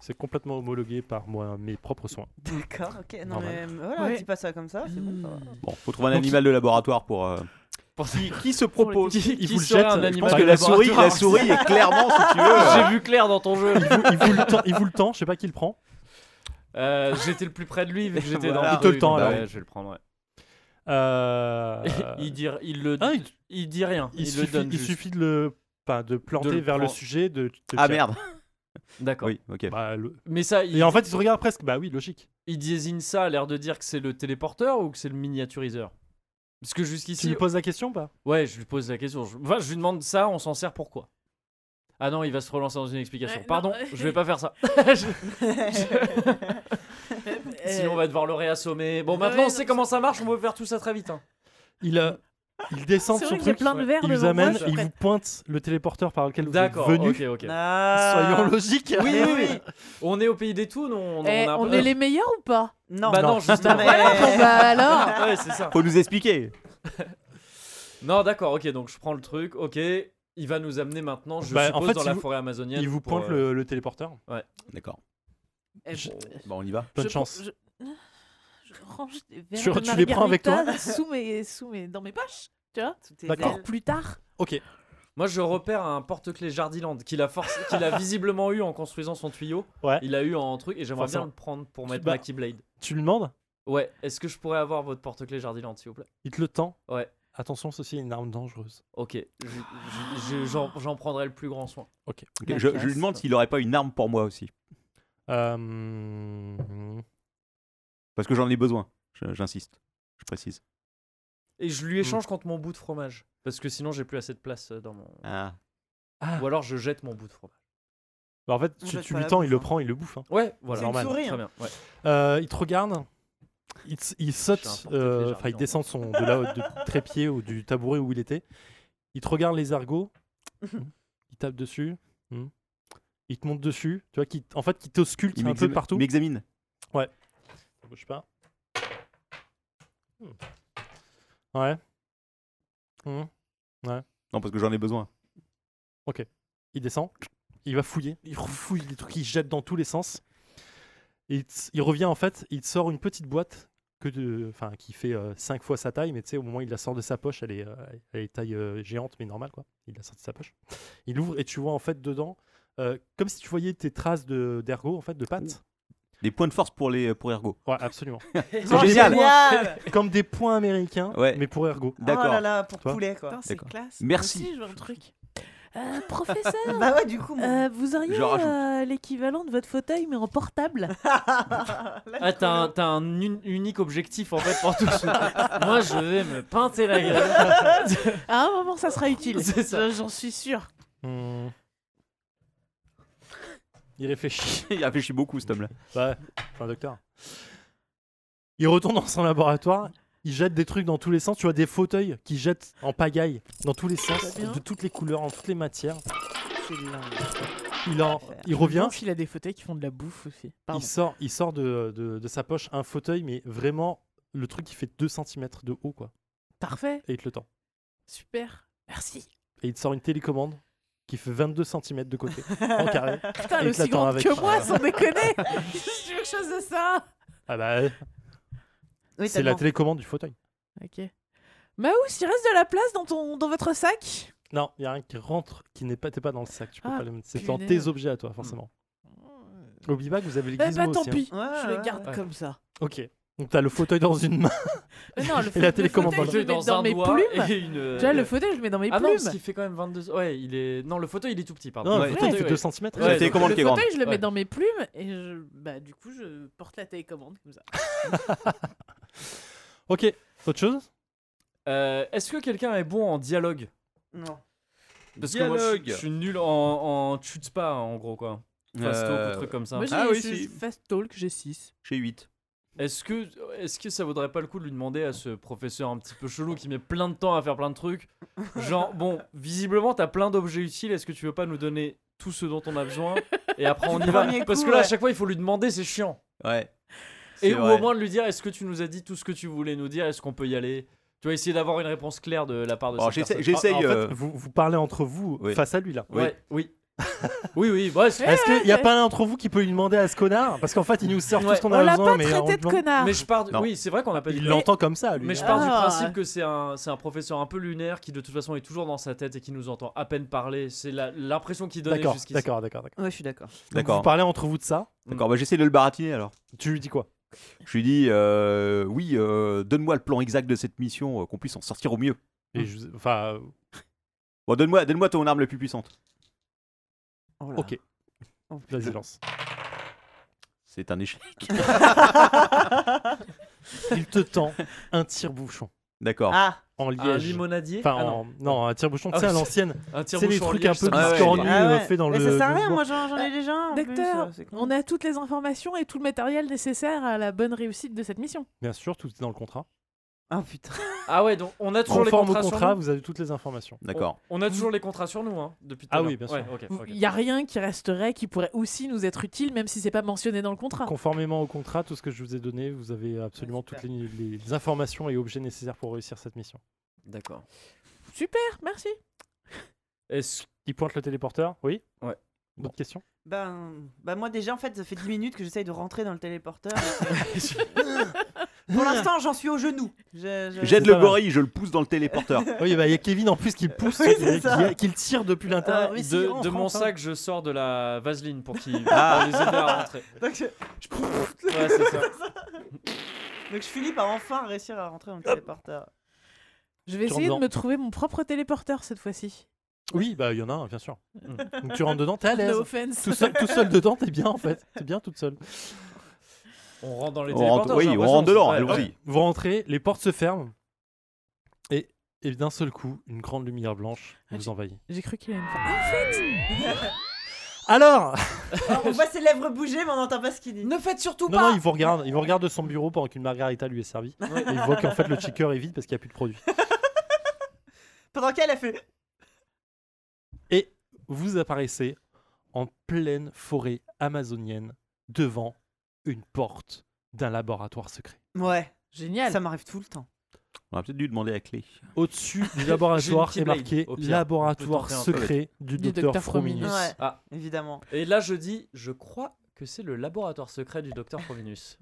C'est complètement homologué par moi, mes propres soins. D'accord, ok. Non, Normal. mais voilà, Ouais. dis pas ça comme ça, c'est bon, ça va. Bon, faut trouver un Donc, animal de laboratoire pour. euh, Qui, qui se propose Qui, il qui vous le serait jette, un je pense Je animal pense de que la souris, la laboratoire souris est clairement, si tu veux. euh, J'ai vu clair dans ton jeu. il, vous, il vous le tend, il vous le tend, je sais pas qui le prend. Euh, j'étais le plus près de lui vu que j'étais Voilà. dans Il te le truc, tend, donc, alors. ouais, je vais le prendre. ouais. Euh, il, dit, il le Ah, il- il... dit rien. il Il, suffit, le donne il juste. suffit de le, enfin, de planter le vers le prendre. sujet. De, de- Ah merde. D'accord. Oui, ok. Bah, le- Mais ça, il, Et en fait, il se regarde presque. Bah oui, logique. il désigne ça à l'air de dire que c'est le téléporteur ou que c'est le miniaturiseur. Parce que Tu jusqu'ici, lui poses la question ou pas ouais, je lui pose la question. Je... Enfin, je lui demande ça, on s'en sert pourquoi Ah non, il va se relancer dans une explication. Ouais, Pardon, non. je vais pas faire ça. Hmm. Sinon, on va devoir le réassommer. Bon, Ouais, maintenant, on Euh, non, sait comment ça marche. On peut faire tout ça très vite. hein. Il, euh, il descend de C'est son vrai qu'il y a truc. plein de verres Il vous devant moi, amène, je il prête. vous pointe le téléporteur par lequel vous êtes D'accord. venu. Ok, Bah, ok. Ah. Soyons logiques. Oui, Mais oui, oui. oui. On est au pays des tours, on, on, Eh, a- on est les meilleurs ou pas Non, Bah non, justement. mais- Voilà, bon bah alors ouais, c'est ça. Faut nous expliquer. Non, d'accord, ok, donc je prends le truc, ok. Il va nous amener maintenant, je Bah, en suppose, fait, dans il la vous- forêt amazonienne. Il vous pour, pointe euh, le, le téléporteur. D'accord. Eh, Je- bon, Bon, on y va. Bonne je- chance. Je, je range des verres Tu- de tu les prends avec toi margarita sous mes, sous mes, dans mes poches, tu vois, Tout est D'accord. zèle. pour plus tard. Ok. Moi, je repère un porte-clés Jardiland qu'il a, forc- qu'il a visiblement eu en construisant son tuyau. Ouais. Il a eu en truc, et j'aimerais Forcément. bien le prendre pour mettre Bah- ma Keyblade. Tu lui demandes. Ouais, est-ce que je pourrais avoir votre porte-clés Jardiland, s'il vous plaît Il te le tend. Ouais. Attention, ceci est une arme dangereuse. Ok, je- je- je- j'en j'en prendrai le plus grand soin. Ok, La Je, je classe. lui demande s'il aurait pas une arme pour moi aussi. Euh, Parce que j'en ai besoin. Je- J'insiste. Je précise. Et je lui échange contre mon bout de fromage. Mm. Parce que sinon, j'ai plus assez de place euh, dans mon. Ah. Ah. Ou alors, je jette mon bout de fromage. bah, en fait, On tu, jette tu pas lui la tends, bouffe, il le hein. prend, il le bouffe. hein. Ouais, voilà. C'est une normal. souris, Très hein. bien. ouais. Euh, il te regarde. Il, s- il J'ai un saute. porte-clés euh, Jardiland. Enfin, il descend de son, de là, de trépied ou du tabouret où il était. Il te regarde les argots. Hmm. il tape dessus. Hmm. Il te monte dessus. Tu vois, qui, en fait, qui t'ausculte un peu m'examine- partout. m'examine. Ça bouge pas. Hmm. Ouais. Hmm. Non, parce que j'en ai besoin. Il descend. Il va fouiller. Il fouille des trucs, il jette dans tous les sens. Et il, t- il revient en fait. Il te sort une petite boîte que de, enfin, qui fait 5 fois sa taille, mais tu sais, au moment où il la sort de sa poche, elle est, euh, elle est taille euh, géante, mais normale quoi. Il la sort de sa poche. Il ouvre et tu vois en fait dedans, euh, comme si tu voyais tes traces de d'ergot en fait, de pattes. Des points de force pour les pour Ergo. Ouais, absolument. C'est génial. Génial. comme des points américains, Ouais. mais pour ergot. Oh là D'accord. là, pour Toi poulet quoi. Putain, c'est D'accord. classe. Merci. Moi aussi, je veux un truc. Euh, professeur, Bah ouais, du coup, mon... euh, vous auriez Je rajoute. euh, l'équivalent de votre fauteuil, mais en portable Là, Ah, je t'as un, connais. t'as un un unique objectif en fait pour tout ça. Moi, je vais me pinter la gueule. À un moment, ça sera utile. C'est ça. J'en suis sûr. Hmm. Il réfléchit. Il réfléchit beaucoup, cet homme-là. Bah, enfin, docteur. Il retourne dans son laboratoire. Il jette des trucs dans tous les sens. Tu vois des fauteuils qui jettent en pagaille dans tous les sens, Très bien. de toutes les couleurs, en toutes les matières. C'est de l'un. Il en, Affaire. il revient. Blanche, il a des fauteuils qui font de la bouffe aussi. Pardon. Il sort, il sort de, de- de sa poche un fauteuil, mais vraiment le truc qui fait 2 cm de haut, quoi. Parfait. Et il te le tend. Super. Merci. Et il te sort une télécommande qui fait 22 cm de côté, en carré. Putain, elle est Et il te la aussi tend grande avec. que moi, sans déconner. Je veux quelque chose de ça. Ah bah, Oui, c'est la tellement. télécommande du fauteuil. Ok. Maous, il reste de la place dans, ton, dans votre sac Non, il y a rien qui rentre, qui n'est pas, t'es pas dans le sac. Tu peux Ah, pas le mettre. C'est dans punaise. tes objets à toi, forcément. Au bibac, vous avez les Eh gizmos bah tant aussi, hein. pis, Ouais, je Ah, ouais, les garde ouais. comme ça. Ok. Donc t'as le fauteuil dans une main. Mais non, le Et la fauteuil, le télécommande fauteuil, je le Fauteuil mets dans, mes plumes. et une. Tu vois, le fauteuil, je le mets dans mes Ah non, plumes. parce qu'il fait quand même 22. Ouais, il est. Non, le fauteuil, il est tout petit, pardon. Non, Ouais. le fauteuil Ouais. fait 2 cm. Ouais, la donc télécommande le qui est grande. fauteuil, je le mets Ouais. dans mes plumes et je... bah, du coup, je porte la télécommande comme ça. Ok. Autre chose Euh, Est-ce que quelqu'un est bon en dialogue Non. Parce que moi, je- Dialogue. je, suis nul en, en chute spa, en gros, quoi. Fast talk ou Euh, truc comme ça. Moi, j'ai Ah oui, j'ai- si. fast talk, j'ai 6. J'ai 8. Est-ce que, est que ça vaudrait pas le coup de lui demander à ce professeur un petit peu chelou qui met plein de temps à faire plein de trucs Genre, bon, visiblement, t'as plein d'objets utiles, est-ce que tu veux pas nous donner tout ce dont on a besoin Et après, on y va. premier Parce coup, que là, à ouais. chaque fois, il faut lui demander, c'est chiant. Ouais. Et C'est ou vrai. au moins de lui dire, est-ce que tu nous as dit tout ce que tu voulais nous dire Est-ce qu'on peut y aller Tu vas essayer d'avoir une réponse claire de la part de Oh, Alors, cette j'essaie- personne. J'essaye. Ah, En fait, euh, vous, vous parlez entre vous Oui. face à lui là. oui. Ouais, oui. oui, oui, bah, bon, Eh, est-ce- Est-ce qu'il n'y a pas l'un d'entre vous qui peut lui demander à ce connard Parce qu'en fait, il nous sert tout Ouais. ce qu'on a On l'a besoin. pas mais on traité de demande- connard. Mais je pars. du- Non. Oui, c'est vrai qu'on l'a pas dit. Il l'entend comme ça, lui. Mais je pars du Ah. principe que c'est un, c'est un professeur un peu lunaire qui de toute façon est toujours dans sa tête et qui nous entend à peine parler. C'est la- l'impression qu'il donnait D'accord, jusqu'ici. d'accord, d'accord. d'accord. Ouais, je suis d'accord. Donc, D'accord. Vous parlez entre vous de ça. D'accord, bah, j'essaie de le baratiner alors. Tu lui dis quoi Je lui dis euh, Oui, euh, donne-moi le plan exact de cette mission, euh, qu'on puisse en sortir au mieux. Hmm. Et je- Enfin, euh, Bon, donne-moi donne ton arme la plus puissante. Oh là. ok. Oh, Vas-y, lance. C'est un échec. Il te tend un tire-bouchon D'accord. Ah, en Un liège. limonadier Enfin, Ah non, en- non, un tire-bouchon, tu Ah sais, à oui, l'ancienne. un C'est les tire-bouchon en trucs liège, un peu ça marche. biscornus. biscornus ah euh, ouais. fait dans Mais le. ça sert à le rien, mouvement. moi j'en j'en ai déjà un. en plus, Docteur, euh, c'est con. On a toutes les informations et tout le matériel nécessaire à la bonne réussite de cette mission. Bien sûr, tout est dans le contrat. Ah putain. Ah ouais, donc on a toujours les Conforme au contrats sur contrat, nous. vous avez toutes les informations. D'accord. On a toujours les contrats sur nous, hein, depuis tout Ah à l'heure. oui, bien sûr. Ouais, ok, Il ok. n'y a rien qui resterait qui pourrait aussi nous être utile, même si c'est pas mentionné dans le Ah. contrat. Conformément au contrat, tout ce que je vous ai donné, vous avez absolument super. toutes les, les informations et objets nécessaires pour réussir cette mission. D'accord. Super, Ah, merci. Est-ce Il pointe le téléporteur, oui Ouais. D'autres questions Ben, bah moi déjà en fait ça fait 10 minutes que j'essaye de rentrer dans le téléporteur. Pour l'instant j'en suis au genou. Je- je- J'aide C'est le pas mal. gorille, je le pousse dans le téléporteur. Oui, bah, il y a Kevin en plus qui pousse, Oui, qui, c'est ça. qui- qui le tire depuis l'intérieur. Euh, oui, si, on de, de rentre, mon hein. sac, je sors de la vaseline pour qu'ils Ah. pour les aider à rentrer. Donc je, Ouais, c'est ça. donc je finis par enfin réussir à rentrer dans le téléporteur. Je vais Tu rentres essayer de dedans. me trouver mon propre téléporteur cette fois-ci. Oui, bah il y en a un, bien sûr. Donc tu rentres dedans, t'es à l'aise. No offense. Tout seul, tout seul dedans, t'es bien en fait. T'es bien toute seule. On rentre dans les On rentre, téléporteurs. oui, j'ai on l'impression, rentre dedans, hein. c'est- ouais, ouais. allons-y. Vous rentrez, les portes se ferment. Et, et d'un seul coup, une grande lumière blanche Ah, vous envahit. J'ai cru qu'il allait me faire. Ah, en fait Alors Alors, Ah, on voit ses lèvres bouger mais on n'entend pas ce qu'il dit. Ne faites surtout Non, non, pas il vous regarde. Il vous regarde de son bureau pendant qu'une margarita lui est servie. Et il voit qu'en fait le shaker est vide parce qu'il n'y a plus de produit. Pendant qu'elle a fait Vous apparaissez en pleine forêt amazonienne devant une porte d'un laboratoire secret. Ah. Ouais, Génial. ça m'arrive tout le temps. On a peut-être dû demander la clé. Euh, Au-dessus du J'ai une laboratoire petite est marqué blague, au pire. On Laboratoire peut tenter un secret du Du docteur docteur Frominus. Frominus. Ouais. Ah. Évidemment. Et là, je dis, je crois que c'est le laboratoire secret du docteur Provinus.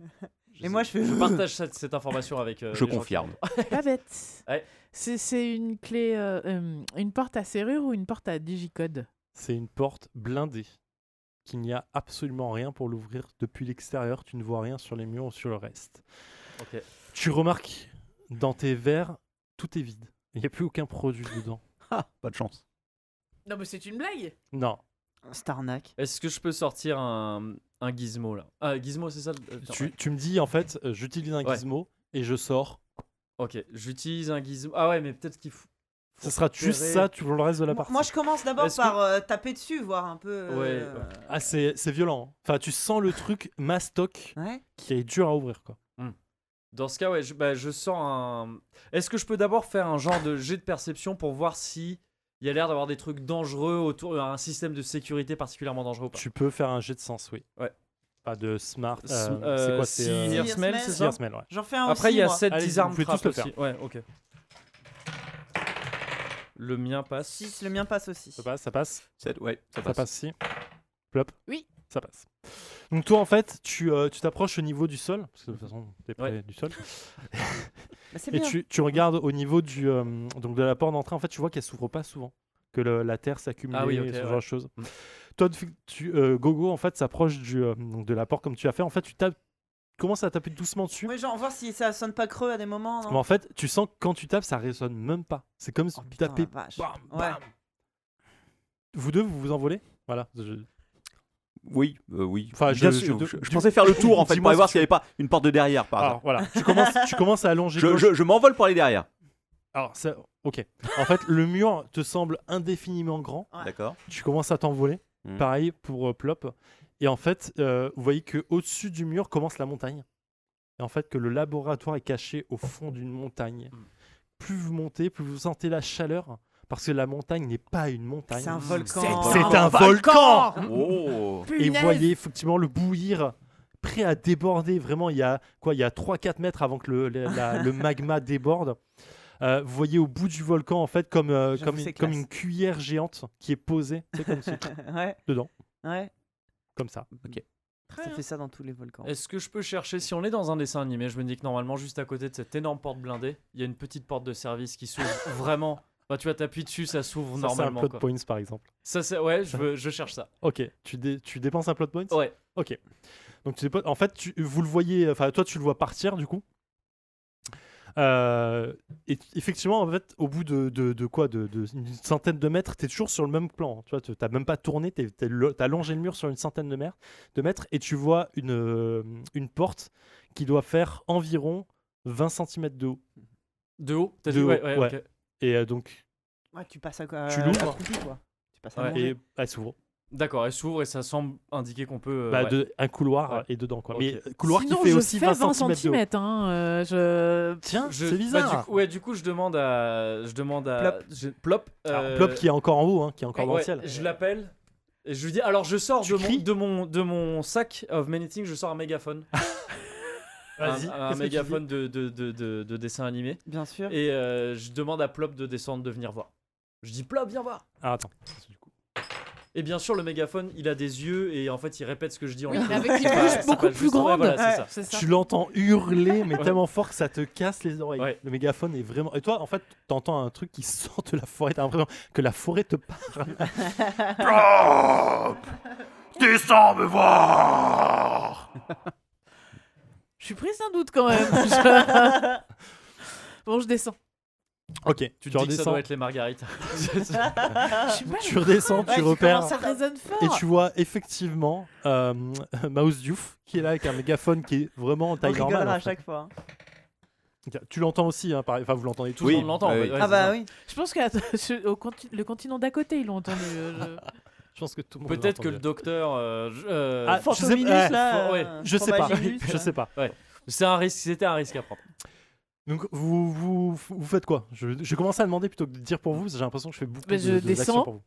Et moi, je fais- Je partage cette, cette information avec. euh, Je les gens confirme. Pas bête. Ouais. C'est- C'est une clé, euh, euh, une porte à serrure ou une porte à digicode C'est une porte blindée qu'il n'y a absolument rien pour l'ouvrir depuis l'extérieur. Tu ne vois rien sur les murs ou sur le reste. qui- Ok. Tu remarques dans tes verres, tout est vide. Il n'y a plus aucun produit dedans. Ah, pas de chance. Non, mais c'est une blague. Non, Starnak. Est-ce que je peux sortir un, un gizmo là Ah, gizmo, c'est ça le- attends, tu, tu me dis en fait, euh, j'utilise un Ouais. gizmo et je sors. Ok, j'utilise un gizmo. Ah ouais, mais peut-être qu'il faut. Ce sera juste repérer- ça tu- pour le reste de la partie. Moi je commence d'abord Est-ce que- par euh, taper dessus, voir un peu. euh, Ouais, Ah, c'est c'est violent. Enfin, tu sens le truc mastoc ouais. qui est dur à ouvrir quoi. Dans ce cas, ouais, je, bah, je sens un. Est-ce que je peux d'abord faire un genre de jet de perception pour voir si il y a l'air d'avoir des trucs dangereux autour, un système de sécurité particulièrement dangereux ou pas Tu peux faire un jet de sens, oui. Ouais. Pas de smart. euh, Sm- c'est euh, hein. quoi C'est euh, seer smell, Seer c'est ça seer smell, ouais. J'en fais un Après, aussi, il y a moi. 7 Allez-y, 10 vous armes pouvez tous frappes le faire. aussi. Ouais, ok. Le mien passe. 6, le mien passe aussi. Ça passe, ça passe. C'est- Ouais, ça Ça passe. passe si. Plop. Oui. Ça passe. Donc toi en fait, tu euh, tu t'approches au niveau du sol, parce que de toute façon t'es près du sol, Bah, c'est et bien. tu, tu regardes au niveau du euh, donc de la porte d'entrée. En fait, tu vois qu'elle s'ouvre pas souvent, que le- la terre s'accumule Ah oui, ok, et ce genre ouais. de choses. Mm. Toi, tu- tu, euh, Gogo en fait s'approche du euh, donc de la porte comme tu as fait. En fait, tu tapes, commences à taper doucement dessus. Ouais, genre voir si ça sonne pas creux à des moments. Non Mais en fait, tu sens que quand tu tapes, ça résonne même pas. C'est comme si Oh, tu putain, tapais. la vache. Bam, Ouais. bam. Vous deux, vous vous envolez Voilà. je- Oui, euh, oui. Enfin, Bien je- sûr, de- je- je du- pensais faire le tour en fait pour Dis-moi aller si voir tu s'il n'y avait pas une porte de derrière par Alors exemple. voilà, tu commences, tu commences à allonger. Je, gauche. je- je m'envole pour aller derrière. Alors, ça- ok. En fait, le mur te semble indéfiniment grand. Ouais. D'accord. Tu commences à t'envoler. Mhm. Pareil pour euh, Plop. Et en fait, euh, vous voyez que au-dessus du mur commence la montagne. et en fait que le laboratoire est caché au fond d'une montagne. Plus vous montez, plus vous sentez la chaleur, parce que la montagne n'est pas une montagne. C'est un volcan. C'est un volcan Oh Et Punaise vous voyez effectivement le bouillir, prêt à déborder. Vraiment, il y a quoi Il y a 3-4 mètres avant que le, le- la- le magma déborde. Euh, vous voyez au bout du volcan, en fait, comme, euh, J'avoue, comme, c'est une, comme classe. une cuillère géante qui est posée, tu sais, comme, si- ouais. Dedans. Ouais. comme ça. Ça fait ça dans tous les volcans. Est-ce que je peux chercher si on est dans un dessin animé Je me dis que normalement, juste à côté de cette énorme porte blindée, il y a une petite porte de service qui s'ouvre vraiment. Bah, tu vas t'appuyer dessus, ça Ça, s'ouvre c'est un normalement. plot quoi. points, par exemple. Ça, c'est ouais, je, veux- je cherche ça. Ok, tu, dé- tu dépenses un plot point Ouais. Ok. Donc tu sais pas. En fait, tu- vous le voyez. Enfin, toi, tu le vois partir du coup. Euh, et t- effectivement, en fait, au bout de, de, de quoi de, de- Une centaine de mètres, t'es toujours sur le même plan. Tu vois, tu- t'as même pas tourné, t'es- t'es lo- t'as longé le mur sur une centaine de, mètres, de mètres et tu vois une, euh, une porte qui doit faire environ 20 cm de haut. De haut T'as De dit ouais, haut, ouais, ouais. ok. Et euh, donc, Ouais, tu passes à quoi euh, Tu à l'ouvres. la croupie, quoi. Tu passes à Ouais. manger. et elle s'ouvre. D'accord, elle s'ouvre et ça semble indiquer qu'on peut. euh, Bah, ouais. de- un couloir Ouais. et dedans quoi. Ok. Mais euh, couloir Sinon, qui fait je aussi fais 20, 20 cm, de haut. cm. Hein, euh, je... Tiens, Je- c'est bah, bizarre. du coup- ouais, du coup, je demande à. Je demande à. Plop. je- Plop. Alors, euh, Ah, Plop qui est encore en haut, hein, qui est encore dans ouais, le ciel. Je l'appelle. Et je lui dis, alors je sors Tu de mon, cries de, mon, de mon sac of many things, je sors un mégaphone. Un- Vas-y, un, qu'est-ce que tu mégaphone de, de, de, de, de dessin animé. Bien sûr. Et euh, je demande à Plop de descendre, de venir voir. Je dis Plop, viens voir. Ah, attends. Et bien sûr, le mégaphone, il a des yeux et en fait, il répète ce que je dis en Oui, lui. avec des C'est pas- bouches c'est beaucoup pas plus juste- ouais, grandes. voilà, c'est Ouais. ça. C'est ça. Tu l'entends hurler, mais Ouais. tellement fort que ça te casse les oreilles. Ouais. Le mégaphone est vraiment. Et toi, en fait, t'entends un truc qui sort de la forêt. T'as l'impression que la forêt te parle. Descends me voir Je suis prise d'un doute quand même. Je- bon, je descends. Ok, Tu tu, te dis que ça redescends. doit être les margaritas. Je sais pas, Ah, Tu redescends, Ouais, tu tu repères. commences ça résonne fort. Et tu vois effectivement euh, Mouse Diouf qui est là avec un mégaphone qui est vraiment en On taille normale. rigolera en à fait. chaque fois. hein. Tu l'entends aussi, hein, pareil. enfin vous l'entendez tous. Tout le monde l'entend. bah ouais, oui. ouais, Ah c'est bah ça. oui. Je pense que att- je- au conti- le continent d'à côté, ils l'ont entendu. euh, Je pense que tout le monde Peut-être que l'entend le docteur. euh, je- euh, Ah, tu sais- Fantominus ouais, là. ouais, euh, Je sais pas. Fantaginus, Je hein. là. sais pas. c'est un risque, c'était un risque à prendre. Donc vous, vous, vous faites quoi je, je commence à demander plutôt que de dire pour vous, parce que j'ai l'impression que je fais beaucoup Mais de, je de- d'actions descends. pour vous.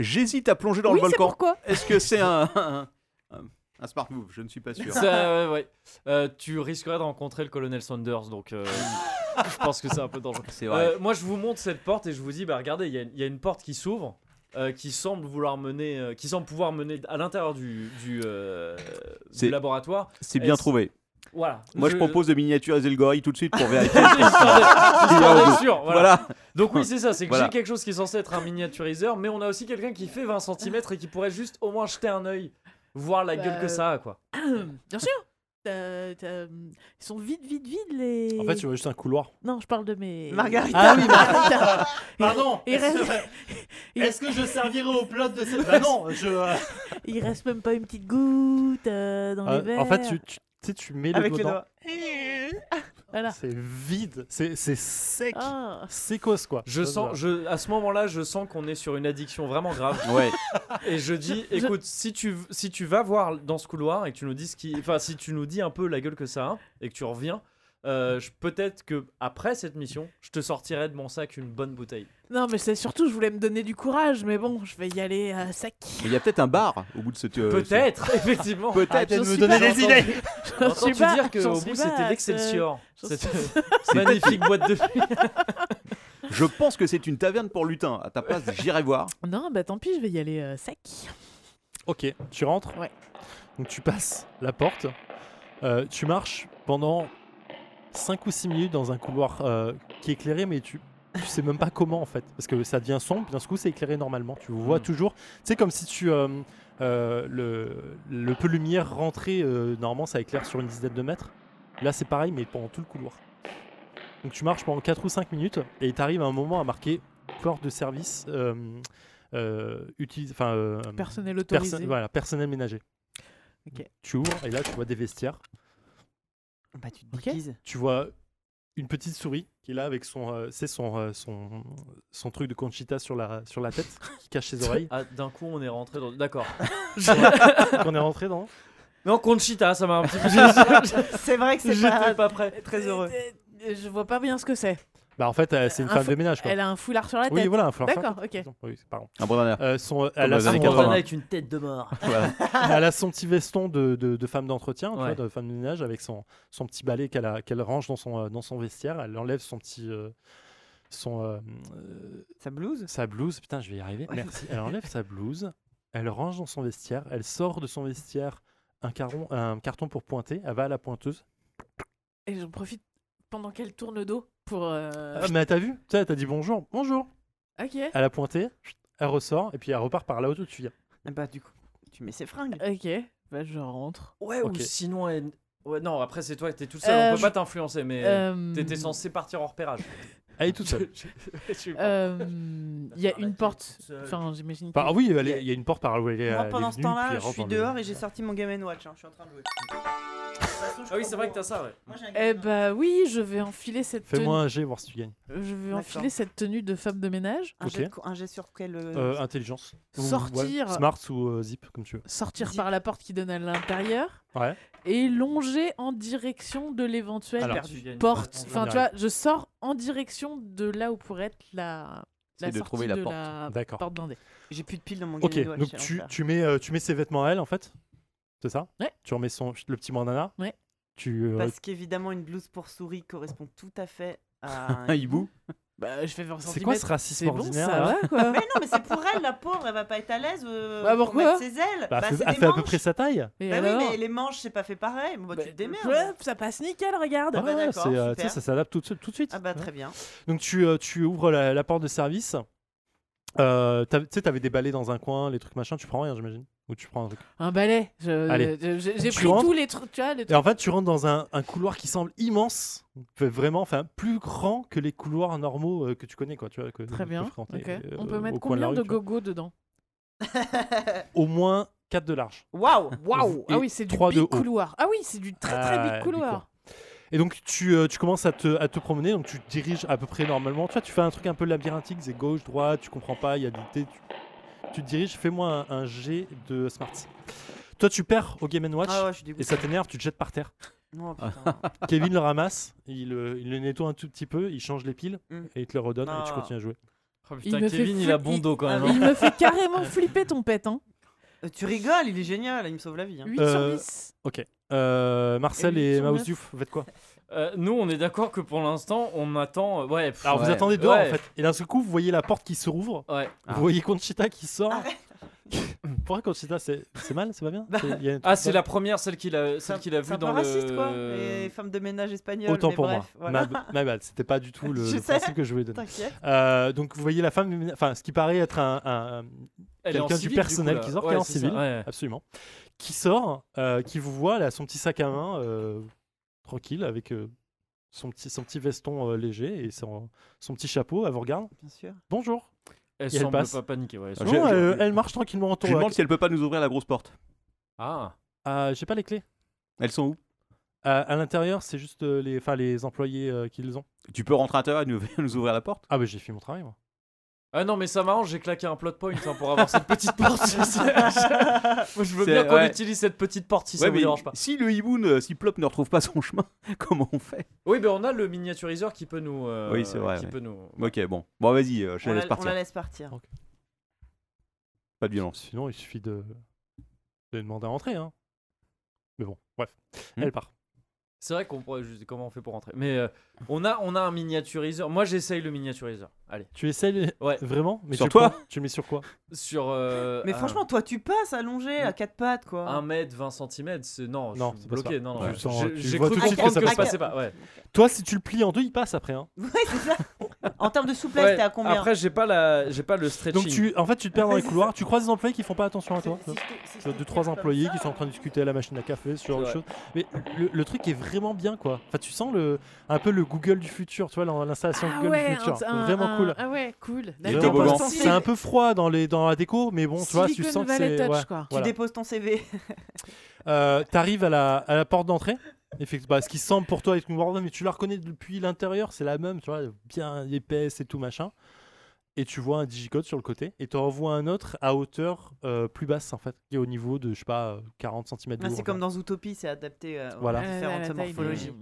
J'hésite à plonger dans oui, le c'est volcan. pourquoi. Est-ce que c'est un, un, un- un smart move Je ne suis pas sûr. Ça, ouais, ouais. Euh, tu risquerais de rencontrer le colonel Saunders, donc euh, je pense que c'est un peu dangereux. C'est Euh, moi, je vous montre cette porte et je vous dis, bah regardez, il y a- il y, a une porte qui s'ouvre, euh, qui semble vouloir mener, euh, qui semble pouvoir mener à l'intérieur du, du, euh, du C'est- laboratoire. c'est bien est-ce- trouvé. Voilà. Moi, je, propose de miniaturiser le gorille tout de suite pour vérifier. Histoire d'être sûr, voilà. voilà. Donc oui, c'est ça, c'est que Voilà. j'ai quelque chose qui est censé être un miniaturiseur, mais on a aussi quelqu'un qui fait 20 cm et qui pourrait juste au moins jeter un œil, voir la Bah, gueule que ça a, quoi. Bien sûr. Euh, t'as- ils sont vite, vite, vite les. En fait, tu vois juste un couloir. Non, je parle de mes. Margarita. Ah oui, Margarita. Pardon Il reste, il- Est-ce que je servirai au plot de cette. Bah non, je. euh, il reste même pas une petite goutte euh, dans les Euh, verres. en fait, tu, tu, tu sais, tu mets le Avec doigt les dedans, doigts. Voilà. C'est vide, c'est c'est sec, Ah. sécos quoi. Je sens, je, à ce moment-là, je sens qu'on est sur une addiction vraiment grave. Ouais. Et je dis, Je- je- écoute, si tu si tu vas voir dans ce couloir et que tu nous dis ce qui, enfin si tu nous dis un peu la gueule que ça a et que tu reviens, euh, je- peut-être que après cette mission, je te sortirai de mon sac une bonne bouteille. Non, mais c'est surtout, je voulais me donner du courage, mais bon, je vais y aller à sac. Mais Il y a peut-être un bar au bout de ce. euh, Peut-être, effectivement. ce- Peut-être. J'en me suis donner pas- des idées. j'en J'entends suis tu pas- dire j'en qu'au suis bout pas à c'était ce- l'Excelsior, j'en cette C'est- magnifique boîte de nuit. Je pense que c'est une taverne pour lutin. À ta place, j'irai voir. Non, bah tant pis, je vais y aller euh, sec. Mmh. Ok, tu rentres. Ouais. Donc tu passes la porte. Euh, tu marches pendant 5 ou 6 minutes dans un couloir euh, qui est éclairé, mais tu, tu sais même pas comment en fait. Parce que ça devient sombre, puis d'un coup c'est éclairé normalement. Tu vois Mm. toujours. Tu sais, comme si tu. euh, euh, le, le peu de lumière rentrée, euh, normalement ça éclaire sur une dizaine de mètres. Là c'est pareil, mais pendant tout le couloir. Donc tu marches pendant 4 ou 5 minutes et tu arrives à un moment à marquer porte de service. euh, euh, utilise, enfin, euh, Personnel Perso- autorisé. voilà, personnel ménager. Ok. Tu ouvres et là tu vois des vestiaires. Bah tu te Ok. déguises. Tu vois une petite souris qui est là avec son, euh, c'est son, euh, son, son truc de Conchita sur la, sur la tête qui cache ses oreilles. Ah, d'un coup, on est rentré dans. D'accord. Qu'on est rentré dans. Non, Conchita, ça m'a un petit peu. J'étais C'est vrai que c'est pas, pas pas prêt. très heureux. Euh, Je vois pas bien ce que c'est. Bah, en fait, euh, c'est une Un femme fou- de ménage, quoi. Elle a un foulard sur la tête. Oui, voilà, un foulard sur la D'accord, ok. tête, Oui, c'est pardon. Un bon dernier. Euh, son, elle, dans a les années son, 80. avec Ah, une tête de mort. Voilà. elle a son petit veston de, de- de femme d'entretien, tu vois, Ouais. de femme de ménage, avec son, son petit balai qu'elle a- qu'elle range dans son, euh, dans son vestiaire. Elle enlève son petit. euh, son, euh, euh, Ça blouse sa blouse. Putain, je vais y arriver. Merci. Elle enlève sa blouse. Elle range dans son vestiaire. Elle sort de son vestiaire un, caron, un carton pour pointer. Elle va à la pointeuse. Et j'en profite pendant qu'elle tourne le dos pour. euh, Ah, mais t'as vu Tu sais, T'as dit bonjour. Bonjour. Ok. Elle a pointé. Elle ressort. Et puis elle repart par là où tu viens. Bah, du coup, tu mets ses fringues. Ok. Bah, je rentre. Ouais, Ok. ou sinon. elle- Ouais, non, après, c'est toi, t'es tout seul, Euh, on peut je- pas t'influencer, mais Euh, t'étais censé partir en repérage. Elle est toute seule. Je suis pas- euh, Il y a Arrête, elle une est porte. toute seule. Enfin, j'imagine. Bah, ah oui, elle est- il y a une porte par où elle est. Moi, Euh, elle est pendant ce venue, puis temps-là, elle je rentre suis dans le- dehors et j'ai sorti mon Game Watch. hein, Je suis en train de jouer. De toute façon, je Ah oui, crois c'est vrai qu'on- que t'as ça, ouais. Moi, j'ai un Eh Game Watch. bah oui, je vais enfiler cette tenue. Fais-moi un jet, voir si tu gagnes. Je vais D'accord. enfiler cette tenue de femme de ménage. Un jet ok. de co- Un jet sur quel. euh, Euh, intelligence. Ou- Sortir. ouais, Smart ou euh, zip, comme tu veux. Sortir Dis- par la porte qui donne à l'intérieur Ah, Ouais. et longer en direction de l'éventuelle Alors, tu gagnes porte. pas. Enfin, On tu y vois, je sors en direction de là où pourrait être la, la C'est de sortie trouver la de porte. la D'accord. porte blindée. J'ai plus de piles dans mon Ok, Game Watch. donc c'est tu, l'enfer. tu mets, euh, tu mets ses vêtements à elle, en fait C'est ça Ouais. Tu remets son, le petit bandana Ouais. Tu, euh, Parce qu'évidemment, une blouse pour souris correspond tout à fait à. Un hibou Bah, je fais 20 c'est quoi ce racisme C'est bon, ordinaire ça là va quoi. Ah Mais non, mais c'est pour elle, la pauvre, elle va pas être à l'aise euh, Bah, pour pourquoi mettre ses ailes. Bah, Bah, Elle c'est fait, elle des fait à peu manches. près sa taille. Et Bah oui, alors mais les manches, c'est pas fait pareil. Bon, bah, Bah, tu te démerdes. ouais, ça passe nickel, regarde. Ah bah, Ouais, d'accord, c'est, euh, tu sais, super. ça s'adapte tout, de suite- tout de suite. Ah bah Ouais. très bien. Donc tu, euh, tu ouvres la, la porte de service. Euh, t'as- tu sais, t'avais des balais dans un coin, les trucs machin, tu prends rien, j'imagine. Ou tu prends un truc. Un balai. Je- Allez. je- je- J'ai Tu pris rentres Ah, tous les trucs, tu vois, les Et en fait, tu rentres dans un, un couloir qui semble immense, fait vraiment, enfin, plus grand que les couloirs normaux euh, que tu connais, quoi. Tu vois, que, Très que bien. fréquenter, ok. euh, On peut au mettre coin la combien rue, de tu vois. gogo dedans Au moins 4 de large. Waouh Waouh Et Ah oui, c'est du trois de big haut. couloir. Ah oui, c'est du très très Ah, big du couloir. Et donc tu, euh, tu commences à te, à te promener, donc tu te diriges à peu près normalement. Tu vois, tu fais un truc un peu labyrinthique, c'est gauche, droite, tu comprends pas, il y a du thé. Tu, tu te diriges, fais-moi un, un jet de smart. Toi, tu perds au Game Watch Ah ouais, je suis et dégoûté. ça Ah. t'énerve, tu te jettes par terre. Non, putain. Kevin le ramasse, il, euh, il le nettoie un tout petit peu, il change les piles Mm. et il te le redonne et Ah. tu continues à jouer. Oh, Il putain, me fait Kevin, il flip- a bon dos quand Ah même. oui. hein. Il me fait carrément flipper ton pète. Hein. Euh, tu rigoles, il est génial, il me sauve la vie. hein. 8 Euh, sur 10. Euh, Marcel Et lui, et, son Maus neuf. Diouf, vous faites quoi Euh, nous, on est d'accord que pour l'instant, on attend. euh, Ouais, pff, Alors vous Ouais. attendez dehors Ouais. en fait. Et d'un seul coup, vous voyez la porte qui se rouvre, ouais. vous voyez Conchita qui sort. Pourquoi Conchita c'est c'est mal C'est pas bien C'est- il y a un Ah, truc- c'est la première, celle qu'il a, celle qu'il a C'est un vue peu dans raciste, le. quoi. Les femmes de ménage espagnoles. Autant mais pour bref, moi. Voilà. Ma, ma bad, c'était pas du tout le, Je le sais. principe que je voulais donner. T'inquiète. Euh, donc vous voyez la femme, du ménage- enfin ce qui paraît être un, un- Elle est en Quelqu'un du civil, personnel coup, là. qui sort, qui Ouais, est en c'est civil. ça, ouais. absolument, qui sort, euh, qui vous voit, elle a son petit sac à main, euh, tranquille, avec euh, son petit son petit veston euh, léger et son son petit chapeau. Elle vous regarde. Bien sûr. Bonjour. Elle Et elle semble passe. pas paniquer. Ouais, elle Ah, semble- j'ai- Non, j'ai- elle, elle marche tranquillement en Je tour. lui demande si elle peut pas nous ouvrir la grosse porte. Ah. Ah, J'ai pas les clés. Elles sont où À, à l'intérieur, c'est juste euh, les, enfin, les employés euh, qui les ont. Tu peux rentrer à l'intérieur et nous, nous ouvrir la porte Ah, mais j'ai fait mon travail, moi. Ah non, mais ça m'arrange, j'ai claqué un plot point hein, pour avoir cette petite porte. tu sais. Moi, je veux C'est- bien qu'on ouais. utilise cette petite porte si ça Ouais, vous mais dérange pas. Si le hibou, ne- si Plop ne retrouve pas son chemin, comment on fait Oui, ben on a le miniaturiseur qui peut nous. euh, Oui, c'est vrai, Qui ouais. peut nous. Ok, bon. Bon, vas-y, euh, je On la la, laisse on partir. la laisse Euh, partir. Pas de violence. Sinon, il suffit de, de demander à rentrer. Hein. Mais bon, bref. Hmm. Elle part. C'est vrai qu'on pourrait. juste- Comment on fait pour rentrer Mais euh, on, a, on a un miniaturiseur. Moi, j'essaye le miniaturiseur. Allez. Tu essayes Ouais. vraiment Mais Sur tu toi prends- Tu le mets sur quoi Sur. euh, Mais un- franchement, toi, tu passes allongé euh, à quatre pattes, quoi. 1 mètre, 20 cm, c'est. Non, Non, je suis c'est pas ça. bloqué. Non, non, Ouais. je- Tu sens- j'ai- tu j'ai vois cru tout de suite comprendre que ça que, va je pas. passais pas. Ouais. Toi, si tu le plies en deux, il passe après. Hein. Ouais, c'est ça. En termes de souplesse, Ouais, t'es à combien Après, j'ai pas, la... j'ai pas le stretching. Donc, tu, en fait, tu te perds dans les couloirs, tu croises des employés qui font pas attention à Si- toi. si je te- si je Tu as te deux, tire trois comme employés ça, qui sont en train de discuter à la machine à café, ce genre de C'est choses. Mais le, le truc est vraiment bien, quoi. Enfin, tu sens le, un peu le Google du futur, tu vois, l'in- l'installation Google du futur. vraiment cool. Ah ouais, cool. Les D'accord. toboggans. Style- C'est un peu froid dans, les, dans la déco, mais bon, tu vois, tu Silicon sens que Valley c'est. touch, ouais, quoi. Tu voilà. déposes ton Ah, CV. Euh, T'arrives à la, à la porte d'entrée. Effectivement, bah, ce qui semble pour toi être une borne, mais tu la reconnais depuis l'intérieur, c'est la même, tu vois, bien épaisse et tout machin. et tu vois un digicode sur le côté et tu envoies un autre à hauteur euh, plus basse en fait, qui est au niveau de, je sais pas, euh, 40 cm de Ah, haut. c'est encore. comme dans Zootopie, c'est adapté euh, Voilà. aux différentes Ouais, la taille de- morphologies.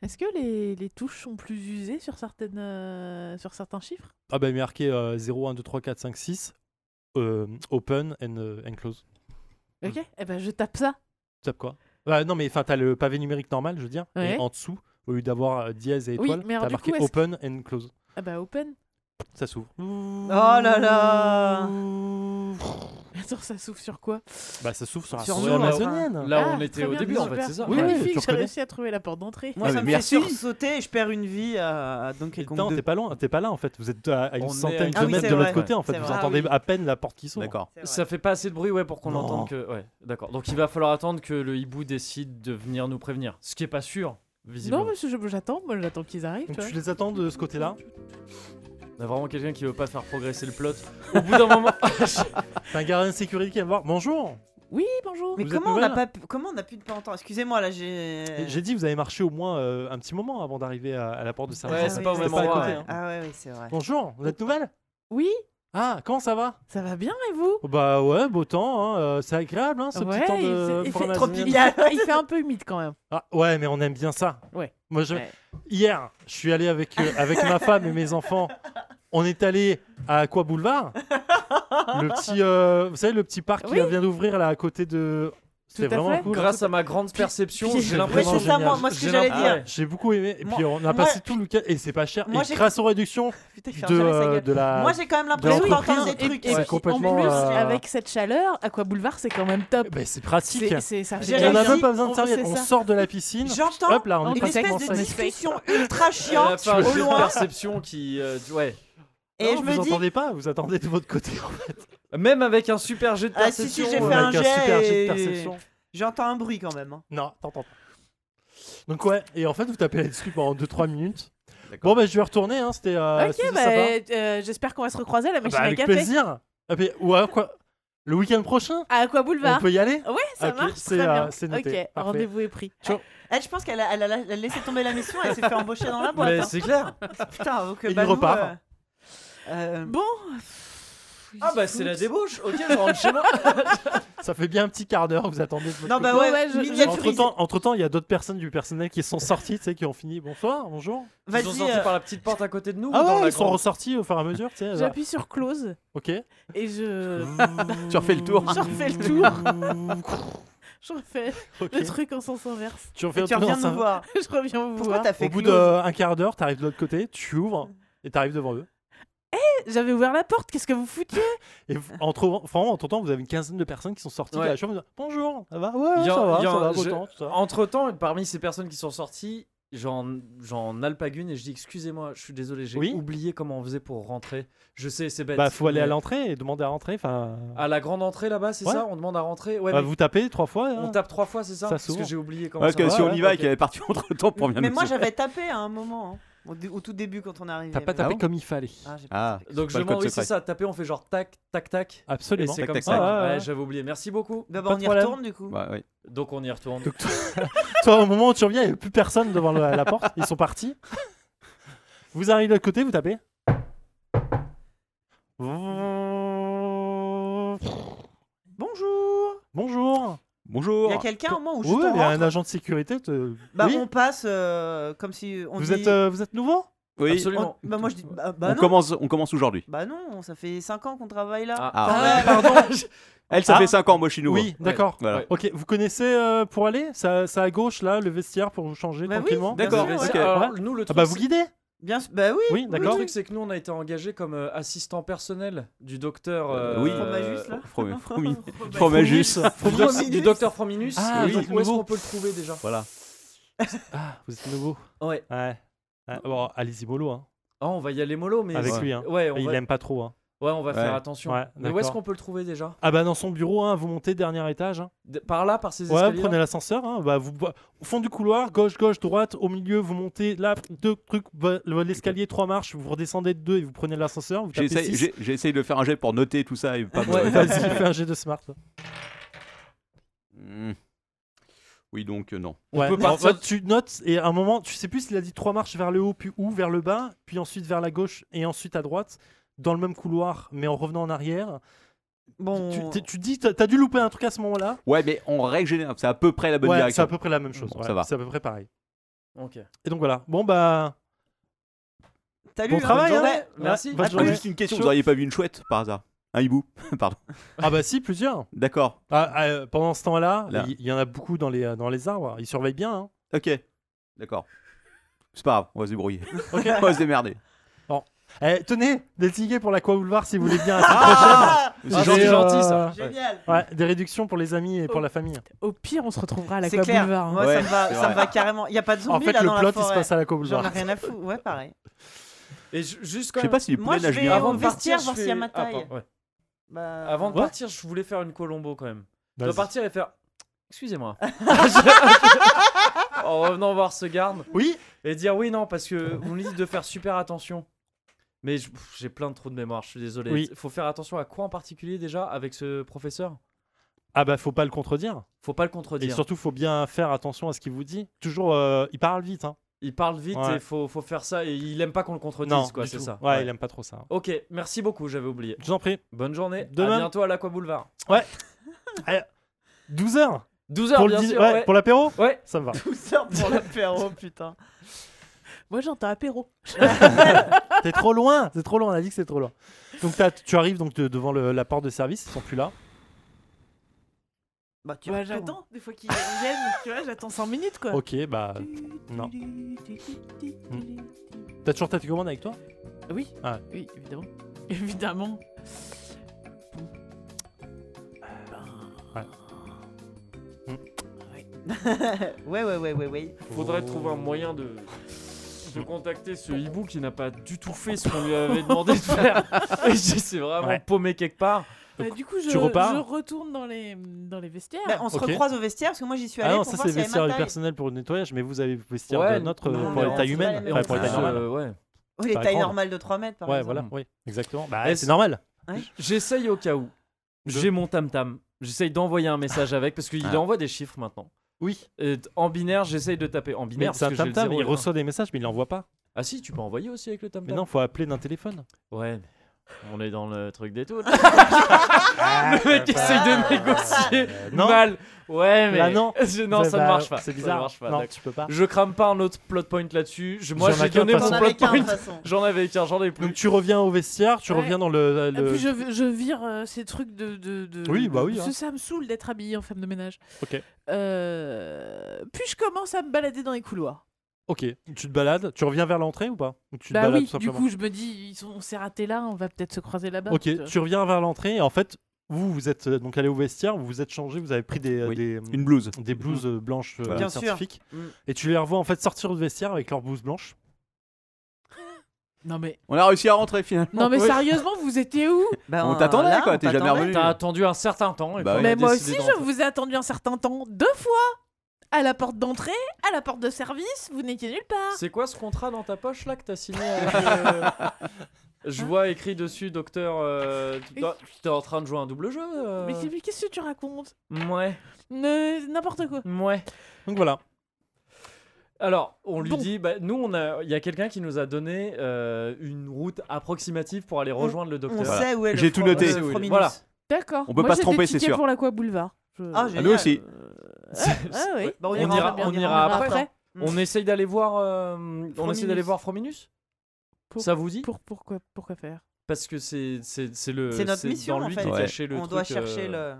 Est-ce que les, les touches sont plus usées sur, certaines, euh, sur certains chiffres Ah bah, il est marqué euh, 0, 1, 2, 3, 4, 5, 6, euh, open and, euh, and close. Hmm. Ok, eh ben, je tape ça. Tu tapes quoi Bah, Non, mais enfin, t'as le pavé numérique normal, je veux dire, Ouais. et en dessous, au lieu d'avoir euh, dièse et Oui, étoile, mais alors, t'as du marqué coup, est-ce open and close. Ah bah open. Ça s'ouvre. Oh là là Attends, ça s'ouvre sur quoi Bah, ça s'ouvre sur la Sur forêt nous, là, amazonienne. Là, Ah, on était très au bien, début, en super. fait, c'est ça. Oui, Ouais, oui, Magnifique, tu j'ai reconnais. réussi à trouver la porte d'entrée. Moi, Ah, ça mais me merci. fait sursauter et je perds une vie à, à Donkey Kong Non, 2. t'es pas loin, t'es pas là en fait. Vous êtes à à On une est à centaine une- de Ah oui, mètres c'est de vrai. l'autre côté en fait. C'est Vous vrai. entendez Ah oui. à peine la porte qui s'ouvre. D'accord. C'est vrai. Ça fait pas assez de bruit, ouais, pour qu'on Non. entende que. Ouais, d'accord. Donc il va falloir attendre que le hibou décide de venir nous prévenir. Ce qui est pas sûr, visiblement. non, mais je- j'attends, moi j'attends qu'ils arrivent. Donc tu tu les attends de ce côté-là. On a vraiment quelqu'un qui veut pas faire progresser le plot. Au bout d'un moment. T'as un gardien de sécurité qui vient me voir. Bonjour. vois. Oui, bonjour. Mais Vous êtes comment on, n'a nouvelle pas, hein. pu- comment on a pu ne pas entendre Excusez-moi, là j'ai. Euh. J'ai dit vous avez marché au moins euh, un petit moment avant d'arriver à, à la porte de Ah service. Ouais, oui, c'est oui, pas au oui, même c'est endroit, vrai. hein. Ah ouais, oui, c'est vrai. Bonjour. Vous êtes nouvelle Oui, Ah, comment ça va ça va bien et vous Oh, Bah ouais, beau temps. hein, euh, c'est agréable, hein, ce Ouais, petit temps il fait- de. il fait format tropique. zénith. il fait, il fait un peu humide quand même. Ah, ouais, mais on aime bien ça. Ouais. Moi, je... Ouais. hier, je suis allé avec euh, avec ma femme et mes enfants. On est allé à Aqua Boulevard, le petit, euh, vous savez, le petit parc Oui. qui vient d'ouvrir là à côté de. C'était Tout à vraiment fait. cool. Grâce à ma grande perception, puis- j'ai Oui, l'impression. c'est ça, génial. moi, moi, ce que J'ai j'allais l'imp- dire. Ah ouais. J'ai beaucoup aimé. Et Moi- puis on moi- a passé tout le cas et c'est pas cher. Moi, et j'ai- grâce aux réductions Putain, il fait de, fermer sa euh, gueule. de la. Moi j'ai quand même l'impression l'entreprise d'entendre des Et, trucs. et ouais. puis, Bah complètement, en plus, euh, avec cette chaleur, Aqua Boulevard c'est quand même top. Ben, c'est pratique. C'est- c'est- ça fait J'ai On n'a réussi. même pas besoin de On- serviette. c'est On ça. sort de la piscine. J'entends Hop là, on est une pratiquement espèce de safe. discussion ultra Elle a chiante fait un au jeu de loin perception qui. euh, ouais. et je vous me dis entendez pas, vous attendez de votre côté. Même avec un super jet de Ah, si, si, perception. j'ai euh, fait un Avec un jet super jet et- de perception. j'entends un bruit quand même. hein. Non, t'entends pas. Donc ouais, et en fait vous tapez là-dessus pendant 2-3 minutes. D'accord. Bon bah je vais retourner, hein, c'était euh, Ok, c'était bah, sympa. euh, j'espère qu'on va se recroiser à la Bah, machine à avec café. plaisir. Ah, puis- ou alors quoi Le week-end prochain À Aqua Boulevard. On peut y aller Ouais, ça Ok, marche. c'est, Très euh, bien. c'est noté. Ok, Parfait. rendez-vous est pris. Elle, je pense qu'elle a, elle a la- elle a laissé tomber la mission, elle s'est fait embaucher dans la boîte. Mais c'est clair. hein. Putain, donc, il bah, nous, repart. euh, euh, Bon. Ah bah c'est la débauche. Ok, je rentre chez moi. Ça fait bien un petit quart d'heure, vous attendez de votre Non, bah Bon, ouais, ouais, je- miniaturisé. entre temps, entre temps, il y a d'autres personnes du personnel qui sont sorties, tu sais, qui ont fini. Bonsoir, bonjour. Ils sont Vas-y, sortis euh, par la petite porte à côté de nous. Ah ou dans ouais, la ils sont grande ressortis au fur et à mesure, tu sais. là. J'appuie sur close Ok. et je. Tu refais le tour. Je refais le tour. Je refais Ok. le truc en sens inverse. Tu refais le tu tour. reviens dans nous un- voir. Je reviens vous Pourquoi voir. t'as fait Au bout close d'un quart d'heure, t'arrives de l'autre côté, tu ouvres et t'arrives devant eux. J'avais ouvert la porte, qu'est-ce que vous foutiez Et v- en trouvant- franchement, entre temps, vous avez une quinzaine de personnes qui sont sorties Ouais. de la chambre. en disant, Bonjour, ça va Ouais, Il y a- ça va, il y a ça un- va, beau je- temps, tout ça. Entre temps, parmi ces personnes qui sont sorties, j'en j'en alpagune et je dis excusez-moi, je suis désolé, j'ai Oui oublié comment on faisait pour rentrer. Je sais, c'est bête. Bah, faut aller à mais l'entrée et demander à rentrer. Enfin, à la grande entrée là-bas, c'est Ouais. ça On demande à rentrer. Ouais, bah, mais vous tapez trois fois. hein. on tape trois fois, c'est ça, Ça Parce que s'ouvre. j'ai oublié comment Parce ça que marche. si on y va et ok. qu'il avait parti entre temps pour bien Mais nous moi dire. j'avais tapé à un moment, hein, au, dé- au tout début quand on arrivait. T'as pas mais- tapé bon comme il fallait. Ah, j'ai pas Ah, tapé. Donc Pas je le code demande, oui, c'est secret. ça, taper, on fait genre tac, tac, tac. Et Absolument. c'est Tac, comme tac, ça. tac. que- Ouais, Ouais, ouais. j'avais oublié. Merci beaucoup. Bah, bah, pas on de y problème. retourne du coup. Ouais, ouais. Donc on y retourne. Donc, toi, au moment où tu reviens, il n'y a plus personne devant la, la porte. Ils sont partis. Vous arrivez de l'autre côté, vous tapez. Bonjour Bonjour. Il y Bonjour. a quelqu'un au moins où Oh, je Oui, t'en il y a un rentre agent de sécurité. te- Bah Oui. on passe euh, comme si on Vous dit... êtes, euh, vous êtes nouveau Oui. on- Absolument. Bah moi je dis... Bah, bah On non. commence, on commence aujourd'hui. Bah non, ça fait 5 ans qu'on travaille là. Ah. Ah. pardon. Elle, ça Ah. fait 5 ans, moi, chez nous. Oui, d'accord. Voilà. Ouais. Ok, vous connaissez euh, pour aller C'est à, c'est à gauche, là, le vestiaire pour vous changer Bah oui, tranquillement bien D'accord, sûr, ok. ouais. Alors, nous, le Ah truc, bah vous c'est- guidez Bien sûr, bah oui. Oui, le d'accord. truc, c'est que nous, on a été engagés comme euh, assistant personnel du docteur. Euh, oui. Fromagus, là. From- from- Fromagus. Fromagus. Du, doc- Frominus. du docteur Frominus. Ah, oui. oui, Où est-ce nouveau. qu'on peut le trouver déjà Voilà. Ah, vous êtes nouveau. Ouais. Ouais. Ah, bon, allez-y mollo, hein. Ah, on va y aller mollo, mais. avec ouais. lui. Hein. Ouais, on Il va, aime pas trop. Hein. ouais, on va Ouais. faire attention. Ouais, mais où d'accord. est-ce qu'on peut le trouver déjà Ah bah dans son bureau, hein, vous montez dernier étage. Hein. De- Par là, par ces Ouais, escaliers prenez l'ascenseur. Hein. Bah, vous... Au fond du couloir, gauche, gauche, droite, au milieu, vous montez là, deux trucs, bah, le- l'escalier, trois marches, vous redescendez de deux et vous prenez l'ascenseur. Vous tapez J'essaye six. j'ai- j'ai essayé de faire un jet pour noter tout ça et pas me- Ouais, Vas-y, fais un jet de smart. Hmm. Oui, donc euh, non. Ouais, peut en partir- fait, tu notes et à un moment, tu sais plus s'il a dit trois marches vers le haut, puis où, vers le bas, puis ensuite vers la gauche et ensuite à droite. dans le même couloir, mais en revenant en arrière. Bon, Tu, t'es- tu dis, t'as t'as dû louper un truc à ce moment-là Ouais, mais en règle générale, c'est à peu près la bonne Ouais, c'est direction. à peu près la même chose. Bon, ouais, ça va. C'est à peu près pareil. Ok. Et donc voilà. Bon bah. t'as lu Bon hein, travail, bonne hein journée. Merci. Ah, Bonne À journée. plus. Ah, Juste une question, vous auriez pas vu une chouette par hasard Un hibou Pardon. Ah bah si, plusieurs. D'accord, Ah, ah, euh, pendant ce temps-là, Là. il il y en a beaucoup dans les, euh, dans les arbres. Ils surveillent bien. hein. ok. D'accord. C'est pas grave, on va se débrouiller. on va se démerder. Eh, tenez, des tickets pour l'Aqua Boulevard si vous voulez bien. Ah Ah, C'est c'est gentil. gentil ça. Génial. euh, Ouais, des réductions pour les amis et pour Oh. la famille. Au pire, on se retrouvera à la C'est clair. Boulevard. hein. Moi, Ouais, ça me va, c'est ça me vrai. va carrément. Il y a pas de zombie En fait, là dans la le plot, il se forêt. passe à l'Aqua Boulevard. J'en ai rien à foutre. Ouais, pareil. Et ju- juste Je quand sais même, pas si les Moi, poulets je nagent vais bien. au- vestiaire, je voir s'il y a fais- Mataille. Ah, pardon, ouais. Bah, Avant de Ouais. partir, je voulais faire une Colombo quand même. Je dois Vas-y. partir et faire. Excusez-moi. Je- en revenant voir ce garde Oui, et dire oui, non, parce que on me dit de faire super attention. Mais je- pff, j'ai plein de trous de mémoire, je suis désolé. Oui. Faut faire attention à quoi en particulier déjà avec ce professeur Ah bah faut pas le contredire. Faut pas le Et contredire. surtout faut bien faire attention à ce qu'il vous dit. Toujours, euh, il parle vite. Hein. Il parle vite Ouais. et faut, faut faire ça. Et il aime pas qu'on le contredise, quoi, du c'est tout. ça. Ouais, Ouais. il aime pas trop ça. Ok, merci beaucoup, j'avais oublié. Je vous en prie. Bonne journée. De à même. bientôt à l'Aqua Boulevard. 12 heures 12h, pour le bien dîner- sûr. ouais, ouais. pour l'apéro. Ouais. Ça me va. tout ça pour l'apéro, putain. Moi, j'entends apéro. T'es trop loin, c'est trop loin, on a dit que c'est trop loin. Donc t'as- tu arrives donc de- devant le- la porte de service, ils sont plus là. Bah, tu Bah, retournes. j'attends des fois qu'ils viennent. Tu vois, j'attends 5 minutes quoi. Ok, bah non. Mm. t'as toujours ta commande avec toi Oui. Ah. Oui, évidemment. Évidemment. ouais, ouais, ouais, ouais, ouais. Faudrait trouver un moyen de, de contacter ce hibou qui n'a pas du tout fait ce qu'on lui avait demandé de faire. Et je- c'est vraiment Ouais. paumé quelque part. Bah, du coup, je, tu repars je retourne dans les, dans les vestiaires. Bah, on se Ok. recroise au vestiaire parce que moi j'y suis Ah allé non, pour ça voir c'est s'il y avait vestiaire du ma taille. personnel pour le nettoyage, mais vous avez vestiaire Ouais, de notre non, euh, mais pour les on tailles se humaines, balade, mais enfin, on pour les se tailles balade. normales. Euh, ouais. Ou les Pas tailles grande. normales de 3 mètres par Ouais, exemple. voilà, oui, exactement. Bah, Est-ce- c'est normal. J'essaye au cas où. J'ai mon tam-tam. J'essaye d'envoyer un message avec parce qu'il Ah. envoie des chiffres maintenant. Oui, Et t- en binaire, j'essaye de taper. En mais binaire, c'est un parce que j'ai le tam-tam, zéro il et le un. reçoit des messages, mais il l'envoie pas. Ah si, tu peux envoyer aussi avec le tam-tam. Mais non, faut appeler d'un téléphone. Ouais, mais on est dans le truc des taux. là. le Ah, mec essaye de négocier Ah, non. mal. Ouais, mais Là, non. Je- non, ça ne Bah, marche pas. C'est Ça bizarre. ne marche pas, non, d'accord. tu peux pas. Je crame pas un autre plot point là-dessus. Je- Moi, J'en ai j'ai qu'un, donné de mon toute T'en façon. plot avais qu'un de point. toute façon. J'en avais qu'un, j'en ai plus. Donc tu reviens au vestiaire, tu Ouais. reviens dans le. Et le- puis je, je vire euh, ces trucs de, de, de- Oui, bah oui, parce hein. que ça me saoule d'être habillée en femme de ménage. Ok. Euh, Puis je commence à me balader dans les couloirs. Ok, tu te balades, tu reviens vers l'entrée ou pas Ou tu te bah oui, balades tout du simplement coup je me dis, ils sont- on s'est raté là, on va peut-être se croiser là-bas. euh, tu Ok, vois. tu reviens vers l'entrée et en fait, vous, vous êtes euh, donc allé au vestiaire, vous vous êtes changé, vous avez pris des, euh, Oui. des, Une blouse. des blouses euh, blanches euh, Bien sûr. scientifiques Mm. et tu les revois en fait sortir du vestiaire avec leurs blouses blanches. Non mais, On a réussi à rentrer finalement. non, mais Oui. sérieusement, vous étiez où Bah, On t'attendait, là, quoi, on t'es jamais t'attendait. revenu. T'as attendu un certain temps. Et Bah puis oui. on a Mais moi décidé aussi, d'entrer. je vous ai attendu un certain temps, deux fois À la porte d'entrée, à la porte de service, vous n'étiez nulle part C'est quoi ce contrat dans ta poche là que t'as signé avec, euh, Je vois écrit dessus, docteur. euh, tu- Mais- T'es en train de jouer un double jeu euh, Mais, mais qu'est-ce que tu racontes Ouais, Ne- N'importe quoi ouais. Donc voilà. Alors, on lui Bon. dit, bah, nous, on a, il y a quelqu'un qui nous a donné euh, une route approximative pour aller rejoindre le Mm. On docteur. Voilà. sait où est le J'ai tout fro- noté. le C'est où il est. Frominus. Voilà. D'accord. On peut Moi, pas se j'ai des tromper, c'est tickets sûr. pour l'Aqua Boulevard. Je- Ah, génial. nous Euh, aussi. Ah oui. Bah, On ira- ira- bien, on ira après. On Mm. essaye d'aller voir. euh, on essaye d'aller Frominus. voir Frominus. Pour- Ça vous dit Pour pourquoi pourquoi faire Parce que c'est c'est c'est le. C'est notre mission, dans lui en fait. qu'est Ouais. caché le On doit truc, euh, chercher le.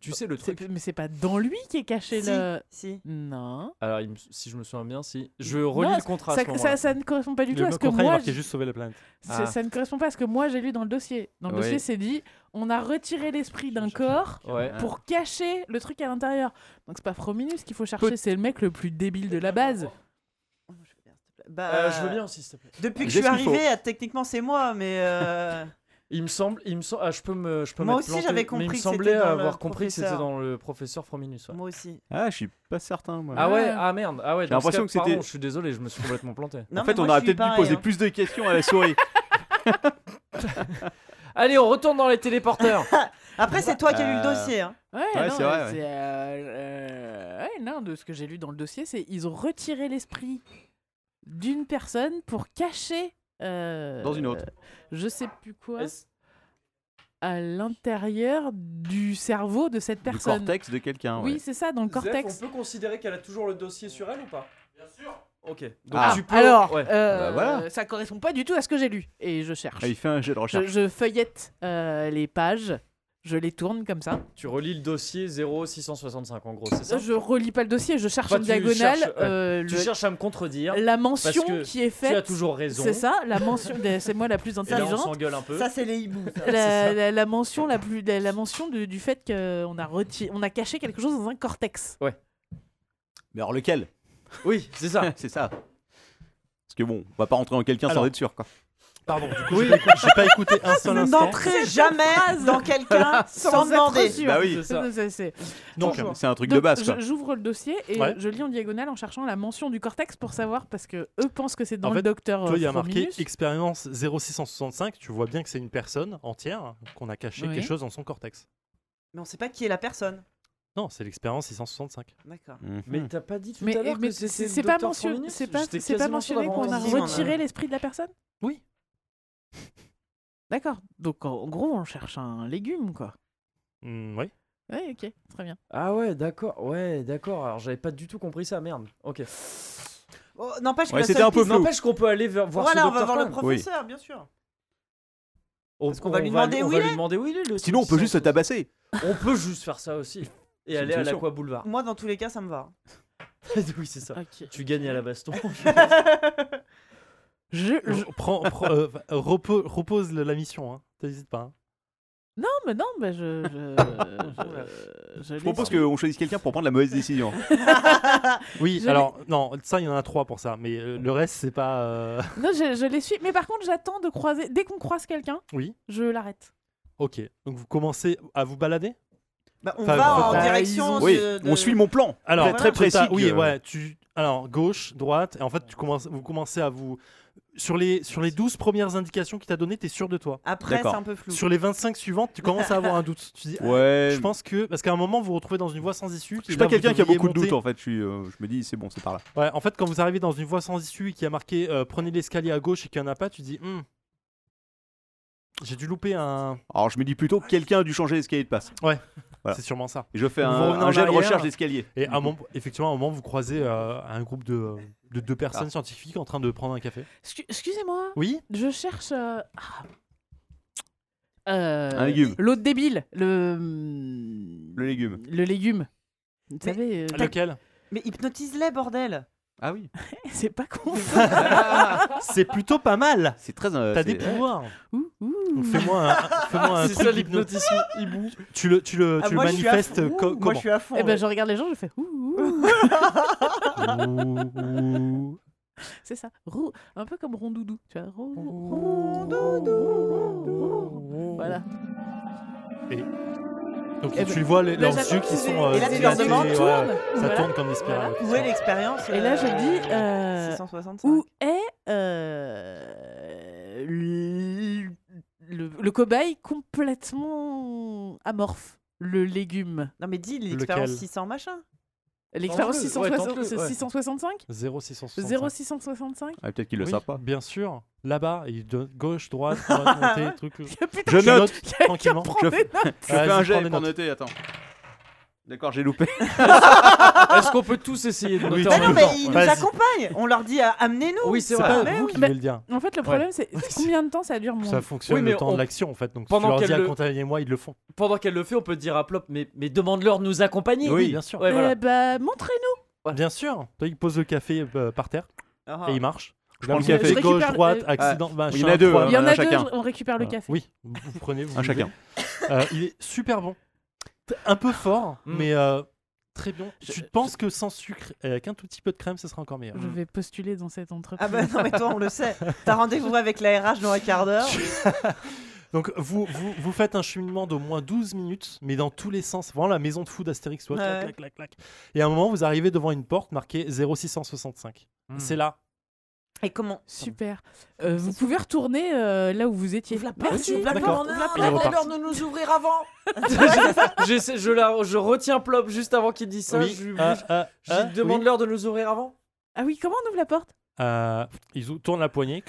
Tu sais le C'est- truc. Mais c'est pas dans lui qui est caché Si. le. Si. Non. Alors il me- si je me souviens bien, si je relis Non, le contrat. Ah, à ce Ça, moment-là. ça, ça ne correspond pas du tout le à ce que contrat est moi. marqué j- juste sauver la planète. ça- Ah. Ça ne correspond pas à ce que moi j'ai lu dans le dossier. Dans le Oui. dossier, c'est dit on a retiré l'esprit d'un corps Ouais. pour cacher le truc à l'intérieur. Donc c'est pas Frominus qu'il faut chercher, c'est le mec le plus débile de la base. Bah, Euh, je veux bien aussi, s'il te plaît. Depuis que je J'ai suis ce qu'il faut. arrivé, ah, techniquement c'est moi, mais euh, Il me semble, il me semble, ah, je peux me, je peux Moi m'être aussi, planté, j'avais mais compris Il que me c'était semblait dans le avoir compris que c'était professeur. dans le professeur Frominus. ouais. moi aussi. Ah, je suis pas certain, moi. Ah ouais, Ouais. ah merde, ah ouais. J'ai dans ce l'impression cas, que c'était- pardon, Je suis désolé, je me suis complètement planté. Non, en mais fait, on moi, aurait je suis peut-être dû pareil, poser hein. plus de questions à la souris. Allez, on retourne dans les téléporteurs. Après, c'est toi qui as lu le Euh, dossier. hein. Ouais, Ouais, non, c'est vrai, c'est, euh, euh, ouais, non, de ce que j'ai lu dans le dossier, c'est ils ont retiré l'esprit d'une personne pour cacher euh, Dans une autre. Je sais plus quoi. Est-ce- À l'intérieur du cerveau de cette Du personne. cortex de quelqu'un. Oui, ouais. c'est ça, dans le Zef, cortex. on peut considérer qu'elle a toujours le dossier sur elle ou pas Bien sûr. Ok. Donc Ah. tu peux. Alors, ouais. euh, Bah voilà. ça correspond pas du tout à ce que j'ai lu. Et je cherche. Ah, il fait un jet de Je, recherche. je feuillette euh, les pages, je les tourne comme ça. Tu relis le dossier 0665 en gros, c'est ça Je relis pas le dossier, je cherche Bah, en tu diagonale cherches, ouais. euh, Tu le- cherches à me contredire. la mention parce que qui est Tu as faite. toujours raison. C'est ça, la mention. c'est moi la plus Et là, on intelligente. s'engueule euh, un peu. Ça, c'est les hiboux. ça. La, la- la mention la plus la, la mention de- du fait qu'on a reti- on a caché quelque chose dans un cortex. Mais alors lequel Oui, c'est ça. C'est ça. Parce que bon, on va pas rentrer en quelqu'un sans Alors. être sûr. Quoi. Pardon, du coup, j'ai pas écouté- j'ai pas écouté un seul instant. N'entrez jamais dans quelqu'un sans être demander. sûr. Bah oui. C'est ça. C'est- c'est- Donc, Bonjour. C'est un truc Donc, de base. je- Quoi. J'ouvre le dossier et Ouais. je lis en diagonale en cherchant la mention du cortex pour savoir parce que eux pensent que c'est dans En le fait, docteur. toi, il y a euh, marqué Frominus. expérience 0665. Tu vois bien que c'est une personne entière qu'on a caché Oui. quelque chose dans son cortex. Mais on sait pas qui est la personne. Non, c'est l'expérience 665. D'accord. Mhm. Mais t'as pas dit tout Mais, à l'heure mais que c'était c'est le c'est pas, docteur mention- Fourminus c'est pas, J'étais c'est pas quasiment sûr mentionné d'avoir hein. qu'on a entendu. retiré l'esprit de la personne Oui. D'accord. Donc en en gros, on cherche un légume, quoi. Hmm, oui. Oui, ok, très bien. Ah ouais, d'accord. Ouais, d'accord. Alors j'avais pas du tout compris ça, merde. Ok. Oh, N'empêche que Ouais, la c'était seule un peu piste- flou. N'empêche qu'on peut aller ver- voir ce Voilà, on va docteur voir quand le même. professeur, bien sûr. On- Parce qu'on va lui on demander on où va il lui est. demander où il est. le Sinon, on peut juste se 665. tabasser. On peut juste faire ça aussi. C'est Et une aller à solution. l'Aqua Boulevard. Moi, dans tous les cas, ça me va. oui, c'est ça. Tu gagnes à la baston. Je, je- Je- prends- prends- euh, va- repo- repose le- la mission, hein. t'hésites pas. hein. Non, mais non, mais je. Je, je- je Je propose les- qu'on choisisse quelqu'un pour prendre la mauvaise décision. Oui, Je alors, non, ça, il y en a trois pour ça, mais euh, le reste, c'est pas. euh, Non, je, je les suis. Mais par contre, j'attends de croiser. Dès qu'on croise quelqu'un, Oui, je l'arrête. ok. Donc, vous commencez à vous balader Bah, on Enfin, va bon. en Bah, direction. oui, de- de- on suit mon plan. Alors, Vous êtes très tu t'as- précis Oui, que- ouais. Tu, alors, gauche, droite, et en fait, tu commences, vous commencez à vous. Sur les, sur les 12 premières indications qu'il t'a données, t'es sûr de toi. Après, c'est D'accord. un peu flou. Sur les 25 suivantes, tu commences à avoir un doute. Tu dis, ah, Ouais. je pense que. Parce qu'à un moment, vous vous retrouvez dans une voie sans issue. Je suis pas quelqu'un qui a beaucoup de doutes en fait. Je, suis, euh, je me dis, c'est bon, c'est par là. Ouais, en fait, quand vous arrivez dans une voie sans issue et qu'il y a marqué euh, prenez l'escalier à gauche et qu'il n'y en a pas, tu dis Hmm, j'ai dû louper un. Alors, je me dis plutôt, quelqu'un a dû changer l'escalier de passe. Voilà. C'est sûrement ça. Et je fais Vous un, revenez en un jet de arrière. recherche d'escalier. Et à un moment, effectivement, à un moment, vous croisez euh, un groupe de, euh, de deux personnes scientifiques en train de prendre un café. Excu- Excusez-moi, Oui je cherche. euh, ah. Euh, Un légume. L'autre débile, le. Le légume. Le légume. Vous Mais- savez, euh, Lequel Mais hypnotise-les, bordel. Ah oui. c'est pas con. C'est plutôt pas mal C'est très. euh, T'as c'est- des pouvoirs Ouh, Donc ouh. Fais-moi un, fais-moi un C'est truc ça d'hypnose. l'hypnotisme hibou. Tu le, tu le, Ah, tu le moi, je suis à manifestes fond. co- Ouh, Moi, je comment suis à fond. Eh ouais. ben, je regarde les gens, je fais. ouh, ouh. C'est ça. Rou- Un peu comme rondoudou. Tu vois. rou- Rondoudou. Voilà. Donc Eh tu ben, vois les, là, leurs j'attends yeux qui qu'ils sont aient- et là, euh, tu leur dilatés, demandes, ouais, tourne. ça Voilà. tourne comme des spirales. Où est l'expérience Et là, je dis, euh, 665. Où est euh, le, le- le cobaye complètement amorphe Le légume. Non, mais dis l'expérience Lequel 600 machin. L'expérience Tente-le, ouais, 660 tente-le, ouais. 665 0665. 0665 Ah, Peut-être qu'ils le Oui, savent pas. Bien sûr. Là-bas, il donne gauche, droite, droite, montée, truc. Il y a plus Je Tu note. notes tranquillement. de Je- notes. Je Vas-y, fais un prends jet des pour notes. noter. Attends. D'accord, j'ai loupé. Est-ce qu'on peut tous essayer de noter Oui, en Bah tu non, même mais temps. ils nous Vas-y. accompagnent. On leur dit, euh, amenez-nous. Oui, c'est C'est vrai. pas mais vous oui. qui devez le dire. En fait, le problème, c'est combien de temps ça dure mon. Ça fonctionne Oui, mais le temps on- de l'action en fait. Donc Pendant si tu leur qu'elle dis le- accompagnez-moi, ils le font. Pendant qu'elle le fait, on peut dire à Plop, mais, mais demande-leur de nous accompagner. Oui. bien sûr. Ouais, voilà. Eh bah, montrez-nous Bien sûr. Toi, il pose le café euh, par terre Ah, et il marche. Je prends le Là, vous café. êtes Je Gauche, récupère- droite, euh, accident, machin. il y en a deux, trois. hein. Il y en un a deux, chacun. on récupère le café. Oui, vous vous prenez. vous Un chacun. buvez. Euh, il est super bon. T- Un peu fort, Mm. mais euh, très bon. Je pense que sans sucre et avec un tout petit peu de crème, ce sera encore meilleur. Je vais postuler dans cette entreprise. Ah bah non, mais toi, on le sait. T'as rendez-vous avec la RH dans un quart d'heure. Donc vous, vous, vous faites un cheminement d'au moins 12 minutes, mais dans tous les sens. Vraiment la maison de food d'Astérix, soit clac, Ouais. clac, clac, clac. Et à un moment, vous arrivez devant une porte marquée 0665. C'est là. Et comment Super. Euh, vous pouvez retourner euh, là où vous étiez. Bah Merci. Ouvre la D'accord. porte, ouvre la Il repart. porte, de nous ouvrir avant. J'essaie- je, la, je retiens Plop juste avant qu'il dise ça. Je, lui- Ah, ah, je ah, lui demande leur de nous ouvrir avant. Ah oui, comment on ouvre la porte oui. Euh, ils ou- tournent la poignée.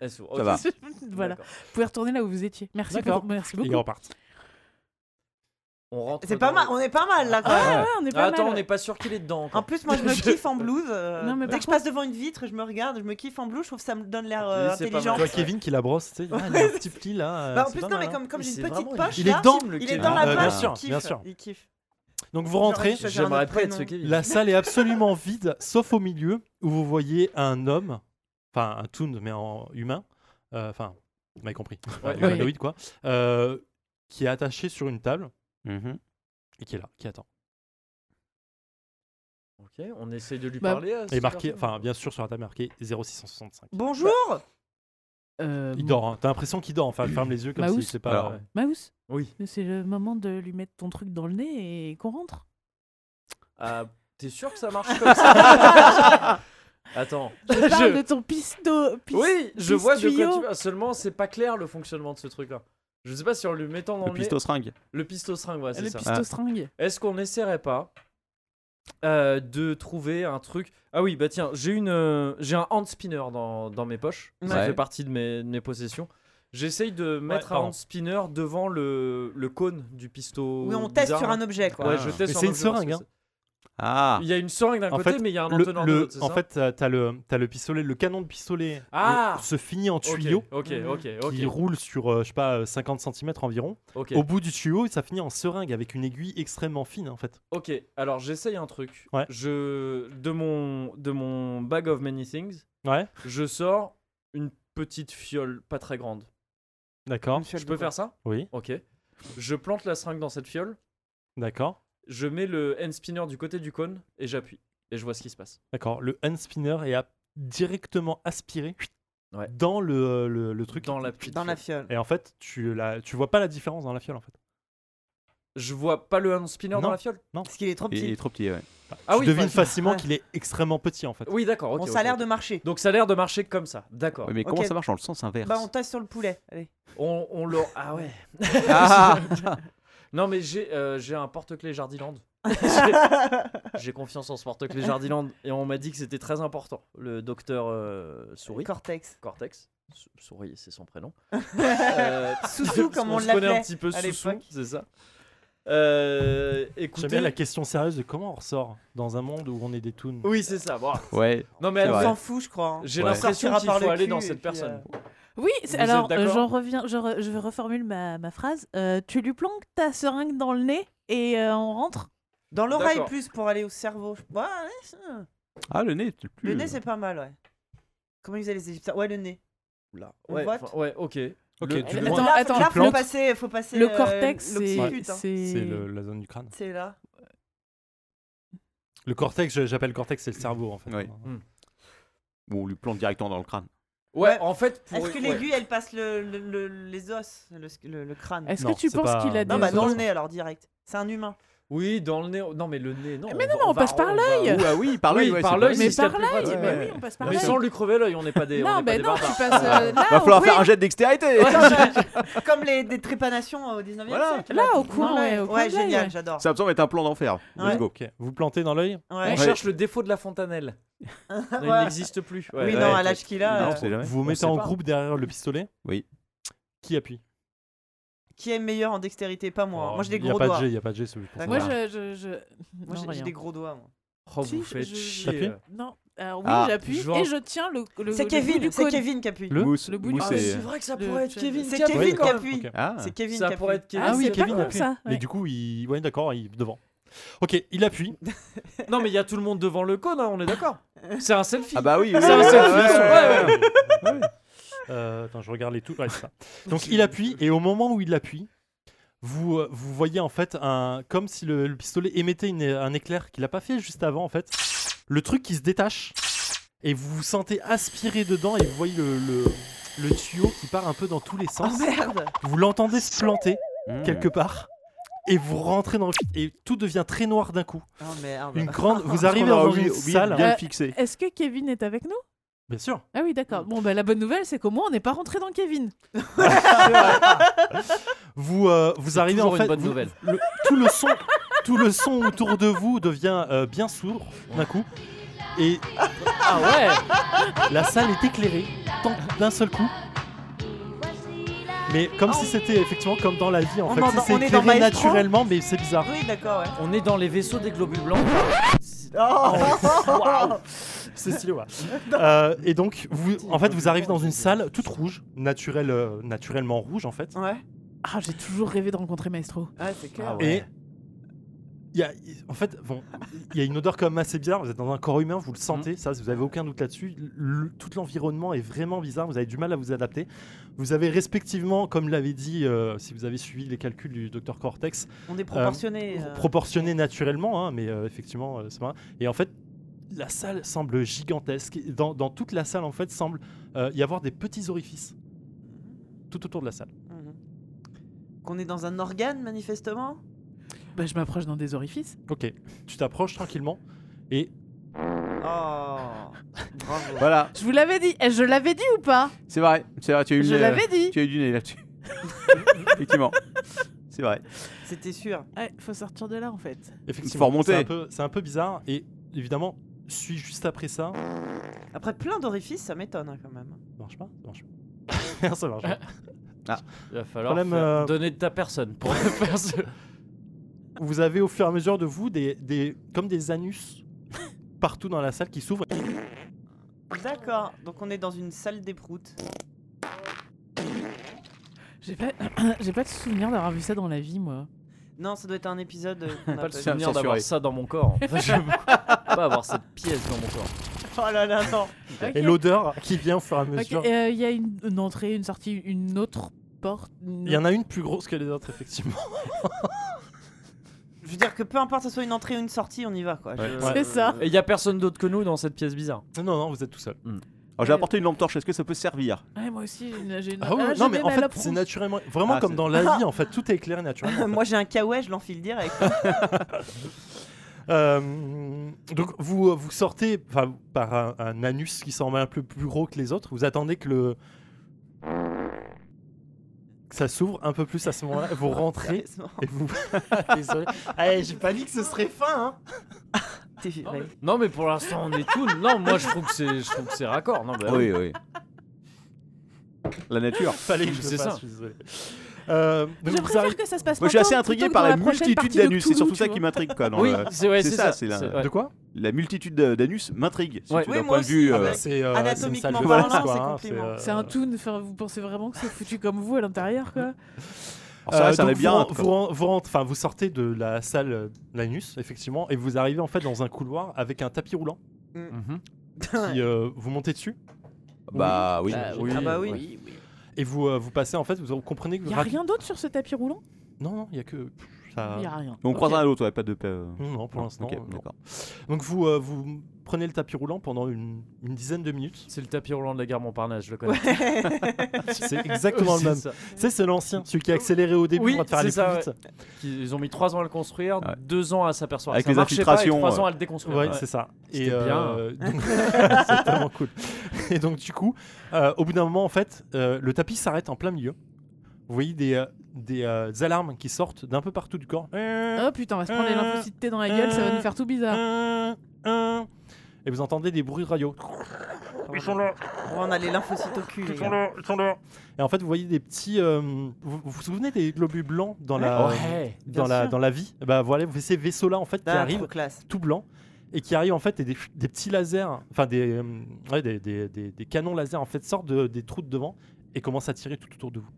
SO. Ça Ok. va. voilà. D'accord. Vous pouvez retourner là où vous étiez. Merci, D'accord. pour- merci Et beaucoup. ils repartent. On rentre. C'est pas dans mal, le- Ah, on est pas mal là. quand même. Ouais, Ah, on est pas Attends, on mal. n'est pas sûr qu'il est dedans. encore. En plus, moi, je me Ah. Je- kiffe en blouse. euh, Non, mais dès par que je passe devant une vitre, je me regarde, je me kiffe en blouse. Je trouve que ça me donne l'air euh, Oui, c'est pas mal. intelligent. Tu vois Kevin qui la brosse, tu sais, il a un petit pli là. euh, Bah, en c'est plus, pas non, mais mal, hein. comme, comme Mais j'ai une c'est petite vraiment- poche, Il est là, dedans, le il est Kevin. dans la Ah, bien poche. sûr, il kiffe, bien sûr. Il kiffe. Donc vous rentrez, choisi un J'aimerais autre pas être prénom. ce Kevin. Euh, la salle est absolument vide, sauf au milieu où vous voyez un homme, enfin un toon, mais en humain, euh, enfin, vous m'avez compris, Ouais, Un humanoïde, ouais. quoi, euh, qui est attaché sur une table et qui est là, qui attend. Ok, on essaye de lui Bah, parler. hein, à Et cette marqué, personne. enfin bien sûr sur la table marqué 0665. Bonjour Euh, Il dort, hein. t'as l'impression qu'il dort, enfin ferme les yeux comme Bah, si ouf. c'est pas... Alors, ouais. Mouse, Oui. c'est le moment de lui mettre ton truc dans le nez et qu'on rentre. Ah, T'es sûr que ça marche comme ça Attends. Je parle Je- de ton pisto. pis- Oui, je vois de quoi pistio. tu parles. Seulement, c'est pas clair le fonctionnement de ce truc-là. Je sais pas si en lui mettant dans Le le, nez- pisto seringue. le pistostring, ouais, Ah, c'est Le ça. Ah. pistostringue. Est-ce qu'on n'essaierait pas euh, de trouver un truc Ah oui, bah tiens, j'ai une, euh, j'ai un hand spinner dans, dans mes poches. Ça Ouais. fait partie de mes, de mes possessions. J'essaye de mettre un pardon. hand spinner devant le, le cône du pisto. Oui, on teste bizarre, hein. sur là. un objet, quoi. Ouais, je teste Mais sur c'est un une objet, parce seringue, que hein. Ah, c'est- Il y a une seringue d'un En côté, fait, mais il y a un Le- entonnoir de le- l'autre. c'est en ça fait, t'as- t'as le, t'as le pistolet, le canon de pistolet Ah le- se finit en Ok, tuyau Ok, ok, ok. qui roule sur, euh, je sais pas, euh, 50 cm environ. ok. Au bout du tuyau, ça finit en seringue avec une aiguille extrêmement fine en fait. Ok, alors j'essaye un truc. Ouais. Je de mon de mon bag of many things, Ouais, je sors une petite fiole pas très grande. d'accord. Je peux faire ça Oui, Ok. Je plante la seringue dans cette fiole, d'accord. je mets le hand spinner du côté du cône et j'appuie et je vois ce qui se passe. D'accord. Le hand spinner est a- directement aspiré Ouais. dans le, euh, le, le truc. dans la petite Dans la fiole. fiole. Et en fait, tu, la, tu vois pas la différence dans la fiole en fait. Je vois pas le hand spinner Non. dans la fiole. Parce qu'il est trop il petit. est trop petit, ouais. Ah tu oui, devines bah, facilement ouais. qu'il est extrêmement petit en fait. Oui, d'accord. ok, on ok, ça a l'air ok. de marcher. Donc ça a l'air de marcher comme ça. D'accord. Ouais, mais comment Ok. ça marche dans le sens inverse Bah, on teste sur le poulet. Allez. On, on le Ah ouais. Ah Non mais j'ai euh, j'ai un porte-clés Jardiland. J'ai confiance en ce porte-clés Jardiland et on m'a dit que c'était très important. Le docteur euh, Souris, Cortex. Cortex, Sou- Souris c'est son prénom. Euh, Soussou, comme on se connaît un l'appelait petit peu à Soussou, l'époque. c'est ça. Euh, J'aime écoutez, bien la question sérieuse de comment on ressort dans un monde où on est des toons. oui c'est ça. bon. Ouais, Non mais C'est elle- On vrai. s'en fout, je crois. hein. j'ai Ouais. l'impression Sortira qu'il par faut le aller cul dans et cette puis, euh, personne. Oui, Vous c'est- êtes alors euh, d'accord j'en reviens, je, re- je reformule ma, ma phrase. Euh, tu lui planques ta seringue dans le nez et euh, on rentre. Dans l'oreille D'accord. plus pour aller au cerveau. je- Ouais, ouais, ça. ah le nez, tu- Le nez, c'est pas mal, ouais. Comment ils faisaient les Égyptiens Ouais, le nez. Là. On Ouais, vote enfin, ouais, ok. Ok, Le- tu le- Eh, le vois. là, Attends, faut- attends, là, tu faut plantes. passer, faut passer le euh, cortex, c'est l'occiput, hein. C'est c'est- le- la zone du crâne. C'est là. Le cortex, je- j'appelle cortex, c'est le cerveau en fait. Oui. Bon, on lui plante directement dans le crâne. Ouais, en fait, pour- Est-ce que ouais. l'aiguille, elle passe le, le- le- les os, le, le- le crâne Est-ce Non, que tu c'est penses pas- qu'il a des Non, bah dans os, le ouais. nez alors direct. C'est un humain. Oui, dans le nez. Non, mais le nez, non. Mais va- non, mais on va- passe par va- l'œil. euh, Ouh, ah oui, par l'œil, Oui, ouais, par c'est l'œil, vrai. Mais c'est par le plus l'œil, vrai, mais ouais. oui, on passe par Mais l'œil. sans lui crever l'œil, on n'est pas des. on Non, n'est pas mais des non, barbares. tu passes euh, là. Va falloir au- faire un jet de dextérité Comme les des trépanations au 19 e Voilà. siècle. Là, au Dans coin, l'œil. ouais, au coin Ouais, de l'œil, génial, ouais. j'adore. Ça me semble être un plan d'enfer. Ouais. Let's go. Ok, vous plantez dans l'œil Ouais. On cherche le défaut de la fontanelle. Ouais. Non, Il n'existe plus. Ouais. Oui, Ouais, non, ouais, à l'âge qu'il a. Non, euh, c'est jamais. Vous vous On mettez sait en pas. groupe derrière le pistolet Oui. Qui appuie Qui est meilleur en dextérité Pas moi. moi, j'ai des Oh, Il y a gros pas de doigts. jet, Il n'y a pas de G celui pour ça. Moi, D'accord. je. je, je- Moi, non, j'ai- j'ai rien. des gros doigts. moi. Oh, Si, vous je- faites je- chier. Non. Alors oui, Ah, j'appuie je vois. et je tiens le. le C'est le bout Kevin, du c'est cône. Kevin qui appuie. Le- Mousse, le bout mousse du- et- Ah, C'est vrai que ça Le- pourrait être c'est- Kevin. C'est Cap- Oui, Kevin qui d'accord. appuie. Ok. Ah, C'est Kevin Ça qui pourrait appuie. être Ah Kevin. oui, c'est c'est pas Kevin comme appuie. ça. Mais ouais. du coup, il. Ouais, d'accord, il devant. Ok, il appuie. Non, mais il y a tout le monde devant le cône, hein, on est d'accord. C'est un selfie. Ah bah oui, oui, C'est un oui, selfie, ouais, son- ouais, ouais, ouais. Euh, attends, je regarde les tout. Ouais, c'est ça. Donc il appuie et au moment où il appuie, vous euh, vous voyez en fait un comme si le, le pistolet émettait une- un éclair qu'il n'a pas fait juste avant en fait. Le truc qui se détache et vous vous sentez aspiré dedans et vous voyez le, le- le tuyau qui part un peu dans Ah tous les Oh sens. merde vous l'entendez se planter Mmh. quelque part et vous rentrez dans le et tout devient très noir d'un coup. Oh merde Une grande vous Parce arrivez qu'on a dans oublié- une oublié de salle. Bien Euh, le fixer. Est-ce que Kevin est avec nous Bien sûr. Ah oui, d'accord. Bon, bah la bonne nouvelle, c'est qu'au moins on n'est pas rentré dans Kevin. Vous, euh, vous C'est arrivez en toujours fait. une bonne vous- nouvelle. le- tout le son, tout le son autour de vous devient euh, bien sourd d'un coup. Et ah ouais, la salle est éclairée tant- d'un seul coup. Mais comme si c'était effectivement comme dans la vie en On fait, en- Si c'est on est dans éclairé Maestro naturellement, mais c'est bizarre. Ah Oui, d'accord, ouais. On est dans les vaisseaux des globules blancs. Oh C'est stylé, ouais. Euh, et donc, vous, en fait, vous arrivez dans une salle toute rouge, naturelle, euh, naturellement rouge en fait. Ouais, Ah, j'ai toujours rêvé de rencontrer Maestro. ouais c'est clair. Ah ouais. Et il y a, en fait, bon, il y a une odeur quand même assez bizarre. Vous êtes dans un corps humain, vous le sentez, ça, vous avez aucun doute là-dessus. Le- tout l'environnement est vraiment bizarre. Vous avez du mal à vous adapter. Vous avez respectivement, comme l'avait dit, euh, si vous avez suivi les calculs du docteur Cortex, On est proportionné. euh, proportionné naturellement, hein, mais euh, effectivement, euh, c'est pas. Et en fait. La salle semble gigantesque. Et Dans, dans toute la salle, en fait, semble euh, y avoir des petits orifices tout autour de la salle. mhm. Qu'on est dans un organe, manifestement Bah, je m'approche dans des orifices. Ok, tu t'approches tranquillement et Oh Bravo Voilà, Je vous l'avais dit. Eh, Je l'avais dit ou pas c'est vrai. C'est vrai, tu as eu, Je le- l'avais dit. euh, tu as eu du nez là-dessus. Effectivement. C'est vrai. C'était sûr. Ouais, faut sortir de là en fait. Il faut Effectivement, remonter. c'est un, peu, c'est un peu bizarre. Et évidemment, suis juste après ça. Ça Après plein d'orifices, ça m'étonne hein, quand même. marche pas Ça marche pas. ça marche pas. Il va falloir Problème, faire- euh, donner de ta personne pour faire ce. Vous avez au fur et à mesure de vous des, des, comme des anus partout dans la salle qui s'ouvrent. D'accord, donc on est dans une salle des proutes. J'ai pas, j'ai pas de souvenir d'avoir vu ça dans la vie, moi. Non, ça doit être un épisode. euh, qu'on a pas le pas vu. seul. souvenir Censuré. d'avoir ça dans mon corps. Enfin, je veux pas avoir cette pièce dans mon corps. Oh là là, non. Et l'odeur qui vient au fur et à Ok, mesure. euh, Il y a une, une entrée, une sortie, une autre porte. une Il y en a une plus grosse que les autres, effectivement. Je veux dire que peu importe que ce soit une entrée ou une sortie, on y va quoi. Ouais. Je- C'est ça. Et il y a personne d'autre que nous dans cette pièce bizarre. Non, non, vous êtes tout seul. Alors Ah, j'ai apporté une lampe torche, est-ce que ça peut servir Ouais, moi aussi, j'ai une. j'ai une- Ah ouais, j'ai non, mais même en à fait, la c'est proue. naturellement. Vraiment Ah, comme c'est- dans la vie, en fait, tout est éclairé naturellement. Moi j'ai un kawaii, je l'enfile direct. Euh, donc vous euh, vous sortez enfin, par un, un anus qui semble un peu plus gros que les autres. Vous attendez que le que ça s'ouvre un peu plus à ce moment-là. Vous rentrez Sérieusement. et vous. Désolé. Allez, Eh, j'ai pas dit que ce serait fin. Hein. T'es viré. Non, mais pour l'instant, on est tout. Non, moi, je trouve que c'est, je trouve que c'est raccord. Non, bah, Oui, oui. La nature. Fallait que je C'est fasse, ça. je suis désolé. Euh, donc Je vous préfère arrivez- que ça se passe Moi je suis assez maintenant plutôt intrigué que par dans la, prochaine multitude partie de d'anus, c'est Touloou, surtout tu ça vois. qui m'intrigue quoi. dans Oui, le- c'est, ouais, euh, c'est c'est, ça, c'est la- ouais. De quoi La multitude de- d'anus m'intrigue, si Ouais. tu Oui, d'un moi point de aussi. vue. Ah euh, bah, C'est euh, Anatomiquement c'est une salle de parlant, classe, quoi, c'est hein, compliment. euh, C'est un toon, enfin, vous pensez vraiment que c'est foutu comme vous à l'intérieur quoi alors ça, Euh, ça donc va vous bien. ren- quoi. vous, ren- vous rentrez- enfin, vous sortez de la salle euh, l'anus, effectivement, et vous arrivez en fait dans un couloir avec un tapis roulant Mhm. qui euh, vous montez dessus. Bah oui. Bah, ah bah oui. Et vous, euh, vous passez en fait, vous comprenez que Il y a rapi- rien d'autre sur ce tapis roulant Non, non, il y a que ça. Il y a rien. On Ok. croise un à l'autre, ouais, pas de. pas- Non, non, pour l'instant. Ok, euh, non. d'accord. Donc vous, euh, vous prenez le tapis roulant pendant une, une dizaine de minutes. C'est le tapis roulant de la gare Montparnasse, je le connais. C'est exactement le même. ça. Tu sais, c'est l'ancien, celui qui a accéléré au début Oui, pour te faire c'est aller ça, plus vite. Ils ont mis 3 ans à le construire, Ouais. 2 ans à s'apercevoir. Avec que ça les marchait pas et infiltrations, 3 ans ouais. à le déconstruire. Ouais, Ouais. c'est ça. C'était bien. c'est tellement cool. Et donc du coup, euh, au bout d'un moment, en fait, euh, le tapis s'arrête en plein milieu. Vous voyez des, euh, des, euh, des alarmes qui sortent d'un peu partout du corps. Oh putain, on va se prendre les Euh, lymphocytes T dans la gueule, ça va nous faire tout bizarre. Et vous entendez des bruits de radio. Ils sont là. on a les lymphocytes au cul. les gars. Et en fait, vous voyez des petits. euh, vous, vous vous souvenez des globules blancs dans la, Ouais. dans, bien la, sûr. dans la vie Et Bah voilà, vous voyez ces vaisseaux-là en fait qui Ah, trop arrivent classe. tout blancs et qui arrivent en fait et des, des petits lasers, enfin des, euh, ouais, des, des, des- des canons laser en fait sortent de- des trous de devant et commencent à tirer tout autour de vous.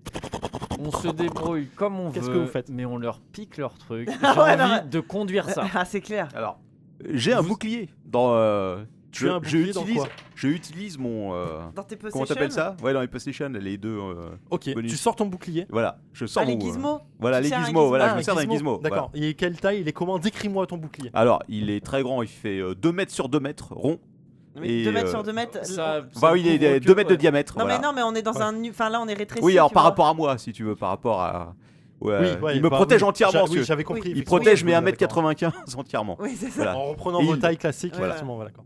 On se débrouille comme on Qu'est-ce veut, que vous faites mais on leur pique leur truc. J'ai ouais, non, envie de conduire ça. Ah, c'est clair. Alors, j'ai un bouclier dans. euh, Tu as un je bouclier dans utilise- quoi Je utilise mon. euh, Dans tes possessions. Comment t'appelles ça Ouais, dans les PlayStation, les deux. euh, Ok, Bonus. tu sors ton bouclier. Ah, Voilà, je sors Ah, les mon, euh, gizmos Voilà, Tu les sers un gizmos, voilà, gizmo. je me sers d'un gizmo. voilà. D'accord. Et quelle taille Il est comment Décris-moi ton bouclier. Alors, il est très grand, il fait 2 mètres sur 2 mètres, rond. Et, 2 mètres sur 2 mètres. Ça- Enfin, ça Bah oui, il couvre est que, 2 mètres de ouais. diamètre. Non, voilà. mais non, mais on est dans Ouais. un. nu- Enfin, là, on est rétréci. oui, alors tu par vois. rapport à moi, si tu veux, par rapport à. Ouais, ouais, il me bah, protège oui, entièrement, j'a- oui, monsieur. j'avais compris. Oui, il effectivement. protège mes D'accord. 1m95 entièrement. Oui, c'est ça. Voilà. En reprenant Il- vos tailles classiques, Voilà. effectivement, voilà. quoi.